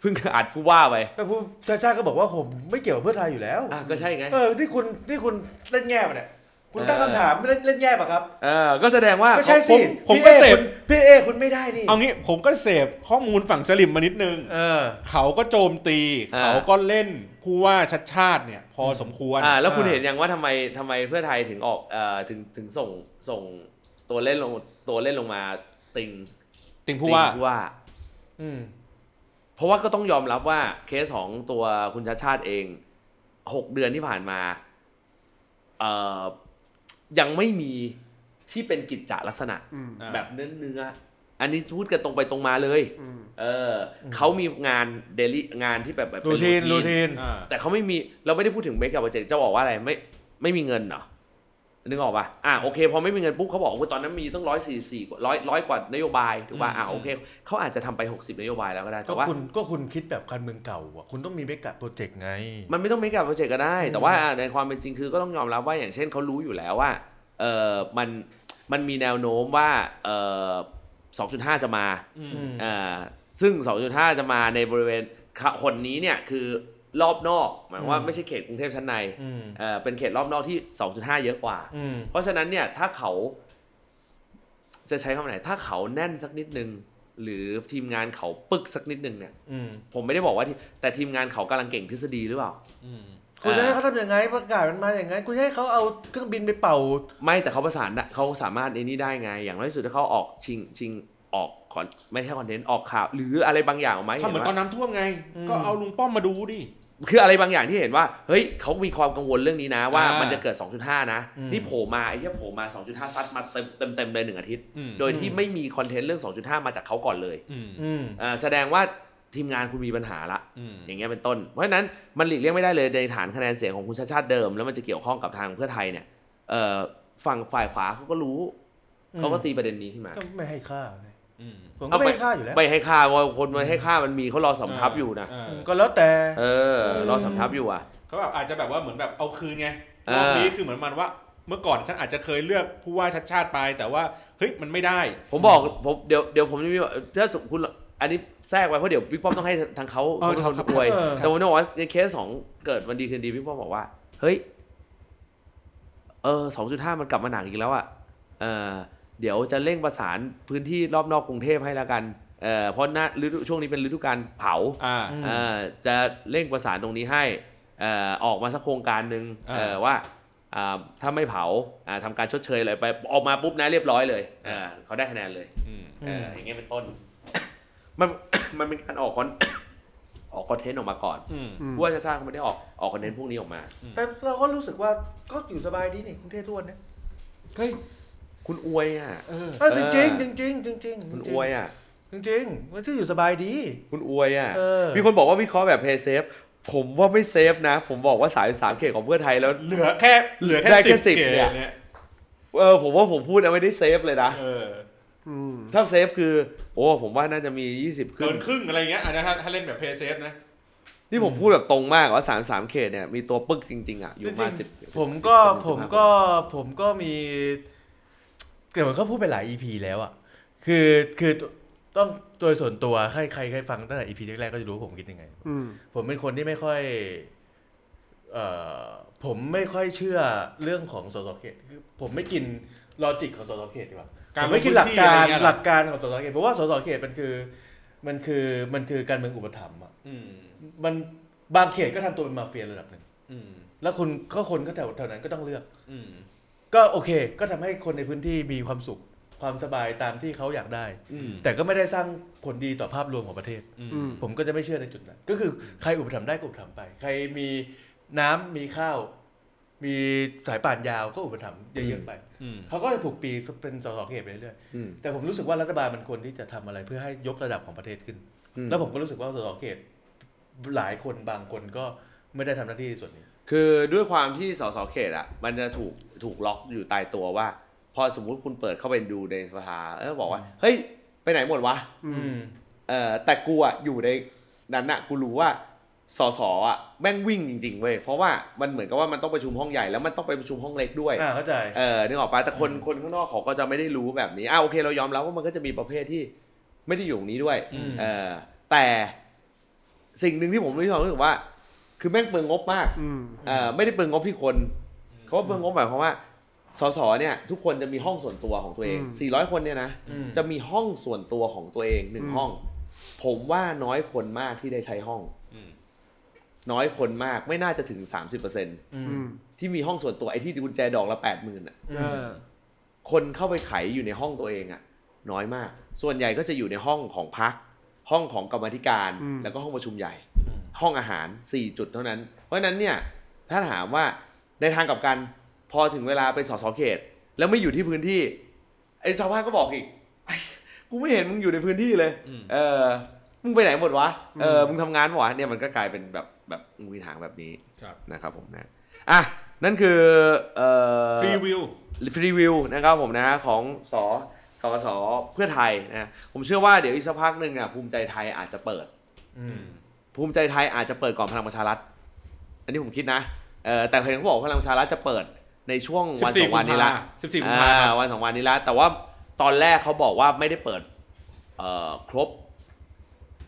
Speaker 4: เพิ่งอัดผู้ว่าไป
Speaker 2: แต่ผู้ชาติชาติก็บอกว่าผมไม่เกี่ยวกับเพื่อไทยอยู่แล้ว
Speaker 4: อ่ะก็ใช่ไง
Speaker 2: เออที่คุณที่คุณเล่นแง่ปะเนี่ย คุณตั้ง
Speaker 4: เออ
Speaker 2: คำถามเล่นเล่นแง่ปะครับ
Speaker 4: เออก็แสดงว่า
Speaker 2: ก็ใช่สิ
Speaker 3: ผมผม
Speaker 2: พี่
Speaker 3: ก็
Speaker 2: เอ
Speaker 3: เส
Speaker 2: คุ
Speaker 3: พ
Speaker 2: ณพี่เอคุณไม่ได้นี่
Speaker 3: เอางี้ผมก็เสพข้อมูลฝั่งสลิมมานิดนึง
Speaker 2: เออ
Speaker 3: เขาก็โจมตี
Speaker 4: อ่า
Speaker 3: เขาก็เล่นผู้ว่าชัดชาติเนี่ย พอสมควร
Speaker 4: อ่าแล้วคุณ
Speaker 2: อ่า
Speaker 4: เห็นยังว่าทำไมทำไมเพื่อไทยถึงออกเอ่อถึงถึงส่งส่งตัวเล่นลงตัวเล่นลงมาติง
Speaker 3: ติงผู้ว่า
Speaker 4: ติงผู้ว่า
Speaker 2: อืม
Speaker 4: เพราะว่าก็ต้องยอมรับว่าเคสของตัวคุณชาติชาติเองหกเดือนที่ผ่านมาเอ่อยังไม่มีที่เป็นกิจจลักษณะ
Speaker 1: อืม
Speaker 3: อ่า
Speaker 4: แบบเนื้อเนื้อๆอันนี้พูดกันตรงไปตรงมาเลย
Speaker 1: อืม
Speaker 4: เออเขามีงานเดลิงานที่แบบแบบเป็
Speaker 2: รูทีนรูทีน
Speaker 3: อ่า
Speaker 4: แต่เขาไม่มีเราไม่ได้พูดถึงเมกับโปรเจกต์จะบอกว่าอะไรไม่ไม่มีเงินเหรอนึกออกป่ะอ่ะโอเคพอไม่มีเงินปุ๊บเขาบอกว่าตอนนั้นมีต้องร้อยสี่สี่ร้อยร้อยกว่านโยบายถูกป่ะอ่ะ
Speaker 3: อืม
Speaker 4: โอเคเขาอาจจะทำไป 60 นโยบายแล้วก็ได้
Speaker 2: ก็
Speaker 4: แต่ว่า
Speaker 2: คุณก็คุณคิดแบบการเมืองเก่าอ่ะคุณต้องมีเบกะโปรเจกต์ไง
Speaker 4: มันไม่ต้องไม่กับโปรเจกต์ก็ได้ แต่ว่าในความเป็นจริงคือก็ต้องยอมรับว่าอย่างเช่นเขารู้อยู่แล้วว่าเออมันมันมีแนวโน้มว่าเออ2.5 จะมา
Speaker 3: อืม
Speaker 2: ม
Speaker 4: อ่าซึ่ง 2.5 จะมาในบริเวณคนนี้เนี่ยคือรอบนอกหมายความว่า
Speaker 2: อืม
Speaker 4: ไม่ใช่เขตกรุงเทพชั้นใน
Speaker 2: อืม
Speaker 4: เออเป็นเขตรอบนอกที่ 2.5 เยอะกว่า
Speaker 2: อืม
Speaker 4: เพราะฉะนั้นเนี่ยถ้าเขาจะใช้คำไหนถ้าเขาแน่นสักนิดนึง หรือทีมงานเขาปึกสักนิดนึงเนี่ย
Speaker 2: อืม
Speaker 4: ผมไม่ได้บอกว่าที่แต่ทีมงานเขากำลังเก่งทฤษฎีหรือเปล่า
Speaker 3: อืม
Speaker 2: คุณจะให้เขาทำยังไงประกาศมันมาอย่างไงคุณจะให้เขาเอาเครื่องบินไปเป่า
Speaker 4: ไม่แต่เขาประสานได้เขาสามารถไอ้นี่ได้ไง อย่างน้อยที่สุดถ้าเขาออกชิงชิงออกคอนไม่ใช่คอนเทนต์ออกข่าว หรืออะไรบางอย่างไหม
Speaker 3: ถ้าเหมือนตอน
Speaker 4: ว่า
Speaker 3: น้ำท่วมไง
Speaker 2: อืม
Speaker 3: ก็เอาลุงป้อมมาดูดิ
Speaker 4: คืออะไรบางอย่างที่เห็นว่าเฮ้ยเขามีความกังวลเรื่องนี้นะ ว่า
Speaker 3: อ่ามั
Speaker 4: มันจะเกิด 2.5 นะ
Speaker 2: อืม
Speaker 4: นี่โผล่มาไอ้ที่โผล่มา 2.5 ซัดมาเต็มเต็มเต็มเลยหนึ่งอาทิตย์
Speaker 3: อืม
Speaker 4: โดยที่ไม่มีคอนเทนต์เรื่อง 2.5 มาจากเขาก่อนเลย
Speaker 3: อืม
Speaker 2: อืม
Speaker 4: อ่าแสดงว่าทีมงานคุณมีปัญหาละ
Speaker 3: อืม
Speaker 4: อย่างเงี้ยเป็นต้น เพราะฉะนั้นมันหลีกเลี่ยงไม่ได้เลยในฐานคะแนนเสียงของคุณชาติชาติเดิม แล้วมันจะเกี่ยวข้องกับทางเพื่อไทยเนี่ยเอ่อฝั่งฝ่ายขวาเขาก็รู้
Speaker 2: อืม
Speaker 4: เขาก็ตีประเด็นนี้ขึ้นมา
Speaker 2: ก็ไม่ให้ค่าเลย
Speaker 3: อืม
Speaker 2: ผมก็ไม่ให้ค่าอยู่แล้ว
Speaker 4: ไม่ให้ค่าว่าคนมันให้ค่ามันมีเขารอสำทับอยู่นะ
Speaker 3: เ
Speaker 2: อืมก็แล้วแต่
Speaker 4: เออ รอสำทับอยู่อ่ะ
Speaker 3: เขาแบบอาจจะแบบว่าเหมือนแบบเอาคืนไง
Speaker 4: เอ
Speaker 3: ร
Speaker 4: อ
Speaker 3: อบนี้คือเหมือนมันว่า เมื่อก่อนฉันอาจจะเคยเลือกผู้ว่าชัดชาติไป แต่ว่าเฮ้ยมันไม่ได้
Speaker 4: ผมบอกผมเดี๋ยวเดี๋ยวผมจะมีถ้าสมคุณอันนี้แทรกไว้เพราะเดี๋ยวพี่ป้อมต้องให้ทางเขา
Speaker 3: เออ
Speaker 4: เขา
Speaker 3: ครับ
Speaker 4: ป่วย
Speaker 2: เออ
Speaker 4: แต่ผมจะบอกว่าในเคสสองเกิดวันดีคืนดีพี่ป้อมบอกว่า เฮ้ย เออสองจุดห้ามันกลับมาหนักอีกแล้วอ่ะเออเดี๋ยวจะเร่งประสานพื้นที่รอบนอกกรุงเทพให้ละกันเออเพราะหน้าฤดูช่วงนี้เป็นฤดูการเผา
Speaker 3: อ่า
Speaker 2: อืม
Speaker 4: เอ่อจะเร่งประสานตรงนี้ให้เอ่อออกมาสักโครงการหนึ่ง
Speaker 3: อ่า
Speaker 4: เอ่อว่าอ่าถ้าไม่เผาอ่าทำาการชดเชยอะไรไปออกมาปุ๊บนะเรียบร้อยเลยเอ่อเขาได้คะแนนเลย
Speaker 3: อืม
Speaker 4: เออ
Speaker 2: ม
Speaker 4: อย่างเงี้ยเป็นต้น มัน มันเป็นการออก คอน ออกคอนเทนต์ออกมาก่อน
Speaker 3: อืม
Speaker 1: อืม
Speaker 4: ผู้ว่าจะสร้างเขาไม่ได้ออกออกคอนเทนต์พวกนี้ออกมา
Speaker 2: แต่เราก็รู้สึกว่าก็อยู่สบายดีนี่กรุงเทพทุกวันเนี่ย
Speaker 3: เฮ้ย
Speaker 4: คุณอวยอ่ะ
Speaker 3: เออ
Speaker 2: เออ
Speaker 4: เอ
Speaker 2: จ
Speaker 4: อ
Speaker 2: ริงๆจริงจริงจริงจริง
Speaker 4: คุณอวยอ่ะ
Speaker 2: จริงจริงๆมันก็อยู่สบายดี
Speaker 4: คุณอวยอ่ะ
Speaker 2: เออ
Speaker 4: มีคนบอกว่าวิเคราะห์แบบเพย์เซฟผมว่าไม่เซฟนะ ผมบอกว่าสายสามเขตของเพื่อไทยแล้ว
Speaker 3: เหลือแค่เหลือแค่
Speaker 4: ได้แค่
Speaker 3: สิบ
Speaker 4: 10
Speaker 3: เกม
Speaker 4: เนี่ย
Speaker 3: เนี่ย
Speaker 4: เออผมว่าผมพูดเอาไม่ได้เซฟเลยนะ
Speaker 3: เออ
Speaker 1: อืม
Speaker 4: ถ้าเซฟคือ โอ้ผมว่าน่าจะมี 20 ขึ้
Speaker 3: เกิ
Speaker 4: น
Speaker 3: นครึ่งอะไรเงี้ยอันนั้นถ้าถ้าเล่นแบบเพย์เซฟนะ
Speaker 4: นี่ผมพูดแบบตรงมากว่า 3 3 เขตเนี่ย มีตัวปึกจริง ๆ อ่ะ อยู่
Speaker 2: จริงๆ
Speaker 4: มาสิบ
Speaker 2: ผมก็
Speaker 4: สิบคน
Speaker 2: ผม
Speaker 4: สิบห้าคน
Speaker 2: ก็ผมก็มีเกี่ยวกับเขาพูดไปหลาย EP แล้วอ่ะคือคือต้องโดยส่วนตัวใครใครใครฟังตั้งแต่ EP แรกๆก็จะรู้ว่าผมคิดยังไง
Speaker 1: อืม
Speaker 2: ผมเป็นคนที่ไม่ค่อยเอ่อผมไม่ค่อยเชื่อเรื่องของสสเขตคือผมไม่กินลอจิกของสสเขตดีกว่า
Speaker 3: การ
Speaker 2: ผมไม่กินหลักการ
Speaker 3: ลงพื้นที่อะไรเงี้ยเหรอ
Speaker 2: หลักการของสสเขตเพราะว่าสสเขตมันคือมันคือมันคือการเมืองอุปถัมภ์อ่ะ
Speaker 3: อืม
Speaker 2: มันบางเขตก็ทำตัวเป็นมาเฟียระดับหนึ่ง
Speaker 3: อืม
Speaker 2: แล้วคุณก็คนก็แถวแถวนั้นก็ต้องเลือก
Speaker 3: อืม
Speaker 2: ก็โอเค ก็ทำให้คนในพื้นที่มีความสุข ความสบายตามที่เขาอยากได้
Speaker 3: อืม
Speaker 2: แต่ก็ไม่ได้สร้างผลดีต่อภาพรวมของประเทศ
Speaker 3: อื
Speaker 1: อื
Speaker 3: ม
Speaker 1: ม
Speaker 2: ผมก็จะไม่เชื่อในจุดนั้น ก็คือใครอุปถัมภ์ได้ก็อุปถัมภ์ไป ใครมีน้ำมีข้าว มีสายป่านยาวก็อุปถัมภ์เย
Speaker 4: อื
Speaker 2: อะ
Speaker 4: ม
Speaker 2: ๆไป
Speaker 3: อืม
Speaker 2: เขาก็จะถูกปีเป็นสสเขตไปเรื่อย
Speaker 4: อืม
Speaker 2: ๆแต่ผมรู้สึกว่ารัฐบาลมันควรที่จะทำอะไรเพื่อให้ยกระดับของประเทศขึ้น
Speaker 4: อืม
Speaker 2: แล้วผมก็รู้สึกว่าสสเขตหลายคนบางคนก็ ไม่ได้ทำหน้าที่ส่วนนี้
Speaker 4: คือด้วยความที่สสเขตอ่ะ มันจะถูกถูกล็อกอยู่ตายตัวว่า พอสมมุติคุณเปิดเข้าไปดูในสภาเออบอกว่า เฮ้ย ไปไหนหมดวะ
Speaker 1: อืม
Speaker 4: เออแต่กูอ่ะอยู่ในนั้นน่ะกูรู้ว่าสสอ่ะแม่งวิ่งจริงๆเว้ยเพราะว่ามันเหมือนกับว่ามันต้องประชุมห้องใหญ่แล้วมันต้องไปประชุมห้องเล็กด้วย
Speaker 2: อ่าเข้าใจ
Speaker 4: เออนึกออกปะแต่คนคนข้างนอกเขาก็จะไม่ได้รู้แบบนี้อ่าโอเคเรายอมรับว่ามันก็จะมีประเภทที่ไม่ได้อยู่ตรงนี้ด้วย
Speaker 2: อืม
Speaker 4: เออแต่สิ่งหนึ่งที่ผมรู้สึกว่า คือแม่งเปลืองงบมาก
Speaker 1: อืม
Speaker 4: เอ่อไม่ได้เปลืองงบที่คนเขาว่าเปลืองงบหมายความว่าสสเนี่ยทุกคนจะมีห้องส่วนตัวของตัวเอง
Speaker 1: อืม
Speaker 4: 400 คนเนี่ยนะ
Speaker 2: อืม
Speaker 4: จะมีห้องส่วนตัวของตัวเองหนึ่งห้อง ผมว่าน้อยคนมากที่ได้ใช้ห้อง
Speaker 3: อืม
Speaker 4: น้อยคนมากไม่น่าจะถึง 30%
Speaker 2: อืม
Speaker 1: อืม
Speaker 4: ที่มีห้องส่วนตัวไอ้ที่กุญแจดอกละ8 0 0 0 0ื่น
Speaker 1: เออ
Speaker 4: คนเข้าไปไขอยู่ในห้องตัวเองอะน้อยมาก ส่วนใหญ่ก็จะอยู่ในห้องของพัก ห้องของกรรมาธิการ
Speaker 1: อืม
Speaker 4: แล้วก็ห้องประชุมใหญ่
Speaker 2: อืม
Speaker 4: ห้องอาหาร 4 จุดเท่านั้น เพราะฉะนั้นเนี่ย ถ้าถามว่าในทางกลับกัน พอถึงเวลาเป็นสสเขต แล้วไม่อยู่ที่พื้นที่ ไอ้ชาวบ้านก็บอกอีกไอ้กูไม่เห็นมึงอยู่ในพื้นที่เลย
Speaker 3: อืม
Speaker 4: เออ มึงไปไหนหมดวะ เออ
Speaker 1: อืม
Speaker 4: มึงทำงานหมดวะ เนี่ยมันก็กลายเป็นแบบแบบมึงมีทางแบบนี้
Speaker 3: ครับ
Speaker 4: นะครับผมนะ อ่ะ นั่นคือ เอ่อ
Speaker 3: รีวิว
Speaker 4: ฟรีวิวนะครับผมนะของสสสเพื่อไทยนะ ผมเชื่อว่าเดี๋ยวอีกสักพักหนึ่งอ่ะภูมิใจไทยอาจจะเปิด
Speaker 2: อืม
Speaker 4: ภูมิใจไทยอาจจะเปิดก่อนพลังประชารัฐ อันนี้ผมคิดนะเออแต่เห็นเขาบอกว่าพลังประชารัฐจะเปิดในช่วงวันสองวันนี้ละ
Speaker 3: สิบสี่กุมภา
Speaker 4: อ่า
Speaker 3: พันธ์
Speaker 4: วันสองวันนี้ละ แต่ว่าตอนแรกเขาบอกว่าไม่ได้เปิดเอ่อครบ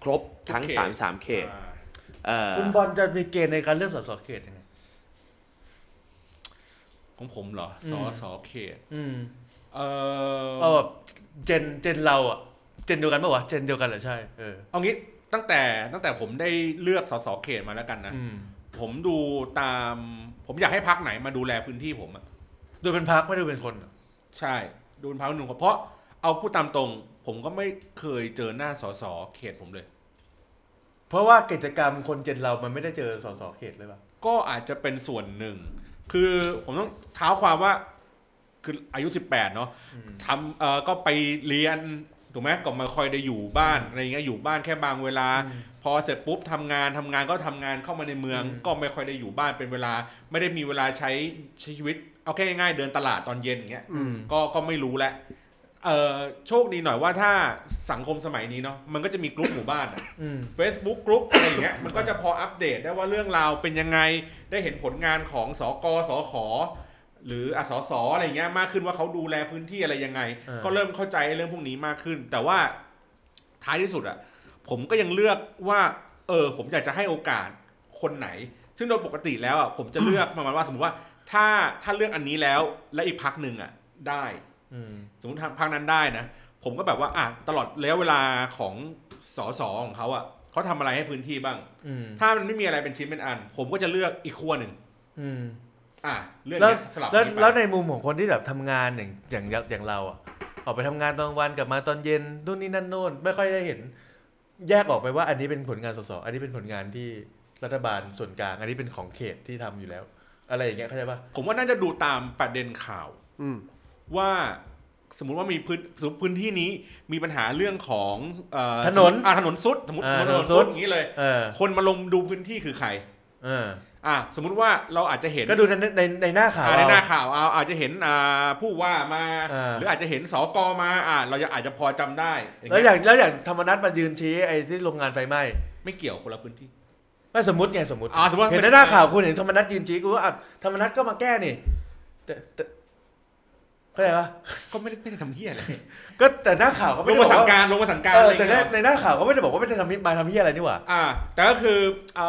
Speaker 4: ครบทั้งสามสามเขต
Speaker 3: อ่า
Speaker 4: เอ่อ
Speaker 2: คุณบอลจะมีเกณฑ์ในการเลือกสสเขตยังไง
Speaker 3: ของผมเหรอ
Speaker 2: อื
Speaker 3: สอ
Speaker 2: ม
Speaker 3: สอเขต
Speaker 2: อืม
Speaker 3: เออ
Speaker 2: เอาแบบเจนเจนเราอ่ะ เจนเดียวกันปะวะ เจนเดียวกันเหรอใช่ เออ
Speaker 3: เอางี้ตั้งแต่ตั้งแต่ผมได้เลือกสอสอเขตมาแล้วกันนะ
Speaker 2: อืม
Speaker 3: ผมดูตาม ผมอยากให้พักไหนมาดูแลพื้นที่ผมอะ
Speaker 2: โดยเป็นพักไม่ได้เป็นคนอะ
Speaker 3: ใช่ดูเป็นพักหนึ่งเพราะเอาพูดตามตรง ผมก็ไม่เคยเจอหน้าสอสอเขตผมเลย
Speaker 2: เพราะว่ากิจกรรมคนเจนเรามันไม่ได้เจอสสเขตเลยปะ
Speaker 3: ก็อาจจะเป็นส่วนหนึ่ง คือผมต้องเท้าความว่า คืออายุ 18 เนาะทำเอ่อก็ไปเรียน ถูกไหมก็ไมาคอยได้อยู่บ้านอะไรอย่างเงี้ยอยู่บ้านแค่บางเวลา
Speaker 2: อืม
Speaker 3: พอเสร็จปุ๊บทำงานทำงานก็ทำงานเข้ามาในเมือง
Speaker 2: อืม
Speaker 3: ก็ไม่ค่อยได้อยู่บ้านเป็นเวลา ไม่ได้มีเวลาใช้ใช้ชีวิต เอาแค่ง่ายๆเดินตลาดตอนเย็นอย่างเงี้ย
Speaker 2: อืม
Speaker 3: ก็ก็ไม่รู้แหละเออโชคดีหน่อยว่าถ้าสังคมสมัยนี้เนาะมันก็จะมีกลุ่มหมู่บ้านอะ
Speaker 2: อืม
Speaker 3: Facebook กลุ่มอะไรอย่างเงี้ยมันก็จะพออัปเดตได้ว่าเรื่องราวเป็นยังไงได้เห็นผลงานของสกสขหรืออะสสอะไรอย่างเงี้ยมากขึ้นว่าเขาดูแลพื้นที่อะไรยังไง
Speaker 2: เออ
Speaker 3: ก็เริ่มเข้าใจเรื่องพวกนี้มากขึ้น แต่ว่าท้ายที่สุดอะผมก็ยังเลือกว่าเออผมอยากจะให้โอกาสคนไหน ซึ่งโดยปกติแล้วอะผมจะเลือกประมาณว่าสมมติว่าถ้าถ้าเลือกอันนี้แล้วและอีกพักหนึ่งอะได้
Speaker 2: อืม
Speaker 3: สมมติทางพรรคนั้นได้นะ ผมก็แบบว่าอ่ะตลอดระยะเวลาของสสของเขาอ่ะเขาทำอะไรให้พื้นที่บ้าง
Speaker 2: อืม
Speaker 3: ถ้ามันไม่มีอะไรเป็นชิ้นเป็นอัน ผมก็จะเลือกอีกขั้วหนึ่ง
Speaker 2: อืม
Speaker 3: อ่ะเลือก
Speaker 2: แล้ว
Speaker 3: เนี้ยสลับ
Speaker 2: แล้ว
Speaker 3: นี้ไป
Speaker 2: แล้วในมุมของคนที่แบบทำงานอย่างอย่างอย่างเราอะออกไปทำงานตอนกลางวันกลับมาตอนเย็นนู่นนี่นั่นโน่นไม่ค่อยได้เห็น แยกออกไปว่าอันนี้เป็นผลงานสสอันนี้เป็นผลงานที่รัฐบาลส่วนกลาง อันนี้เป็นของเขตที่ทำอยู่แล้ว อะไรอย่างเงี้ยเข้าใจปะ
Speaker 3: ผมว่าน่าจะดูตามประเด็นข่าว
Speaker 1: อืม
Speaker 3: ว่าสมมติว่ามีพื้นสมมติพื้นที่นี้มีปัญหาเรื่องของเอ่อ
Speaker 2: ถนน
Speaker 3: อ่ะถนนซุดสมมติ
Speaker 2: อ่า
Speaker 3: สมมุติถ
Speaker 2: ถ
Speaker 3: นน
Speaker 2: นนซุ
Speaker 3: ซุด
Speaker 2: ด
Speaker 3: อย่างนี้เลย
Speaker 2: เออ
Speaker 3: คนมาลงดูพื้นที่คือใคร
Speaker 2: เออ
Speaker 3: อ่ะสมมุติว่าเราอาจจะเห็น
Speaker 2: ก็ดูในในในหน้าข่าว
Speaker 3: อ่าในหน้า
Speaker 2: เอ
Speaker 3: ข่าวเอาอาจจะเห็นอ่าผู้ว่ามา
Speaker 2: อ่า
Speaker 3: หรืออาจจะเห็นสกมาอ่าเราจะอาจจะพอจำได้
Speaker 2: าแล้วอ
Speaker 3: เงี้
Speaker 2: ย่างแล้วอย่างธรรมนัฐมายืนชี้ไอ้ที่โรงงานไฟไหม้
Speaker 3: ไม่เกี่ยวคนละพื้นที่
Speaker 2: ไม่สมมติไงสมมติ
Speaker 3: อ่าสมมุติ
Speaker 2: เห็นในหน้าข่าวคุณเห็นธรรมนัฐยืนชี้กูว่าอ่ะธรรมนัฐก็มาแก้นี่แต่แต่เข้าใจปะ
Speaker 3: ก็ไม่ได้ไม่ได้ทำเที่ยอะไร
Speaker 2: ก็แต่หน้าข่าวเขา
Speaker 3: ล
Speaker 2: ไม่
Speaker 3: ง
Speaker 2: ได้บ
Speaker 3: มา
Speaker 2: อก
Speaker 3: สั่ง
Speaker 2: ว่า
Speaker 3: การลงมาสั่งการ
Speaker 2: เอ
Speaker 3: อะ
Speaker 2: อ
Speaker 3: ไร
Speaker 2: แต่ใน
Speaker 3: เงี้ย
Speaker 2: ในหน้าข่าวเขาไม่ได้บอกว่าไม่ได้ทำพิมายทำพิอะไรนี่หว่า
Speaker 3: อ่า แต่ก็คืออ่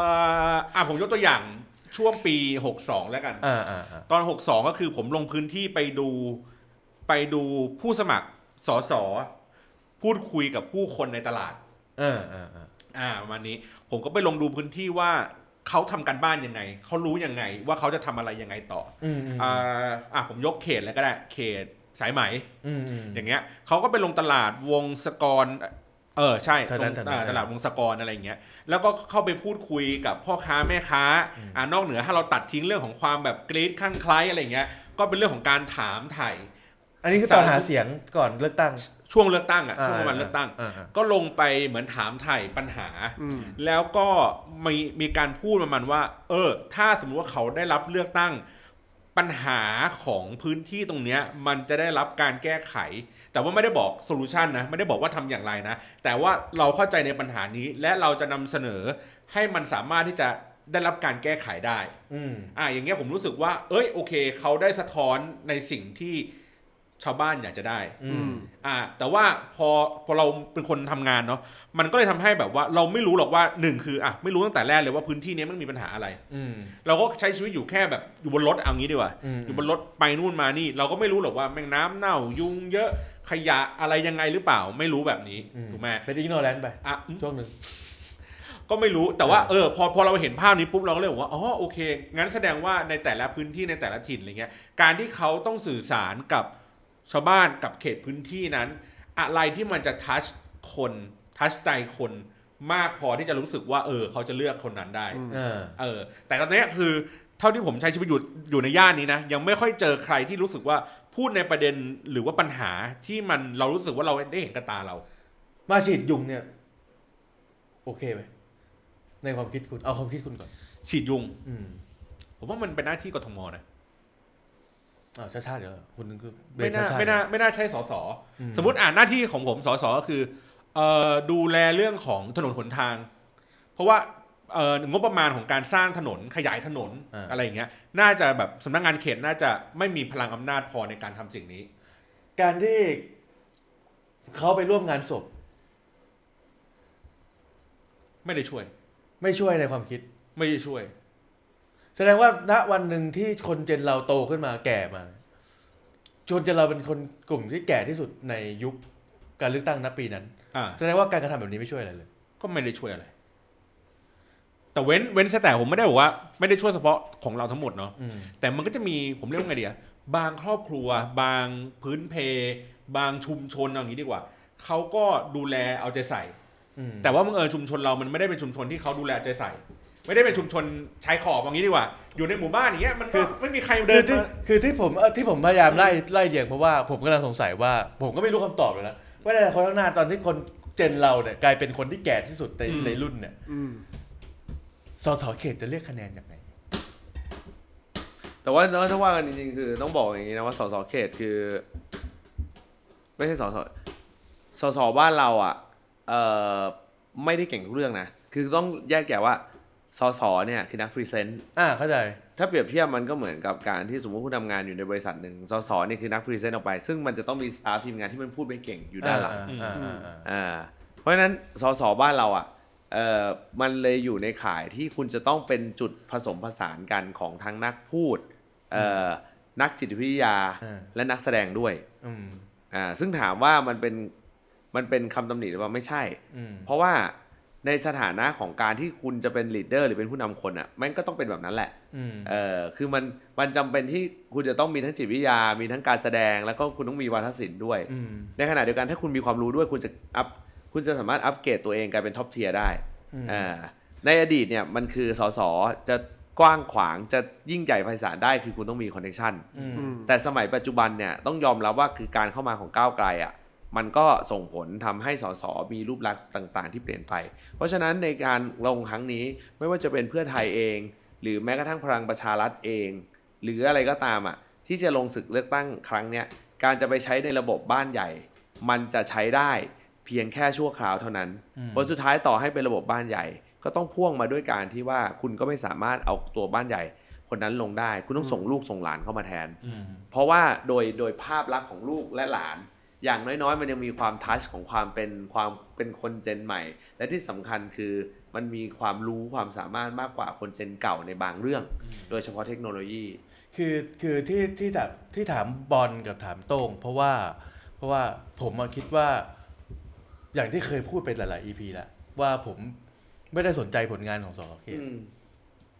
Speaker 3: าอ่าผมยกตัวอย่างช่วงปี 62 แล้วกัน
Speaker 2: อ่าอ่าอ่า
Speaker 3: ตอน 62 ก็คือผมลงพื้นที่ไปดูไปดูผู้สมัครสสพูดคุยกับผู้คนในตลาด
Speaker 2: เออเออเออ
Speaker 3: อ่าประมาณนี้ผมก็ไปลงดูพื้นที่ว่าเขาทำกันบ้านยังไงเขารู้ยังไงว่าเขาจะทำอะไรยังไงต่อ
Speaker 2: อืมอืม
Speaker 3: อ่าอ่ะผมยกเขตแล้วก็ได้ เขตสายไหม
Speaker 2: อืมอืม
Speaker 3: อย่างเงี้ยเขาก็ไปลงตลาดวงสกรเออใช่
Speaker 2: แถว
Speaker 3: ตร
Speaker 2: นั้น
Speaker 3: ง
Speaker 2: แถวนั้น
Speaker 3: อ่าตลาดวงสกรอะไรอย่างเงี้ยแล้วก็เข้าไปพูดคุยกับพ่อค้าแม่ค้า
Speaker 2: อืม
Speaker 3: อ่านอกเหนือถ้าเราตัดทิ้งเรื่องของความแบบกรี๊ดข้างไคล้ายอะไรอย่างเงี้ยก็เป็นเรื่องของการถามไถ่
Speaker 2: อันนี้คือตอนหาเสียงก่อนเลือกตั้ง
Speaker 3: ช่วงเลือกตั้งอ่ะช่วงวันเลือกตั้ง
Speaker 2: า
Speaker 3: ก็ลงไปเหมือนถามไถ่ปัญหา
Speaker 1: อืม
Speaker 3: แล้วก็มีมีการพูดประมาณว่า เออ ถ้าสมมติว่าเขาได้รับเลือกตั้งปัญหาของพื้นที่ตรงเนี้ย มันจะได้รับการแก้ไข แต่ว่าไม่ได้บอกโซลูชันนะ ไม่ได้บอกว่าทำอย่างไรนะ แต่ว่าเราเข้าใจในปัญหานี้ และเราจะนำเสนอให้มันสามารถที่จะได้รับการแก้ไขได้
Speaker 2: อืม
Speaker 3: อ่ะอย่างเงี้ยผมรู้สึกว่า เอ้ยโอเค เขาได้สะท้อนในสิ่งที่ชาวบ้านอยากจะได้
Speaker 2: อืม
Speaker 3: อ่าแต่ว่าพอพอเราเป็นคนทำงานเนาะมันก็เลยทำให้แบบว่าเราไม่รู้หรอกว่าหนึ่งคืออ่ะไม่รู้ตั้งแต่แรกเลยว่าพื้นที่เนี้ยมันมีปัญหาอะไร
Speaker 2: อืม
Speaker 3: เราก็ใช้ชีวิตอยู่แค่แบบอยู่บนรถเอางี้ดีกว่า
Speaker 2: อืม
Speaker 3: อยู่บนรถไปนู่นมานี่ เราก็ไม่รู้หรอกว่าแม่งน้ำเน่ายุงเยอะขยะอะไรยังไงหรือเปล่า ไม่รู้แบบนี้ถูกไหม
Speaker 2: เป็นอิกโนแลนไป
Speaker 3: อ่ะ
Speaker 2: ช่วงหนึ่ง
Speaker 3: ก็ไม่รู้แต่ว่าเออพอพอเราเห็นภาพนี้ปุ๊บเราก็เลยบอกว่าอ๋อโอเค งั้นแสดงว่าในแต่ละพื้นที่ในแต่ละถิ่นอะไรเงี้ยการที่เขาต้องสื่อสารกับชาวบ้านกับเขตพื้นที่นั้น อะไรที่มันจะทัชคนทัชใจคนมากพอที่จะรู้สึกว่าเออ เขาจะเลือกคนนั้นได้
Speaker 1: อืม
Speaker 2: เออ
Speaker 3: เออ แต่ตอนเนี้ยคือเท่าที่ผมใช้ชีวิตอยู่อยู่ในย่านนี้นะยังไม่ค่อยเจอใครที่รู้สึกว่าพูดในประเด็นหรือว่าปัญหาที่มันเรารู้สึกว่าเราได้เห็นกับตาเรา
Speaker 2: มาฉีดยุงเนี่ย โอเคไหมในความคิดคุณ เอาความคิดคุณก่อน
Speaker 3: ฉีดยุง
Speaker 2: อืม
Speaker 3: ผมว่ามันเป็นหน้าที่กทมนะ
Speaker 2: อ่าชาติชาติเดี๋ยวคุณคือ
Speaker 3: ไม่น่า
Speaker 2: ชติชติ
Speaker 3: ไม่น่าไม่น่าใช่สส
Speaker 2: อื
Speaker 3: สมมติอ่านหน้าที่ของผมสสก็คือเอ่อดูแลเรื่องของถนนหนทาง เพราะว่าเอ่องบประมาณของการสร้างถนนขยายถนนอะไรอย่างเงี้ยน่าจะแบบสำนักงานเขตน่าจะไม่มีพลังอำนาจพอในการทำสิ่งนี้
Speaker 2: การที่เขาไปร่วมงานศพ
Speaker 3: ไม่ได้ช่วย
Speaker 2: ไม่ช่วยในความคิด
Speaker 3: ไม่ได้ช่วย
Speaker 2: แสดงว่าณวันหนึ่งที่คนเจนเราโตขึ้นมาแก่มาชนเจนเราเป็นคนกลุ่มที่แก่ที่สุดในยุคการเลือกตั้งณปีนั้น
Speaker 3: อ่า
Speaker 2: แสดงว่าการกระทำแบบนี้ไม่ช่วยอะไรเลย
Speaker 3: ก็ไม่ได้ช่วยอะไร แต่เว้นเว้นแต่ผมไม่ได้บอกว่า ไม่ได้ช่วยเฉพาะของเราทั้งหมดเนาะ
Speaker 2: อืม
Speaker 3: แต่มันก็จะมีผมเรียกว่าไงเดียบางครอบครัว บางพื้นเพ บางชุมชนเอาอย่างนี้ดีกว่าเขาก็ดูแลเอาใจใส่
Speaker 2: อืม
Speaker 3: แต่ว่าบังเอิญชุมชนเรามันไม่ได้เป็นชุมชนที่เขาดูแลเอาใจใส่ ไม่ได้เป็นชุมชนชายขอบเอางี้ดีกว่า อยู่ในหมู่บ้านอย่างเงี้ยมัน
Speaker 2: คื
Speaker 3: ก็
Speaker 2: อ
Speaker 3: ไม่มีใคร
Speaker 2: คื
Speaker 3: เดิ
Speaker 2: อน ที่
Speaker 3: มา
Speaker 2: คือที่ผมเอ่อที่ผมพยายามไล่ไล่เรียงเพราะว่าผมกำลังสงสัยว่า ผมก็ไม่รู้คำตอบเลยนะว่าในอนาคนข้างหน้าตอนที่คนเจนเราเนี่ยกลายเป็นคนที่แก่ที่สุดในในรุ่นเนี่ย
Speaker 1: อืม
Speaker 2: สสเขตจะเรียกคะแนนยังไง
Speaker 4: แต่ว่าถ้าว่ากันจริงๆคือต้องบอกอย่างนี้นะว่าสสเขตคือ ไม่ใช่สสสสบ้านเราอ่ะเอ่อไม่ได้เก่งทุกเรื่องนะ คือต้องแยกแยะว่าสสเนี่ยคือนักพรีเซนต์
Speaker 2: อ่าเข้าใจ
Speaker 4: ถ้าเปรียบเทียบมันก็เหมือนกับการที่สมมติคุณทำงานอยู่ในบริษัทหนึ่งสสเนี่ยคือนักพรีเซนต์ออกไป ซึ่งมันจะต้องมีสตาฟทีมงานที่มันพูดไม่เก่งอยู่ด้านหลัง
Speaker 2: อ่าอ่าอ่า
Speaker 4: อ่าเพราะฉะนั้นสสบ้านเราอ่ะเอ่อมันเลยอยู่ในข่ายที่คุณจะต้องเป็นจุดผสมผสานกันของทั้งนักพูดเอ่อนักจิตวิทยา
Speaker 2: อ่า
Speaker 4: และนักแสดงด้วย
Speaker 2: อืม
Speaker 4: อ่าซึ่งถามว่ามันเป็นมันเป็นคำตำหนิหรือเปล่าไม่ใช่
Speaker 2: อืม
Speaker 4: เพราะว่าในสถานะของการที่คุณจะเป็นลีดเดอร์หรือเป็นผู้นำคนอ่ะแม่งก็ต้องเป็นแบบนั้นแหละ
Speaker 2: อืม
Speaker 4: เออคือมันมันจำเป็นที่คุณจะต้องมีทั้งจิตวิทยา มีทั้งการแสดง แล้วก็คุณต้องมีวาทศิลป์ด้วย
Speaker 2: อืม
Speaker 4: ในขณะเดียวกันถ้าคุณมีความรู้ด้วยคุณจะอัพคุณจะสามารถอัปเกรดตัวเองกลายเป็นท็อปเทียร์ได้
Speaker 2: อืม
Speaker 4: อ่าในอดีตเนี่ยมันคือสสจะกว้างขวางจะยิ่งใหญ่ไพศาลได้คือคุณต้องมีคอนเนคชัน
Speaker 2: อืม
Speaker 1: อืม
Speaker 4: แต่สมัยปัจจุบันเนี่ยต้องยอมรับว่าคือการเข้ามาของก้าวไกลอ่ะมันก็ส่งผลทำให้สสมีรูปลักษณ์ต่าง ๆ ที่เปลี่ยนไป เพราะฉะนั้นในการลงครั้งนี้ไม่ว่าจะเป็นเพื่อไทยเอง หรือแม้กระทั่งพลังประชารัฐเอง หรืออะไรก็ตามอ่ะที่จะลงศึกเลือกตั้งครั้งเนี้ยการจะไปใช้ในระบบบ้านใหญ่ มันจะใช้ได้เพียงแค่ชั่วคราวเท่านั้นผลสุดท้ายต่อให้เป็นระบบบ้านใหญ่ ก็ต้องพ่วงมาด้วยการที่ว่าคุณก็ไม่สามารถเอาตัวบ้านใหญ่ คนนั้นลงได้ คุณต้องส่งลูกส่งหลานเข้ามาแทน
Speaker 2: อืม
Speaker 4: เพราะว่าโดยโดยภาพลักษณ์ของลูกและหลาน อย่างน้อยๆ มันยังมีความทัชของความเป็นความเป็นคนเจนใหม่ และที่สำคัญคือมันมีความรู้ความสามารถมากกว่าคนเจนเก่าในบางเรื่อง โดยเฉพาะเทคโนโลยี
Speaker 2: คือคือที่ที่ถามที่ถามบอลกับถามโต้งเพราะว่า เพราะว่าผมมาคิดว่า อย่างที่เคยพูดไปหลายๆ EP แล้วว่าผมไม่ได้สนใจผลงานของสสเขต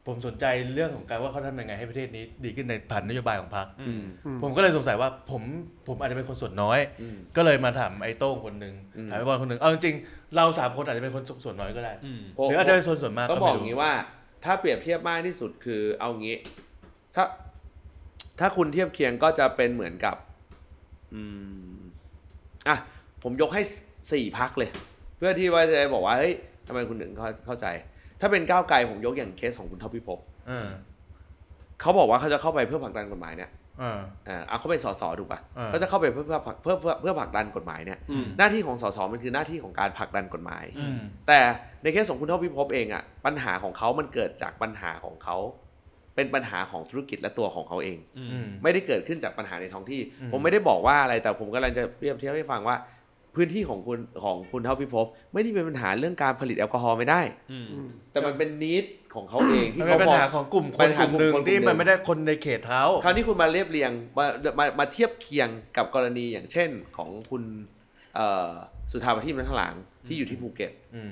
Speaker 2: ผมสนใจเรื่องของการว่าเขาทำยังไงให้ประเทศนี้ดีขึ้นในผ่านนโยบายของพรรค
Speaker 4: อืม
Speaker 1: อืม
Speaker 2: ผมก็เลยสงสัยว่าผมผมอาจจะเป็นคนส่วนน้อย
Speaker 4: อืม
Speaker 2: ก็เลยมาถามไอ้โต้งคนหนึ่ง
Speaker 4: อืม
Speaker 2: ถามไอ้บอลคนหนึ่งเอาจริงๆเราสามคนอาจจะเป็นคนส่วนน้อยก็ได้
Speaker 3: อืม
Speaker 2: หรืออาจจะเป็นส่วนส่วนมาก
Speaker 4: ต้
Speaker 2: ก็
Speaker 4: องบ
Speaker 2: ไม่
Speaker 4: อกอย่าง
Speaker 2: รู้
Speaker 4: นี้ว่า ถ้าเปรียบเทียบมากที่สุดคือเอางี้ ถ้า ถ้าคุณเทียบเคียงก็จะเป็นเหมือนกับ อืมอ่ะผมยกให้สี่พักเลย เพื่อที่ว่าจะบอกว่าเฮ้ยทำไมคุณถึงเข้าเข้าใจ ถ้าเป็นก้าวไกลผมยกอย่างเคสของคุณท็อปพิภพ
Speaker 2: อ่า
Speaker 4: เขาบอกว่าเขาจะเข้าไปเพื่อผลักดันกฎหมายเนี่ย
Speaker 2: อ่า
Speaker 4: อ่าเอาเขาเป็นสสถูกป่ะ
Speaker 2: อ่า
Speaker 4: เขาจะเข้าไปเพื่อเพื่อผลักเพื่อเพื่อเพื่อผลักดันกฎหมายเนี่ย
Speaker 1: อืม
Speaker 4: หน้าที่ของสสมันคือหน้าที่ของการผลักดันกฎหมาย
Speaker 2: อืม
Speaker 4: แต่ในเคสของคุณเท่าพิภพเองอะปัญหาของเขามันเกิดจากปัญหาของเขา เป็นปัญหาของธุรกิจและตัวของเขาเอง
Speaker 3: อื
Speaker 2: อื
Speaker 3: ม
Speaker 2: ม
Speaker 4: ไม่ได้เกิดขึ้นจากปัญหาในท้องที่
Speaker 2: อืม
Speaker 4: ผมไม่ได้บอกว่าอะไรแต่ผมกำลังจะเปรียบเทียบให้ฟังว่า พื้นที่ของคุณของคุณเท่าพิภพไม่ได้เป็นปัญหาเรื่องการผลิตแอลกอฮอล์ไม่ได้
Speaker 3: อืม
Speaker 1: อืม
Speaker 4: แต่มันเป็นนิดของเขาเองที่
Speaker 2: มันเป็น
Speaker 4: เขา
Speaker 2: ปัญ
Speaker 4: บอก
Speaker 2: หาของกลุ่มค
Speaker 4: ปั
Speaker 2: น
Speaker 4: ญ
Speaker 2: ก
Speaker 4: หา
Speaker 2: ลุ่ม
Speaker 4: ของ
Speaker 2: หนึ่ง
Speaker 4: คนกลุ่ม
Speaker 2: ที่มั
Speaker 4: หนึ่
Speaker 2: น
Speaker 4: ง
Speaker 2: ไม่ได้คนในเขตเขา
Speaker 4: คราวนี้คุณมาเรียบเรียงมามามาเทียบเคียงกับกรณีอย่างเช่นของคุณเอ่อสุธาวทีมนัทหลังที่อยู่ที่ภูเก็ต
Speaker 2: อืม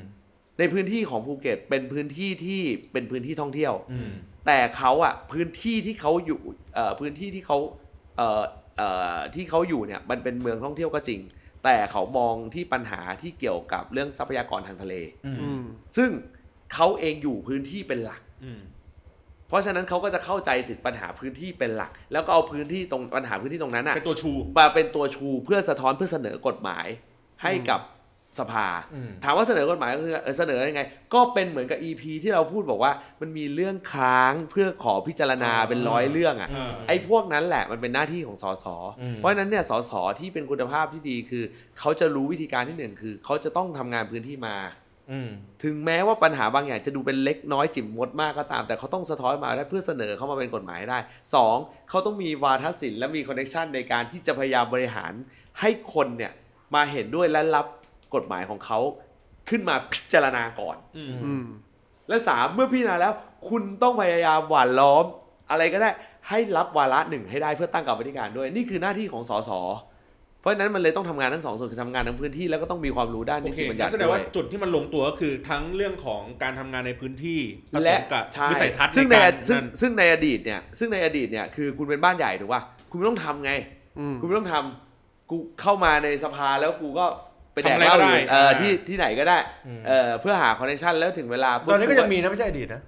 Speaker 4: ในพื้นที่ของภูเก็ตเป็นพื้นที่ที่เป็นพื้นที่ท่องเที่ยว
Speaker 2: อืม
Speaker 4: แต่เขาอะพื้นที่ที่เขาอยู่เอ่อพื้นที่ที่เขาเอ่อเอ่อที่เขาอยู่เนี่ยมันเป็นเมืองท่องเที่ยวก็จริง แต่เขามองที่ปัญหาที่เกี่ยวกับเรื่องทรัพยากรทางทะเล
Speaker 2: อืม
Speaker 1: อืม
Speaker 4: ซึ่งเขาเองอยู่พื้นที่เป็นหลัก
Speaker 3: อืม
Speaker 4: เพราะฉะนั้นเขาก็จะเข้าใจถึงปัญหาพื้นที่เป็นหลัก แล้วก็เอาพื้นที่ตรงปัญหาพื้นที่ตรงนั้นอะ
Speaker 3: เป็นตัวชู
Speaker 4: มาเป็นตัวชูเพื่อสะท้อนเพื่อเสนอกฎหมายให้กับสภา
Speaker 2: อืม
Speaker 4: ถามว่าเสนอกฎหมายก็คือเออเสนอยังไง ก็เป็นเหมือนกับ EP ที่เราพูดบอกว่า มันมีเรื่องค้างเพื่อขอพิจารณาเป็นร้อยเรื่องอะ
Speaker 3: อืม
Speaker 4: ไอ้พวกนั้นแหละมันเป็นหน้าที่ของสส
Speaker 2: อืม
Speaker 4: เพราะฉะนั้นเนี่ยสสที่เป็นคุณภาพที่ดีคือ เขาจะรู้วิธีการที่หนึ่งคือ เขาจะต้องทำงานพื้นที่มา
Speaker 2: อืม
Speaker 4: ถึงแม้ว่าปัญหาบางอย่างจะดูเป็นเล็กน้อยจิ๋มมดมากก็ตาม แต่เขาต้องสะท้อนมาได้เพื่อเสนอเข้ามาเป็นกฎหมายให้ได้สองเขาต้องมีวาทศิลป์และมีคอนเนคชันในการที่จะพยายามบริหารให้คนเนี่ยมาเห็นด้วยและรับกฎหมายของเขาขึ้นมาพิจารณาก่อน
Speaker 3: อืม
Speaker 1: อืม
Speaker 4: และสามเมื่อพิจารณาแล้ว คุณต้องพยายามหว่านล้อม อะไรก็ได้ให้รับวาระหนึ่งให้ได้เพื่อตั้งกรรมธิการด้วย นี่คือหน้าที่ของสสเพราะฉะนั้นมันเลยต้องทำงานทั้งสองส่วนคือทำงานทั้งพื้นที่แล้วก็ต้องมีความรู้ด้าน
Speaker 3: โอ
Speaker 4: นิ
Speaker 3: เค
Speaker 4: ติบัญญั
Speaker 3: งั้
Speaker 4: ติ
Speaker 3: นแสดง
Speaker 4: ด้ว
Speaker 3: ว่าย จุดที่มันลงตัวก็คือทั้งเรื่องของการทำงานในพื้นที่ผส
Speaker 4: และ
Speaker 3: มกับ
Speaker 4: ใช่
Speaker 3: วิสัยทัศน์
Speaker 4: ซึ่ง
Speaker 3: ใน
Speaker 4: ใน
Speaker 3: การ
Speaker 4: ซึ่ง
Speaker 3: นั่น
Speaker 4: ซึ่งในอดีตเนี่ยซึ่งในอดีตเนี่ยคือคุณเป็นบ้านใหญ่ถูกป่ะคุณไม่ต้องทำไง
Speaker 1: อืม
Speaker 4: กูไม่ต้องทำกูเข้ามาในสภาแล้วกูก็ไปแด
Speaker 3: ทำ
Speaker 4: ก
Speaker 3: อะไรก็
Speaker 4: เหล้าอ
Speaker 3: ได้
Speaker 4: ยู่เออ
Speaker 3: อ่า
Speaker 4: ที่ที่ไหนก็ได้
Speaker 2: อืม
Speaker 4: เออเพื่อหาคอนเนคชันแล้วถึงเวลาปุ๊บ
Speaker 2: ตอนนี้ก็ยังมีนะไม่ใช่อดีตนะ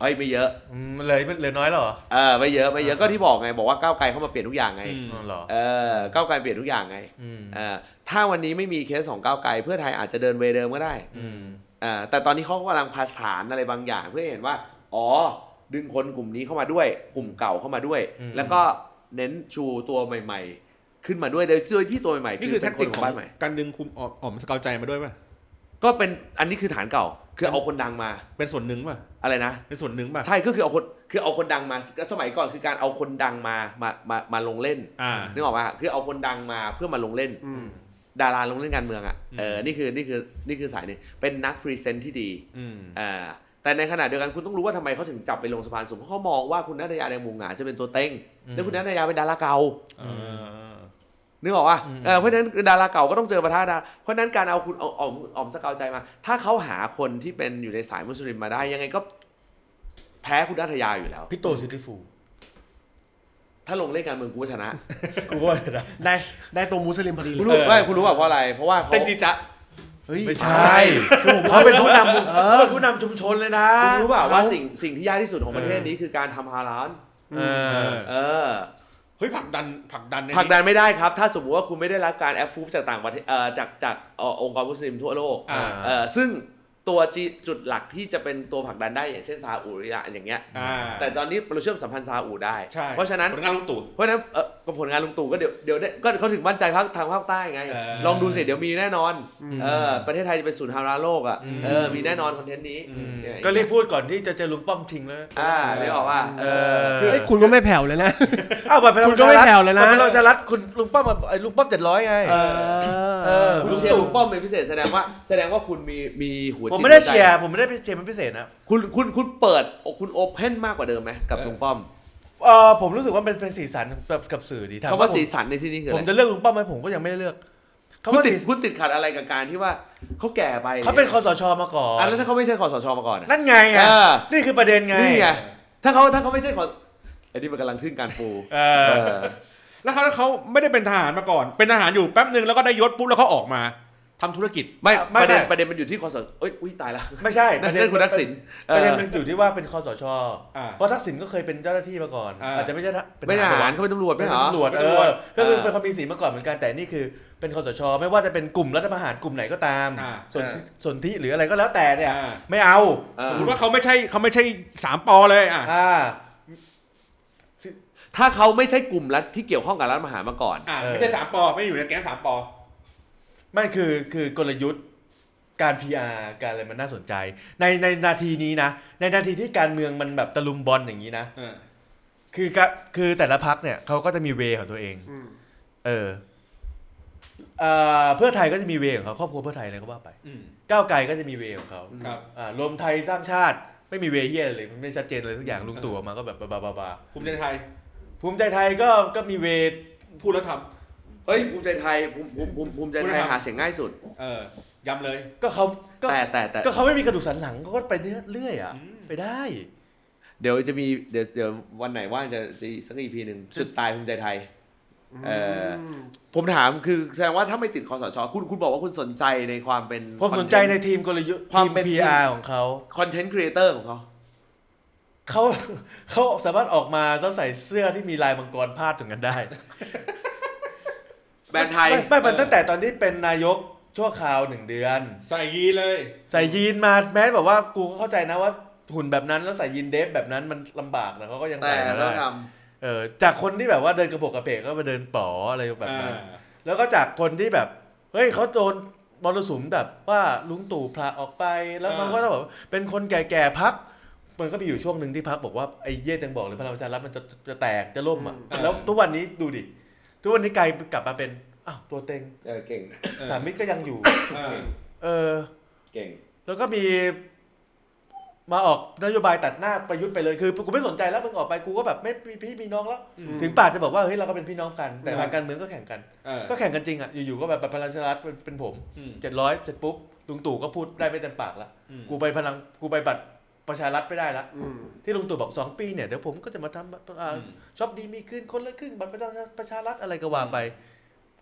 Speaker 4: เอ้ยไม่เยอะ
Speaker 2: อืมเหลยเหลือน้อยแล้วเหรอ
Speaker 4: เออไม่เยอะไม่เยอะก็ที่บอกไงบอกว่าก้าวไกลเข้ามาเปลี่ยนทุกอย่างไง
Speaker 3: อืม
Speaker 2: อ๋อเหรอ
Speaker 4: เออก้าวไกลเปลี่ยนทุกอย่างไง
Speaker 2: อืม
Speaker 4: เออถ้าวันนี้ไม่มีเคสของก้าวไกลเพื่อไทยอาจจะเดินเวย์เดิมก็ได้
Speaker 2: อืม
Speaker 4: อ่าแต่ตอนนี้เขากำลังผสานอะไรบางอย่าง เพื่อให้เห็นว่า อ๋อ ดึงคนกลุ่มนี้เข้ามาด้วย กลุ่มเก่าเข้ามาด้วย
Speaker 2: อืม
Speaker 4: แล้วก็เน้นชูตัวใหม่ ๆ ขึ้นมาด้วยโดยโดยที่ตัวใหม่ๆ
Speaker 3: นี่คือ
Speaker 4: เป็
Speaker 3: แท็
Speaker 4: น
Speaker 3: ก
Speaker 4: ค
Speaker 3: ติ
Speaker 4: น
Speaker 3: ก
Speaker 4: ข
Speaker 3: ขอ
Speaker 4: อ
Speaker 3: ง ง
Speaker 4: บ้านใหม่
Speaker 3: การดึงคุมออมออมสกาวใจมาด้วยป่ะ
Speaker 4: ก็เป็นอันนี้คือฐานเก่า คือเอาคนดังมา
Speaker 3: เป็นส่วนหนึ่งป่ะ
Speaker 4: อะไรนะ
Speaker 3: เป็นส่วนหนึ่งป่ะ
Speaker 4: ใช่ก็คือเอาคนคือเอาคนดังมาสมัยก่อนคือการเอาคนดังมามามามาลงเล่น
Speaker 3: อ่า
Speaker 4: นึกออกปะคือเอาคนดังมาเพื่อมาลงเล่น
Speaker 1: อืม
Speaker 4: ดาราลงเล่นการเมืองอ่ะเอออ
Speaker 3: ม
Speaker 4: นี่คือนี่คือนี่คือสายหนึงเป็นนักพรีเซนต์ที่ดี
Speaker 3: อืม
Speaker 4: อ่าแต่ในขณะเดียวกันคุณต้องรู้ว่าทำไมเขาถึงจับไปลงสะพานสูงเพราะเขามองว่าคุณนัทยาในหมุงหงาจะเป็นตัวเต็ง
Speaker 2: อืม
Speaker 4: แล้วคุณนัทยาเป็นดาราเก่า
Speaker 3: เออ
Speaker 4: นึกออกป่ะ
Speaker 2: อืม
Speaker 4: เออเพราะฉะนั้นดาราเก่าก็ต้องเจอประธานดาเพราะฉะนั้นการเอาคุณเอาเอาเอมสกาวใจมา ถ้าเขาหาคนที่เป็นอยู่ในสายมุสลิมมาได้ยังไงก็ แพ้คุณนัทยาอยู่แล้ว
Speaker 2: พี่โตซิตี้ฟูล
Speaker 4: ถ้าลงเล่นการเมืองกูก็ชนะ
Speaker 2: กูว่าเลยนะ
Speaker 1: ได้ ได้ตัวมุสลิมพอดีเล
Speaker 4: คุณ
Speaker 1: ย
Speaker 4: รู้
Speaker 3: เออ
Speaker 4: ไม่คุณรู้ป่ะเพราะอะไร เพราะว่าเขา
Speaker 3: เต้นจีจะ
Speaker 1: เฮ้ย
Speaker 2: ไม่ใช่
Speaker 1: คือผม
Speaker 2: เขา
Speaker 1: ว่า
Speaker 2: เป็นผู้นำ
Speaker 1: เออ
Speaker 2: เขาเป็น ผู้นำชุมชนเลยนะ
Speaker 4: คุณรู้ป่ะว่า
Speaker 1: เขา
Speaker 4: สิ่งสิ่งที่ยากที่สุดของประเทศนี้คือการทำฮาลาล
Speaker 2: เอ
Speaker 3: เอ
Speaker 2: อ
Speaker 3: อ
Speaker 4: เออ
Speaker 3: เฮ้ยผลักดันผลักดัน
Speaker 4: ผลักดันไม่ได้ครับ ถ้าสมมติว่าคุณไม่ได้รับการแอปฟูฟจากต่างประเทศเอ่อจากจากเอ่อองค์กรมุสลิมทั่วโลก
Speaker 3: อ่า
Speaker 4: เอ่อซึ่งตัวจีจุดหลักที่จะเป็นตัวผลักดันได้อย่างเช่นซาอุดิอาระอย่างเงี้ย
Speaker 3: อ่า
Speaker 4: แต่ตอนนี้เราเชื่อมสัมพันธ์ซาอุได้
Speaker 3: ใช่
Speaker 4: เพราะฉะนั้น
Speaker 3: ผลงานลุงตู่
Speaker 4: เพราะฉะนั้นเอ่อก็ผลงานลุงตู่ก็เดี๋ยวเดี๋ยวได้ก็เขาถึงมั่นใจภาคทางภาคใต้ไง
Speaker 3: เออ
Speaker 4: ลองดูสิเดี๋ยวมีแน่นอน
Speaker 1: อืม
Speaker 4: เออประเทศไทยจะเป็นศูนย์ฮาราโลกอ่ะ
Speaker 2: อืม
Speaker 4: เออมีแน่นอนคอนเทนต์นี้
Speaker 3: อืม
Speaker 4: เนี่ย
Speaker 2: ก็รีบพูดก่อนที่จะเจอลุงป้อมทิ้งแล้ว
Speaker 4: อ่าเรียกออกว่า
Speaker 2: เอ
Speaker 4: เอ
Speaker 2: อ
Speaker 4: อ
Speaker 1: เฮ้ยคุณก็ไม่แผ่วเลยนะ
Speaker 2: เอ้าวบัตรพลัง
Speaker 1: คุณก็ไม่แผ่วเลยนะ
Speaker 2: บัตรพลังประชารัฐคุณลุงป้อมอะไอ้ลุงป้อมเจ็ดร้อยไง
Speaker 1: เอ
Speaker 2: เออ
Speaker 1: อ
Speaker 4: คุณเชียร์ลุงป้อมเป็นพิเศษแสดงว่าแสดงว่าคุณมีมีหัวจิต
Speaker 2: ผมไม่ได้
Speaker 4: หัวใจ
Speaker 2: เชียร์ผมไม่ได้เชียร์เป็นพิเศษนะ
Speaker 4: คุณคุณคุณเปิดคุณโอเพนมากกว่าเดิมไหมกับ
Speaker 3: เออ
Speaker 4: ลุงป้อม
Speaker 2: เออผมรู้สึกว่าเป็นเป็นสีสันกับกับสื่อดีถม
Speaker 4: คำว่า
Speaker 2: ผม
Speaker 4: สีสันในที่นี้คือ
Speaker 2: ผม
Speaker 4: อะไร
Speaker 2: จะเลือกลุงป้อมไหมผมก็ยังไม่ได้เลือกเขา
Speaker 4: คุณ
Speaker 2: ว่า
Speaker 4: ติด
Speaker 2: สี
Speaker 4: คุณติดขัดอะไรกับการที่ว่าเขาแก่ไป
Speaker 2: เขาเป็นคอสชมาก่อน
Speaker 4: อ่ะแล้วถ้าเขาไม่ใช่คอสชมาก่อนอะ
Speaker 2: นั่นไงอ่ะ
Speaker 4: เออ
Speaker 2: นี่คือประเด็นไง
Speaker 4: นี่ไงถ้าเขาถ้าเขาไม่ใช่คอไอ้นี่มันกำลังทึ่งการปู
Speaker 3: เอ
Speaker 4: เอ
Speaker 3: อ
Speaker 4: อ
Speaker 3: แล้วเขาเขาไม่ได้เป็นทหารมาก่อน เป็นทหารอยู่แป๊บหนึ่งแล้วก็ได้ยศปุ๊บแล้วเขาออกมา ทำธุรกิจ
Speaker 4: ไม่
Speaker 2: ไม่
Speaker 4: ประเด็น
Speaker 2: ไม่
Speaker 4: ประเด็นมันอยู่ที่คอสชเอ้ยอุ้ยตายละ
Speaker 2: ไม่ใช่
Speaker 4: นั่นนั่นคุณทักษิณเอ
Speaker 2: ประเด็น
Speaker 4: อ
Speaker 2: มันอยู่ที่ว่าเป็นคอสช
Speaker 3: อ่า
Speaker 2: เพราะทักษิณก็เคยเป็นเจ้าหน้าที่มาก่อน
Speaker 3: อ่า
Speaker 2: อาจจะไม่ใช่ทะเป็น
Speaker 4: ไม่ใช่
Speaker 2: ท
Speaker 4: ท
Speaker 2: หา
Speaker 4: หาร
Speaker 2: ร
Speaker 4: เขาเป็นตำรวจ
Speaker 2: เป็
Speaker 4: ไม่
Speaker 2: น
Speaker 4: เหรอ
Speaker 2: ตำรวจ
Speaker 3: เป็น
Speaker 2: เอ
Speaker 3: ตำรว
Speaker 2: อ
Speaker 3: จ
Speaker 2: ก็คือ
Speaker 4: เออ
Speaker 2: เป็นความมีสีมาก่อนเหมือนกันแต่นี่คือเป็นคอสช ไม่ว่าจะเป็นกลุ่มรัฐประหารกลุ่มไหนก็ตาม
Speaker 3: อ่า
Speaker 2: ส่วนที่ส่วนที่หรืออะไรก็แล้วแต่เนี่ย
Speaker 3: อ่า
Speaker 2: ไม่เอา
Speaker 4: เอ
Speaker 3: ส
Speaker 4: อ
Speaker 3: มมติว่าเขาไม่ใช่เขาไม่ใช่สามปอเลยอ่ะ
Speaker 2: อ่า
Speaker 4: ถ้าเขาไม่ใช่กลุ่มรัฐที่เกี่ยวข้องกับรัฐมหามาก่อน
Speaker 3: อ่ะ
Speaker 2: เออ
Speaker 3: ไม่ใช่สามปอไม่อยู่ในแก๊งสามปอ
Speaker 2: ไม่คือคือกลยุทธ์การ PR การอะไรมันน่าสนใจ ในในนาทีนี้นะ ในนาทีที่การเมืองมันแบบตะลุมบอลอย่างนี้นะ
Speaker 3: เออ
Speaker 2: คือกะคือแต่ละพักเนี่ยเขาก็จะมีเวของตัวเอง
Speaker 1: อืม
Speaker 2: เออเอ่อเพื่อไทยก็จะมีเวของเขาครอบครัวเพื่อไทยอะไรก็ว่าไป
Speaker 3: อืม
Speaker 2: ก้าวไกลก็จะมีเวของเขา
Speaker 3: ครับ
Speaker 2: อ่ารวมไทยสร้างชาติไม่มีเวเฮียอะไรเลยมันไม่ชัดเจนเลยสักอย่างลุงตู่ออกมาก็แบบบาบาบา
Speaker 3: ภูมิใจไทย
Speaker 2: ภูมิใจไทยก็ก็มีเว
Speaker 3: พูดแล้วท
Speaker 4: เอ้ยภูมิใจไทยภูมิภูมิภูมิภูมิใจไทย
Speaker 3: คุณครับ
Speaker 4: หาเสียงง่ายสุด
Speaker 3: ำเออย้ำเลย
Speaker 2: ก็เขาก็
Speaker 4: แต่แต่แต่
Speaker 2: ก็เขาไม่มีกระดูกสันหลังเขาก็ไปเรื่อยๆอ่ะ
Speaker 3: อืม
Speaker 2: ไปได้
Speaker 4: เดี๋ยวจะมีเดี๋ยวเดี๋ยววันไหนว่างจะจะสักอีพีหนึ่งจุดตายภูมิใจไทย เอ่อ
Speaker 1: ม
Speaker 4: ผมถามคือแสดงว่าถ้าไม่ติดคอสชคุณคุณบอกว่าคุณสนใจในความเป็น
Speaker 2: ผมสนใจในทีมกลยุทธ์
Speaker 4: ความ
Speaker 2: ทีม
Speaker 4: เป็น
Speaker 2: PR ของเขา
Speaker 4: คอนเทนต์ครีเอเตอร์ของเขา
Speaker 2: เขาเขาสามารถออกมาแล้วใส่เสื้อที่มีลายมังกรพาดถึงกันได้
Speaker 4: แบรนด์ไทย
Speaker 2: ม่ไม่มันตั้งแต่ตอนที่เป็นนายกชั่วคราวหนึ่งเดือน
Speaker 3: ใส่ยีเลย
Speaker 2: ใส่ยีนมาแม้แบบว่ากูก็เข้าใจนะว่าหุ่นแบบนั้นแล้วใส่ยีนเดฟแบบนั้นมันลำบากนะเขาก็ยัง
Speaker 4: แต่
Speaker 2: ใส่มา
Speaker 4: ต้อ
Speaker 2: ได้
Speaker 4: งท
Speaker 2: เออจากคนที่แบบว่าเดินกระโปกกระเพกก็มาเดินป๋ออะไรแบบนั้น แล้วก็จากคนที่แบบเฮ้ยเขาโดนมรสุมแบบว่าลุงตู่พลาออกไปแล้วเขาก็
Speaker 3: อ่า
Speaker 2: ต้องแบบเป็นคนแก่ๆพัก มันก็มีอยู่ช่วงหนึ่งที่พักบอกว่าไอ้เย่จังบอกเลยพลังประชารัฐมันจะจะแตกจะล่มอ่ะ
Speaker 3: อืม
Speaker 2: แล้วทุกวันนี้ดูดิทุกวันนี้ไกลกลับมาเป็นอ้าวตัวเต็ง
Speaker 4: ำเออเก่ง
Speaker 3: เออ
Speaker 2: สามมิตรก็ยังอยู่
Speaker 3: เออ
Speaker 2: เออ
Speaker 4: เก่ง
Speaker 2: แล้วก็มีมาออกนโยบายตัดหน้าประยุทธ์ไปเลยคือกูไม่สนใจแล้วมึงออกไปกูก็แบบไม่มีพี่มีน้องแล้ว
Speaker 3: อืม
Speaker 1: ม
Speaker 2: ถึงป่ากจะบอกว่าเฮ้ยเราก็เป็นพี่น้องกัน แต่
Speaker 3: อืม
Speaker 2: ทางการเมืองก็แข่งกัน
Speaker 3: เออ
Speaker 2: ก็แข่งกันจริงอ่ะอยู่ๆก็แบบพลังประชารัฐเป็นเป็นผม
Speaker 3: อืม
Speaker 2: เจ็ดร้อยเสร็จปุ๊บลุงตู่ก็พูดได้ไม่เต็มปากละ
Speaker 3: อืม
Speaker 2: กูไปพลังกูไปบัตรประชารัฐไม่ได้ละ
Speaker 1: อืม
Speaker 2: ที่ลุงตู่บอกสองปีเนี่ยเดี๋ยวผมก็จะมาทำอ่า
Speaker 3: อืม
Speaker 2: ชอบดีมีคืนคนละครึ่งบัตรประชาประชารัฐอะไรก็ว่าไป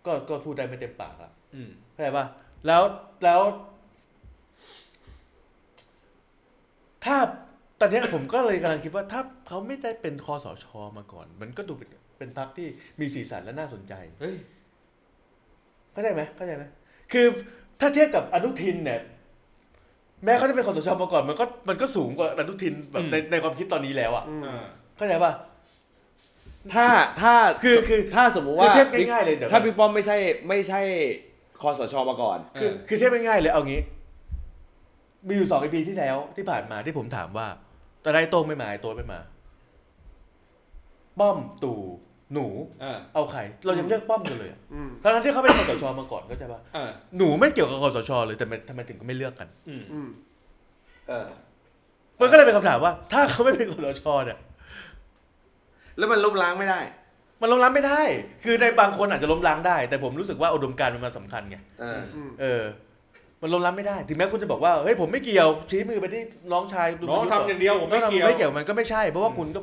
Speaker 2: ก็ก็พูดได้ไม่เต็มปากละ
Speaker 3: อืม
Speaker 2: เข้าใจป่ะแล้วแล้ว ถ้าตอนเนี้ยผมก็เลยกำลังคิดว่าถ้าเขาไม่ได้เป็นคอสชมาก่อน มันก็ดูเป็นเป็นพรรคที่มีสีสันและน่าสนใจ
Speaker 3: เฮ้ย
Speaker 2: เข้าใจไหมเข้าใจไหมคือถ้าเทียบกับอนุทินเนี่ย แม้เขาจะเป็นคอสชมาก่อน มันก็มันก็สูงกว่าอนุทินแบบ
Speaker 3: อืม
Speaker 2: ในในความคิดตอนนี้แล้วอ่ะ
Speaker 1: อืม
Speaker 3: เออ
Speaker 2: เข้าใจป่ะ
Speaker 4: ถ้าถ้า
Speaker 2: คือคือ
Speaker 4: ถ้าสมมุติ
Speaker 2: คือ
Speaker 4: ว่า
Speaker 2: เทียบง่ายๆเลยเดี๋ยว
Speaker 4: ถ้าพี่ป้อมไม่ใช่ไม่ใช่คอสชมาก่อน
Speaker 2: คือคือเทียบง่ายๆเลยเอางี้ มีอยู่สองอีพีที่แล้วที่ผ่านมาที่ผมถามว่าตอนไดโต้งไม่มาไอ้โต้งไม่มา ป้อมตู่หนู
Speaker 3: เออ
Speaker 2: เอาใคร เรายังเลือกป้อมกันเลยอะ
Speaker 1: อืม
Speaker 2: ทั้งๆที่เขาเป็นคอสชมาก่อนเข้าใจป่ะ
Speaker 3: เออ
Speaker 2: หนูไม่เกี่ยวกับคอสชเลยแต่ทำไมทำไมถึงก็ไม่เลือกกัน
Speaker 3: อืม
Speaker 1: อืม
Speaker 4: เออ
Speaker 2: มันก็เลยเป็นคำถามว่า ถ้าเขาไม่เป็นคอสชเนี่ย
Speaker 4: แล้วมันล้มล้างไม่ได้
Speaker 2: มันล้มล้างไม่ได้ คือในบางคนอาจจะล้มล้างได้ แต่ผมรู้สึกว่าอุดมการณ์มันมาสำคัญไง
Speaker 4: เออ
Speaker 1: อืม
Speaker 2: เออ มันล้มล้างไม่ได้ ถึงแม้คุณจะบอกว่า เฮ้ยผมไม่เกี่ยว ชี้มือไปที่น้องชายลุ
Speaker 3: น้อง
Speaker 2: ประยุทธ์
Speaker 3: ทำอย่างเดียวผมไม่
Speaker 2: น้องทำ
Speaker 3: เกี่ยว
Speaker 2: ไม่เกี่ยว มันก็ไม่ใช่ เพราะว่าคุณก็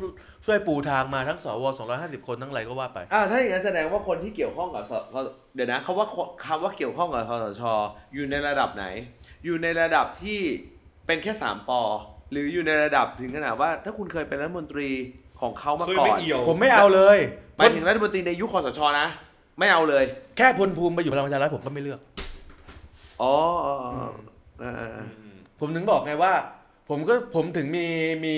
Speaker 2: ช่วยปูทางมาทั้งสว250 คนทั้งอะไรก็ว่าไป
Speaker 4: อ่าถ้าอย่างนั้นแสดงว่าคนที่เกี่ยวข้องกับสสเดี๋ยวนะคำว่าคำว่าเกี่ยวข้องกับคอสชอยู่ในระดับไหน อยู่ในระดับที่เป็นแค่สามปอหรืออยู่ในระดับถึงขนาดว่า ถ้าคุณเคยเป็นรัฐมนตรีของเขามา
Speaker 3: เคย
Speaker 4: ก่อ
Speaker 3: ไม่
Speaker 4: น
Speaker 3: เอี่ยว
Speaker 2: ผมไม่เอาเลย
Speaker 4: หมายถึงรัฐมนตรีในยุคคอสชนะ ไม่เอาเลย
Speaker 2: แค่พลภูมิไปอยู่พลังประชารัฐผมก็ไม่เลือก
Speaker 4: อ๋ออ๋ออ๋อเออเออเอ
Speaker 3: อื
Speaker 4: อ
Speaker 3: ม
Speaker 2: ผมถึงบอกไงว่า ผมก็ผมถึงมีมี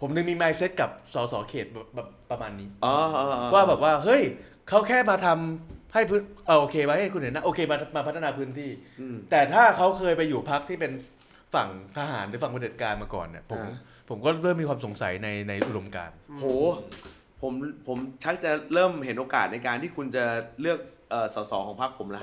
Speaker 2: ผมถึงมีไมเซ็ตกับสสเขตแบบแบบประมาณนี้
Speaker 4: อ๋ออ๋ออ๋อ
Speaker 2: ว่าแบบว่าเฮ้ยเขาแค่มาทำให้พื้นเออโอเคมาให้คุณเห็นนะโอเคมามาพัฒนาพื้นที่
Speaker 4: อืม
Speaker 2: แต่ถ้าเขาเคยไปอยู่พักที่เป็นฝั่งทหารหรือฝั่งเผด็จการมาก่อนเนี่ยผม
Speaker 4: อ่า
Speaker 2: ผมก็เริ่มมีความสงสัยในในอุดมการณ์
Speaker 4: โห ผมผมชักจะเริ่มเห็นโอกาสในการที่คุณจะเลือกเอ่อสสของพรรคผมละ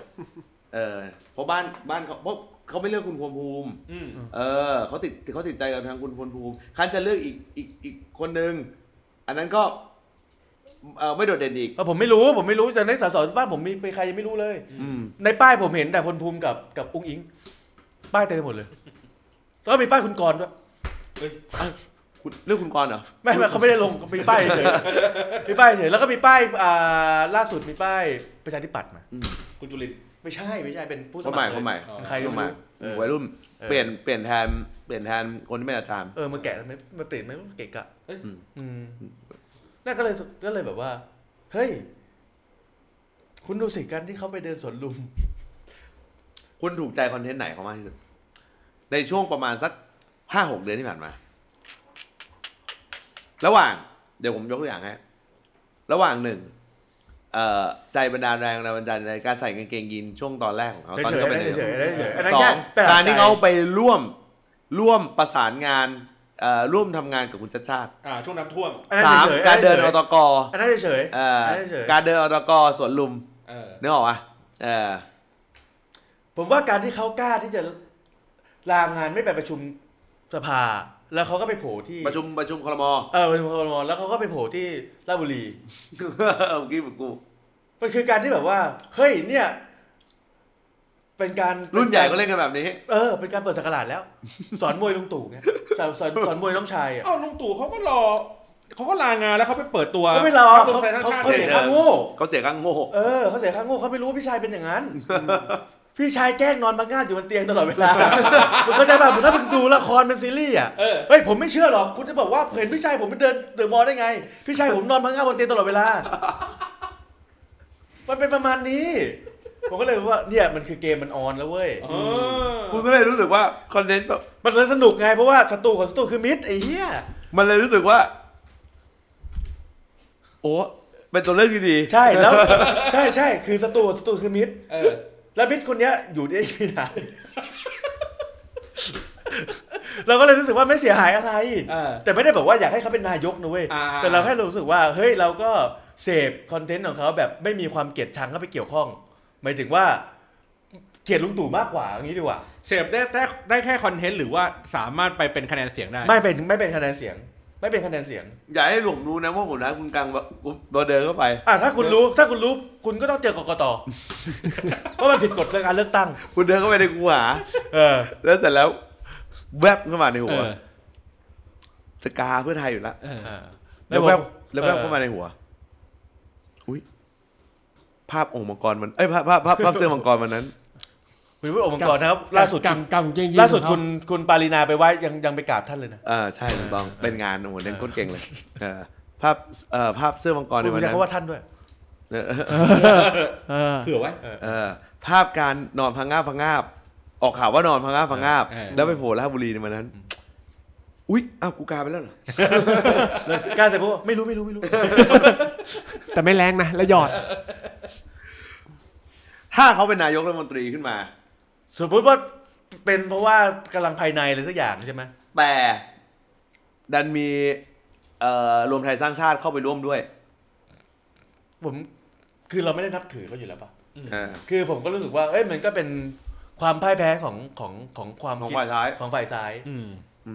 Speaker 4: เออเพราะบ้านบ้านเขาเพราะเขาไม่เลือกคุณพวงภูมิ
Speaker 3: อืม
Speaker 4: เออเขาติดเขาติดใจกับทางคุณพลภูมิคันจะเลือกอีกอีกอีกคนหนึ่งอันนั้นก็เออไม่โดดเด่นอีก
Speaker 2: เพราะผมไม่รู้ผมไม่รู้แต่ในสสบ้านผมมีไปใครยังไม่รู้เลย
Speaker 4: อืม
Speaker 2: ในป้ายผมเห็นแต่พลภูมิกับกับอุ้งอิง ป้ายเต็มไปหมดเลยแล้วก็มีป้ายคุณกรณ์ด้วย
Speaker 4: คุณเลือกคุณกรณ์เหรอ
Speaker 2: ไม่ไม่เขาไม่ได้ลงมีป้ายเฉยมีป้ายเฉยแล้วก็มีป้ายอ่าล่าสุดมีป้ายประชาธิปัตย์มา
Speaker 3: คุณจุลินทร์
Speaker 2: ไม่ใช่ไม่ใช่เป็นผู้ส
Speaker 4: คน
Speaker 2: มัคร
Speaker 4: ใหม่
Speaker 2: เลย
Speaker 4: คนใหม่
Speaker 3: อ๋อ
Speaker 2: เป็นใคร
Speaker 4: ค
Speaker 2: ก็
Speaker 4: นให
Speaker 2: ไม่
Speaker 4: ม่
Speaker 2: รู้เออ
Speaker 4: วัยรุ่น
Speaker 2: เออ
Speaker 4: เปลี่ยนเปลี่ยนแทนเปลี่ยนแทนคนที่เป็นอาจารย์
Speaker 2: เออมาแกะมันไม่มาติดไม่เกะกะ
Speaker 3: เอ้ย
Speaker 2: อืมนั่นก็เลยสุดก็เลยแบบว่า เฮ้ย คุณดูสิการที่เขาไปเดินสวนลุม
Speaker 4: คุณถูกใจคอนเทนต์ไหนเขามากที่สุด ในช่วงประมาณสักห้าหกเดือนที่ผ่านมา ระหว่าง เดี๋ยวผมยกตัวอย่างให้ระหว่างหนึ่งเอ่อใจบรรดาลแรงบันดาลใจในการใส่กางเกงยีนช่วงตอนแรกของเขา
Speaker 2: เฉย
Speaker 4: ตอ
Speaker 2: ๆ
Speaker 4: นนี้ก็เป็น
Speaker 2: ได้เฉยๆได้เฉยๆอันนั้น
Speaker 4: สอ
Speaker 2: แค่
Speaker 4: ง
Speaker 2: ไปหา
Speaker 4: การที่
Speaker 2: ใจ
Speaker 4: เขาไปร่วมร่วมประสานงานเอ่อร่วมทำงานกับคุณชาติชาติ
Speaker 3: อ่าช่วงน้ำท่วม
Speaker 2: อันนั้น
Speaker 4: สาม
Speaker 2: ฉยๆ
Speaker 4: การเดินอตก
Speaker 2: อันนั้นเฉยๆ
Speaker 4: เอ่อ
Speaker 2: อันนั้นเฉยๆ
Speaker 4: การเดินอตกสวนลุม
Speaker 3: เออ
Speaker 4: นึกออกปะเออ
Speaker 2: ผมว่าการที่เขากล้าที่จะลางานไม่ไปประชุมสภา แล้วเขาก็ไปโผล่ที่
Speaker 4: ประชุมประชุมครม
Speaker 2: เออประชุมครมแล้วเขาก็ไปโผล่ที่ราชบุรี
Speaker 4: เมื่อกี้เหมือนกู
Speaker 2: มันคือการที่แบบว่า เฮ้ยเนี่ย เป็นการ
Speaker 4: รุ่นใหญ่ก็เล่นกันแบบนี้
Speaker 2: เออเป็นการเปิดสักราชแล้ว สอนมวยลุงตู่ไงสอนสอนสอนมวยน้องชายอ่ะ
Speaker 3: เอ้าลุงตู่เขาก็รอเขาก็ลางานแล้วเขาไปเปิดตัว
Speaker 2: เขาไม่รอ
Speaker 3: พ
Speaker 2: เขา
Speaker 3: คไทยทั้ง
Speaker 2: เขา
Speaker 3: ชาติ
Speaker 2: เขา
Speaker 3: เสร็
Speaker 2: เสี
Speaker 3: จ
Speaker 2: ยค่าโง่
Speaker 4: เขาเสียข้างโง่
Speaker 2: เออเขาเสียค่าโง่เขาไม่รู้ว่าพี่ชายเป็นอย่างนั้น พี่ชายแกล้งนอนบังงาดอยู่บนเตียงตลอดเวลา มึงเข้าใจป่ะมึงถ้ามึงดูละครเป็นซีรีส์อ่ะ
Speaker 3: เออ
Speaker 2: เฮ้ยผมไม่เชื่อหรอกคุณจะบอกว่าเห็นพี่ชายผมไปเดินเดือะมอลล์ได้ไง พี่ชายผมนอนบังงาดบนเตียงตลอดเวลา มันเป็นประมาณนี้ ผมก็เลยรู้ว่าเนี่ยมันคือเกมมันออนแล้วเว้ย
Speaker 3: เออ
Speaker 4: คุณก็เลยรู้สึกว่าคอนเทนต์แบบ
Speaker 2: มันเลยสนุกไงเพราะว่าศัตรูของศัตรูคือมิตรไอ้เหี้ย
Speaker 4: มันเลยรู้สึกว่า โอ้เป็นตัวเลือกที่ดี
Speaker 2: ใช่แล้ว ใช่ใช่คือศัตรูศัตรูคือมิตร
Speaker 3: เออ
Speaker 2: แล้วมิตรคนเนี้ยอยู่ได้ไม่นานเราก็เลยรู้สึกว่าไม่เสียหายอะไร
Speaker 3: เออ
Speaker 2: แต่ไม่ได้แบบว่าอยากให้เขาเป็นนายกนะเว้ย
Speaker 3: อ่า
Speaker 2: แต่เราแค่รู้สึกว่าเฮ้ยเราก็เสพคอนเทนต์ของเขาแบบไม่มีความเกลียดชังเข้าไปเกี่ยวข้อง หมายถึงว่า เกลียดลุงตู่มากกว่าอย่างนี้ดีกว่า
Speaker 3: เสพได้ได้ได้แค่คอนเทนต์หรือว่าสามารถไปเป็นคะแนนเสียงได้
Speaker 2: ไม่เป็นไม่เป็นคะแนนเสียง ไม่เป็นคะแนนเสียง
Speaker 4: อย่าให้หลงรู้นะว่าผมนะคุณกังแบบเราเดินเข้าไป
Speaker 2: อ่ะถ้าคุณรู้ถ้าคุณรู้คุณก็ต้องเจอกกตว่ามันผิดกฎเรื่องการเลือกตั้ง
Speaker 4: คุณเดินเข้าไปในกูหา
Speaker 2: เออ
Speaker 4: แล้วเสร็จแล้ว แวบเข้ามาในหั
Speaker 3: เอ
Speaker 4: ว
Speaker 3: อ
Speaker 4: จะกาเพื่อไทยอยู่แล้ว
Speaker 3: เออ
Speaker 2: แล้ผม
Speaker 4: แล้ววแวบแล้วแวบ
Speaker 2: เออ
Speaker 4: เข้ามาในหัว อุ้ยภาพองค์มังกรมันเอ้ยภาพภาพภาพภาพเสื้อมังกรวันนั้น
Speaker 2: มีผู้องค์กรนะครับ ล่าสุดคุณ
Speaker 1: กำกำเกงยีน
Speaker 2: ล่าสุด
Speaker 1: ของเข
Speaker 2: คุณคุณปารีนาไปไหว้ยังยังไปกราบท่านเลยนะ
Speaker 4: เออใช่ถูกต้องเป็นงานโอ้โหเล่นโคตรเก่งเลยเออภาพเอ่อภาพเสื้อมังกรใน
Speaker 2: คุ
Speaker 4: วั
Speaker 2: ณ
Speaker 4: น
Speaker 2: จะ
Speaker 4: นั้น
Speaker 2: เขาว่าท่านด้วย
Speaker 4: เออ
Speaker 3: เผื่อไว้
Speaker 4: เออภาพการนอนพังงาบพังงาบ ออกข่าวว่านอนพังงาบพังงาบ
Speaker 3: เออ
Speaker 4: แล้วไปโผล่ราชบุรีในวันนั้น อุ๊ย อ้าว กูกลายไปแล้วเหรอ
Speaker 2: กล้าใส่พวกไม่รู้ไม่รู้ ไม่รู้
Speaker 1: แต่ไม่แรงนะ แล้วหยอด
Speaker 4: ถ้าเขาเป็นนายกรัฐมนตรีขึ้นมา
Speaker 2: สมมติว่าเป็นเพราะว่ากำลังภายในอะไรสักอย่างใช่ไหม
Speaker 4: แต่ดันมีเอ่อรวมไทยสร้างชาติเข้าไปร่วมด้วย
Speaker 2: ผมคือเราไม่ได้นับถือเขาอยู่แล้วปะ
Speaker 4: เออ
Speaker 2: คือผมก็รู้สึกว่าเอ้ยมันก็เป็นความพ่ายแพ้ของของของความ
Speaker 4: ของ
Speaker 2: คิด
Speaker 4: ฝ่ายท้าย
Speaker 2: ของฝ่ายซ้าย
Speaker 3: อืม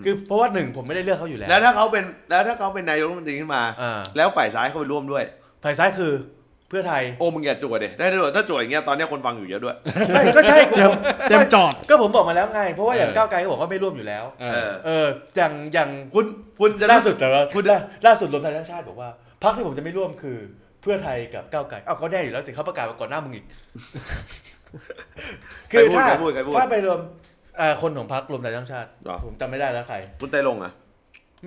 Speaker 2: คือเพราะว่าหนึ่งผมไม่ได้เลือกเขาอยู่แล้ว
Speaker 4: แล้วถ้าเขาเป็นแล้วถ้าเขาเป็นนายกรัฐมนตรีขึ้นมา
Speaker 2: อ่า
Speaker 4: แล้วฝ่ายซ้ายเข้าไปร่วมด้วย
Speaker 2: ฝ่ายซ้ายคือเพื่อไทย
Speaker 4: โอ้ มึงอย่าจวดเดยได้จวดถ้าจวดอย่างเงี้ยตอนเนี้ยคนฟังอยู่เยอะด้วย
Speaker 2: ไม่ก็ใช่
Speaker 1: เตรียมเตรียมจอด
Speaker 2: ก็ผมบอกมาแล้วไง เพราะว่าอย่าง
Speaker 3: เออ
Speaker 2: ก้าวไกลเขาบอกว่าไม่ร่วมอยู่แล้ว
Speaker 3: เอ
Speaker 4: เอ
Speaker 3: อ
Speaker 4: อ
Speaker 2: เอออย่างอย่าง
Speaker 4: คุณ คุณจะ
Speaker 2: ล่าสุดแต่ว่าคุณล่าสุดรวมไทยสร้างชาติบอกว่าพรรคที่ผมจะไม่ร่วมคือเพื่อไทยกับก้าวไกลเอ้าเขาแน่อยู่แล้วสิเขาประกาศมาก่อนหน้ามึงอีก คือถ้า
Speaker 4: ใครพูดใครพูดใครพูด
Speaker 2: ถ้าไปรวมเอ่อคนของพรรครวมไทยสร้างชาติ
Speaker 4: เหรอ
Speaker 2: ผมจำไม่ได้แล้วใคร
Speaker 4: คุณไตลงอ่ะ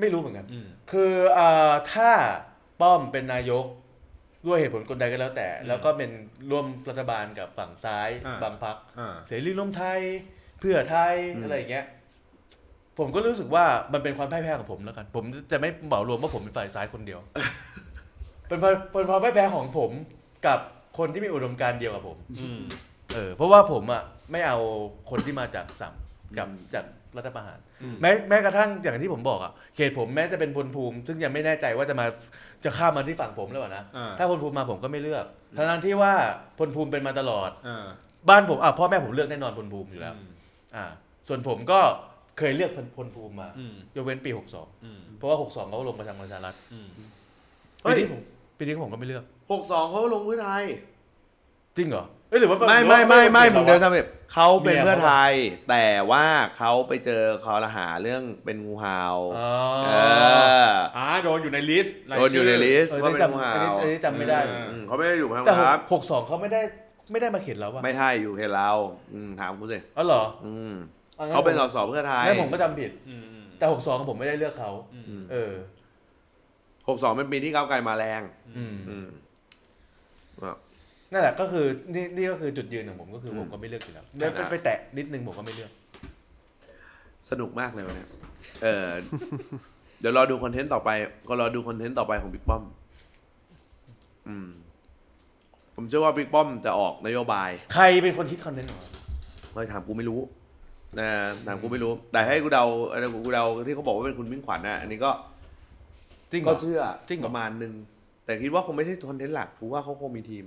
Speaker 2: ไม่รู้เหมือนกัน
Speaker 3: อืม
Speaker 2: คือเอ่อถ้าป้อมเป็นนายกด้วยเหตุผลกลใดก็แล้วแต่
Speaker 3: อืม
Speaker 2: แล้วก็เป็นร่วมรัฐบาลกับฝั่งซ้าย
Speaker 3: อ่า
Speaker 2: บางพรรค
Speaker 3: อ่า
Speaker 2: เสรีรวมไทยเพื่อไทย
Speaker 4: อืม
Speaker 2: อะไรอย่างเงี้ย ผมก็รู้สึกว่ามันเป็นความพ่ายแพ้ของผมแล้วกัน ผมจะไม่เหมารวมว่าผมเป็นฝ่ายซ้ายคนเดียว เป็นความเป็นความพ่ายแพ้ของผมกับคนที่มีอุดมการณ์เดียวกับผม
Speaker 3: อืม
Speaker 2: เออเพราะว่าผมอ่ะไม่เอาคนที่มาจากสามกับจากรัฐประหาร
Speaker 3: อืม
Speaker 2: แม้แม้กระทั่งอย่างที่ผมบอกอ่ะเขตผมแม้จะเป็นพลภูมิ ซึ่งยังไม่แน่ใจว่าจะมาจะข้ามมาที่ฝั่งผมหรือเปล่านะ
Speaker 3: อ่า
Speaker 2: ถ้าพลภูมิมาผมก็ไม่เลือกทั้งๆที่ว่าพลภูมิเป็นมาตลอด
Speaker 3: อ่า
Speaker 2: บ้านผมอ่ะพ่อแม่ผมเลือกแน่นอนพลภูมิอยู่แล้ว
Speaker 3: อืม
Speaker 2: อ่าส่วนผมก็เคยเลือกพลพลภูมิมา
Speaker 3: อืม
Speaker 2: ยกเว้นปี
Speaker 3: อืม
Speaker 2: 62 เพราะว่า 62เขาลงประชาประชารัฐ
Speaker 3: อืม
Speaker 4: เฮ้
Speaker 2: ปี
Speaker 4: ย
Speaker 2: นี้ผมปีนี้ผมก็ไม่เลือก
Speaker 4: หกสองเขาลงเพื่อไทย
Speaker 2: จริงเหรอเอ้ยหรือว่า
Speaker 4: ไม่ไม่ไม่ไม่
Speaker 2: ห
Speaker 4: มึ
Speaker 2: รื
Speaker 4: ง
Speaker 2: อ
Speaker 4: เดิ
Speaker 2: ว่าน
Speaker 4: ทำแบบเขาเป็นเพื่อไทย แต่ว่าเขาไปเจอคอรหาเรื่องเป็นงูเห่า
Speaker 2: อ๋อ
Speaker 4: เออ
Speaker 3: อ่าโดนอยู่ในลิสต์รา
Speaker 4: โดนอยู่ในลิส
Speaker 2: เอ
Speaker 4: ต์
Speaker 2: อ
Speaker 4: ว่า
Speaker 2: นี่
Speaker 4: เป็นงู
Speaker 2: จำอั
Speaker 4: เห่าน
Speaker 2: นี้อันนี้จำไม่ได้
Speaker 4: อืมเขาไม่ได้อยู่ข้าง
Speaker 2: แต่
Speaker 4: ครับ
Speaker 2: หก62เขาไม่ได้ ไม่ได้มาเขตเราป่ะ
Speaker 4: ไม่ใช่อยู่เขตเราอืมถามกูสิ
Speaker 2: อ๋อเหรอ
Speaker 4: อืม
Speaker 2: อ๋องั้
Speaker 4: เขาเป็นสสเพื่อไทย
Speaker 2: งั้นผมก็จำผิด
Speaker 3: อืม
Speaker 2: แต่หกสองผมไม่ได้เลือกเขา
Speaker 3: อืม
Speaker 4: อืม
Speaker 2: เออ
Speaker 4: หกสองเป็นปีที่ก้าวไกลมาแรง
Speaker 2: อืม
Speaker 4: อืม
Speaker 2: นั่นแหละก็คือนี่นี่ก็คือจุดยืนของผมก็คืออ
Speaker 4: ม
Speaker 2: ผมก็ไม่เลือกอยู่แล้ว
Speaker 4: นั่นแห
Speaker 2: ไป
Speaker 4: ละ
Speaker 2: ไปแตะนิดนึงผมก็ไม่เลือก
Speaker 4: สนุกมากเลยวันเนี้ยเออ เดี๋ยวรอดูคอนเทนต์ต่อไป ก็รอดูคอนเทนต์ต่อไปของบิ๊กป้อม อืม ผมเชื่อว่าบิ๊กป้อมจะออกนโยบาย
Speaker 2: ใครเป็นคนคิดคอนเทนต์ของเรา
Speaker 4: เฮ้ยถามกูไม่รู้นะถามกูไม่รู้ แต่ให้กูเดาเอะไรกูเดาที่เขาบอกว่าเป็นคุณมิ่งขวัญนะอันนี้ก็
Speaker 2: จริงเหร
Speaker 4: ก็
Speaker 2: อ
Speaker 4: เชื่อ
Speaker 2: จริงเหรอ
Speaker 4: ประมาณนึง แต่คิดว่าคงไม่ใช่คอนเทนต์หลักกูว่าเขาคงมีทีม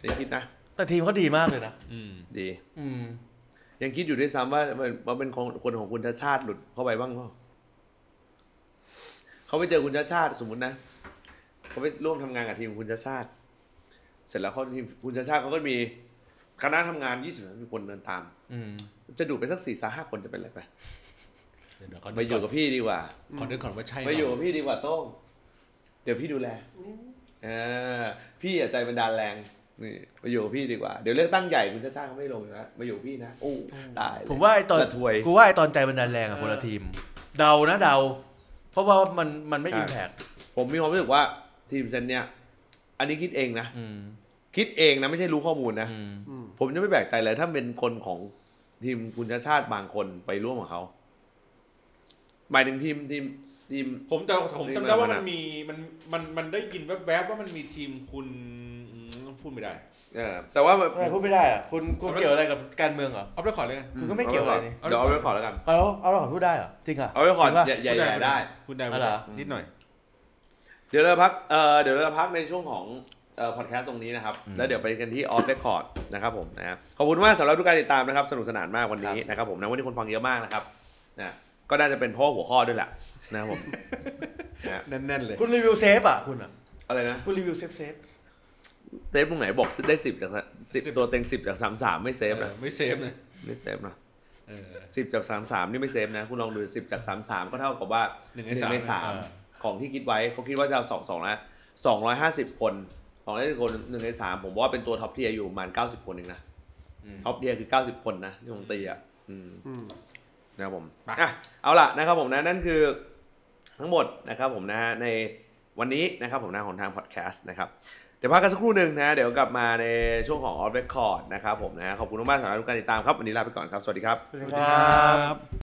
Speaker 4: ได้คิดนะ
Speaker 2: แต่ทีมเขาดีมากเลยนะ
Speaker 3: อืม
Speaker 4: ดี
Speaker 2: อืม
Speaker 4: ยังคิดอยู่ด้วยซ้ำว่ามันว่าเป็นของคนของคุณชาติชาติหลุดเข้าไปบ้างเปล่าเขาไปเจอคุณชาติชาติสมมตินะเขาไปร่วมทำงานกับทีมคุณชาติชาติ เสร็จแล้วเขาทีมคุณชาติชาติเขาก็มีคณะทำงานยี่สิบมีคนเดินตาม
Speaker 2: อืม
Speaker 4: จะดูดไปสักสี่สาห้าคนจะเป็นไรไป
Speaker 3: เดี๋ยวเดี๋ยวขอ
Speaker 4: ไปอ
Speaker 3: ดู
Speaker 4: ยู่
Speaker 3: ก่
Speaker 4: กั
Speaker 3: อน
Speaker 4: บพี่ดีกว่า
Speaker 3: ขอดูก่อนว่าใช่
Speaker 4: ไปอยู่กับพี่ดีกว่าโต้งเดี๋ยวพี่ดูแลเออพี่อะใจบันดาลแรงนี่ไปอยู่กับพี่ดีกว่าเดี๋ยวเลือกตั้งใหญ่คุณชาติชาติเขาไม่ลงอยู่แล้วมาอยู่กับพี่นะโอ้ตายเลย
Speaker 2: ผมว่าไอ้ตอน
Speaker 4: ระทวย
Speaker 2: กูว่าไอ้ตอนใจบันดาลแรงอะ
Speaker 1: เออ
Speaker 2: คนละทีม เดานะเดา เพราะว่ามันมันไม่
Speaker 4: ใช่
Speaker 2: อิมแพก
Speaker 4: ผมมีความรู้สึกว่าทีมเซนเนี่ย อันนี้คิดเองนะ
Speaker 2: อืม
Speaker 4: คิดเองนะ ไม่ใช่รู้ข้อมูลนะ
Speaker 2: อืม
Speaker 1: อืม
Speaker 4: ผมจะไม่แปลกใจเลย ถ้าเป็นคนของทีมคุณชาติชาติบางคนไปร่วมกับเขา หมายถึงทีมทีมทีม
Speaker 3: ผมแต่ผมจำ
Speaker 4: นี่มัน
Speaker 3: ได้ว่า
Speaker 4: มั
Speaker 3: มัน
Speaker 4: นอะ
Speaker 3: มีมันมันมันได้ยินแวบๆว่ามันมีทีมคุณอืมพูดไม่ได้
Speaker 4: เออแต่ว่า
Speaker 2: ทำไมพูดไม่ได้อะคุณคุณเกี่ยวอะไรกับการเมืองเหรอ
Speaker 3: เอาไปขอเลยกัน
Speaker 2: คุณก็ไม่เกี่ยวอะไรนี่
Speaker 4: เดี๋ยวเอาไว้ก่อนแล้วกัน
Speaker 2: เอาแล้วเอาเราขอพูดได้เหรอจริงเหรอ่ะ
Speaker 4: เอาไว้ก่อน
Speaker 2: จริงปะ
Speaker 4: ใหญ่ใหญ่ใหญ่ได้
Speaker 3: คุณได้
Speaker 2: อ๋อเหรอ
Speaker 3: นิดหน่อย
Speaker 4: เดี๋ยวเราพักเอ่อเดี๋ยวเราพักในช่วงของเอ่อพอดแคสต์ตรงนี้นะครับ แล้วเดี๋ยวไปกันที่ออฟเ e คคอร์ดนะครับผมนะครับขอบคุณมากสำหรับทุกการติดตามนะครับ สนุกสนานมากวันนี้นะครับผมนะวันนี้คนฟังเยอะมากนะครับนะก็น่าจะเป็นเพราะหัวข้อด้วยแหละนะครับผม นะ
Speaker 3: แน่นๆเลย
Speaker 2: คุณรีวิวเซฟอ่ะคุณอ่ะ
Speaker 4: อะไรนะ
Speaker 2: คุณรีวิวเซฟเซฟ
Speaker 4: เซฟตรงไหนบอกได้สิบจากสิบ
Speaker 3: 10
Speaker 4: ตัวเต็งสิบจากสามสามไม่เซฟนะ
Speaker 3: ไม่เซฟเลย
Speaker 4: ไม่เซฟนะ
Speaker 3: เออ
Speaker 4: สิบจากสามสามนี่ไม่เซฟนะคุณลองดูสิบจากสามสามก็เท่ากับว่า
Speaker 3: หนึ่งในสาม
Speaker 4: สามของที่คิดไว้เขาคิดว่าจะเอาสองสองนะสองร้อยห้าสิบคนสองร้อยคนหนึ่งในสามผมว่าเป็นตัวท็อปเทียอยู่ประมาณเก้าสิบคนเองนะ ท็อปเดียคือ 90 คนนะที่ผมตีอ่ะอืม
Speaker 1: อืม
Speaker 4: นะครับผม
Speaker 3: ไป
Speaker 4: อ่ะเอาล่ะนะครับผมนะนั่นคือทั้งหมดนะครับผมนะฮะในวันนี้นะครับผมนะของทางพอดแคสต์นะครับ เดี๋ยวพักกันสักครู่หนึ่งนะเดี๋ยวกลับมาในช่วงของออฟเรคคอร์ดนะครับผมนะขอบคุณมากๆสำหรับทุกการติดตามครับ วันนี้ลาไปก่อนครับ สวัสดีครับ
Speaker 1: สวัสดีครับ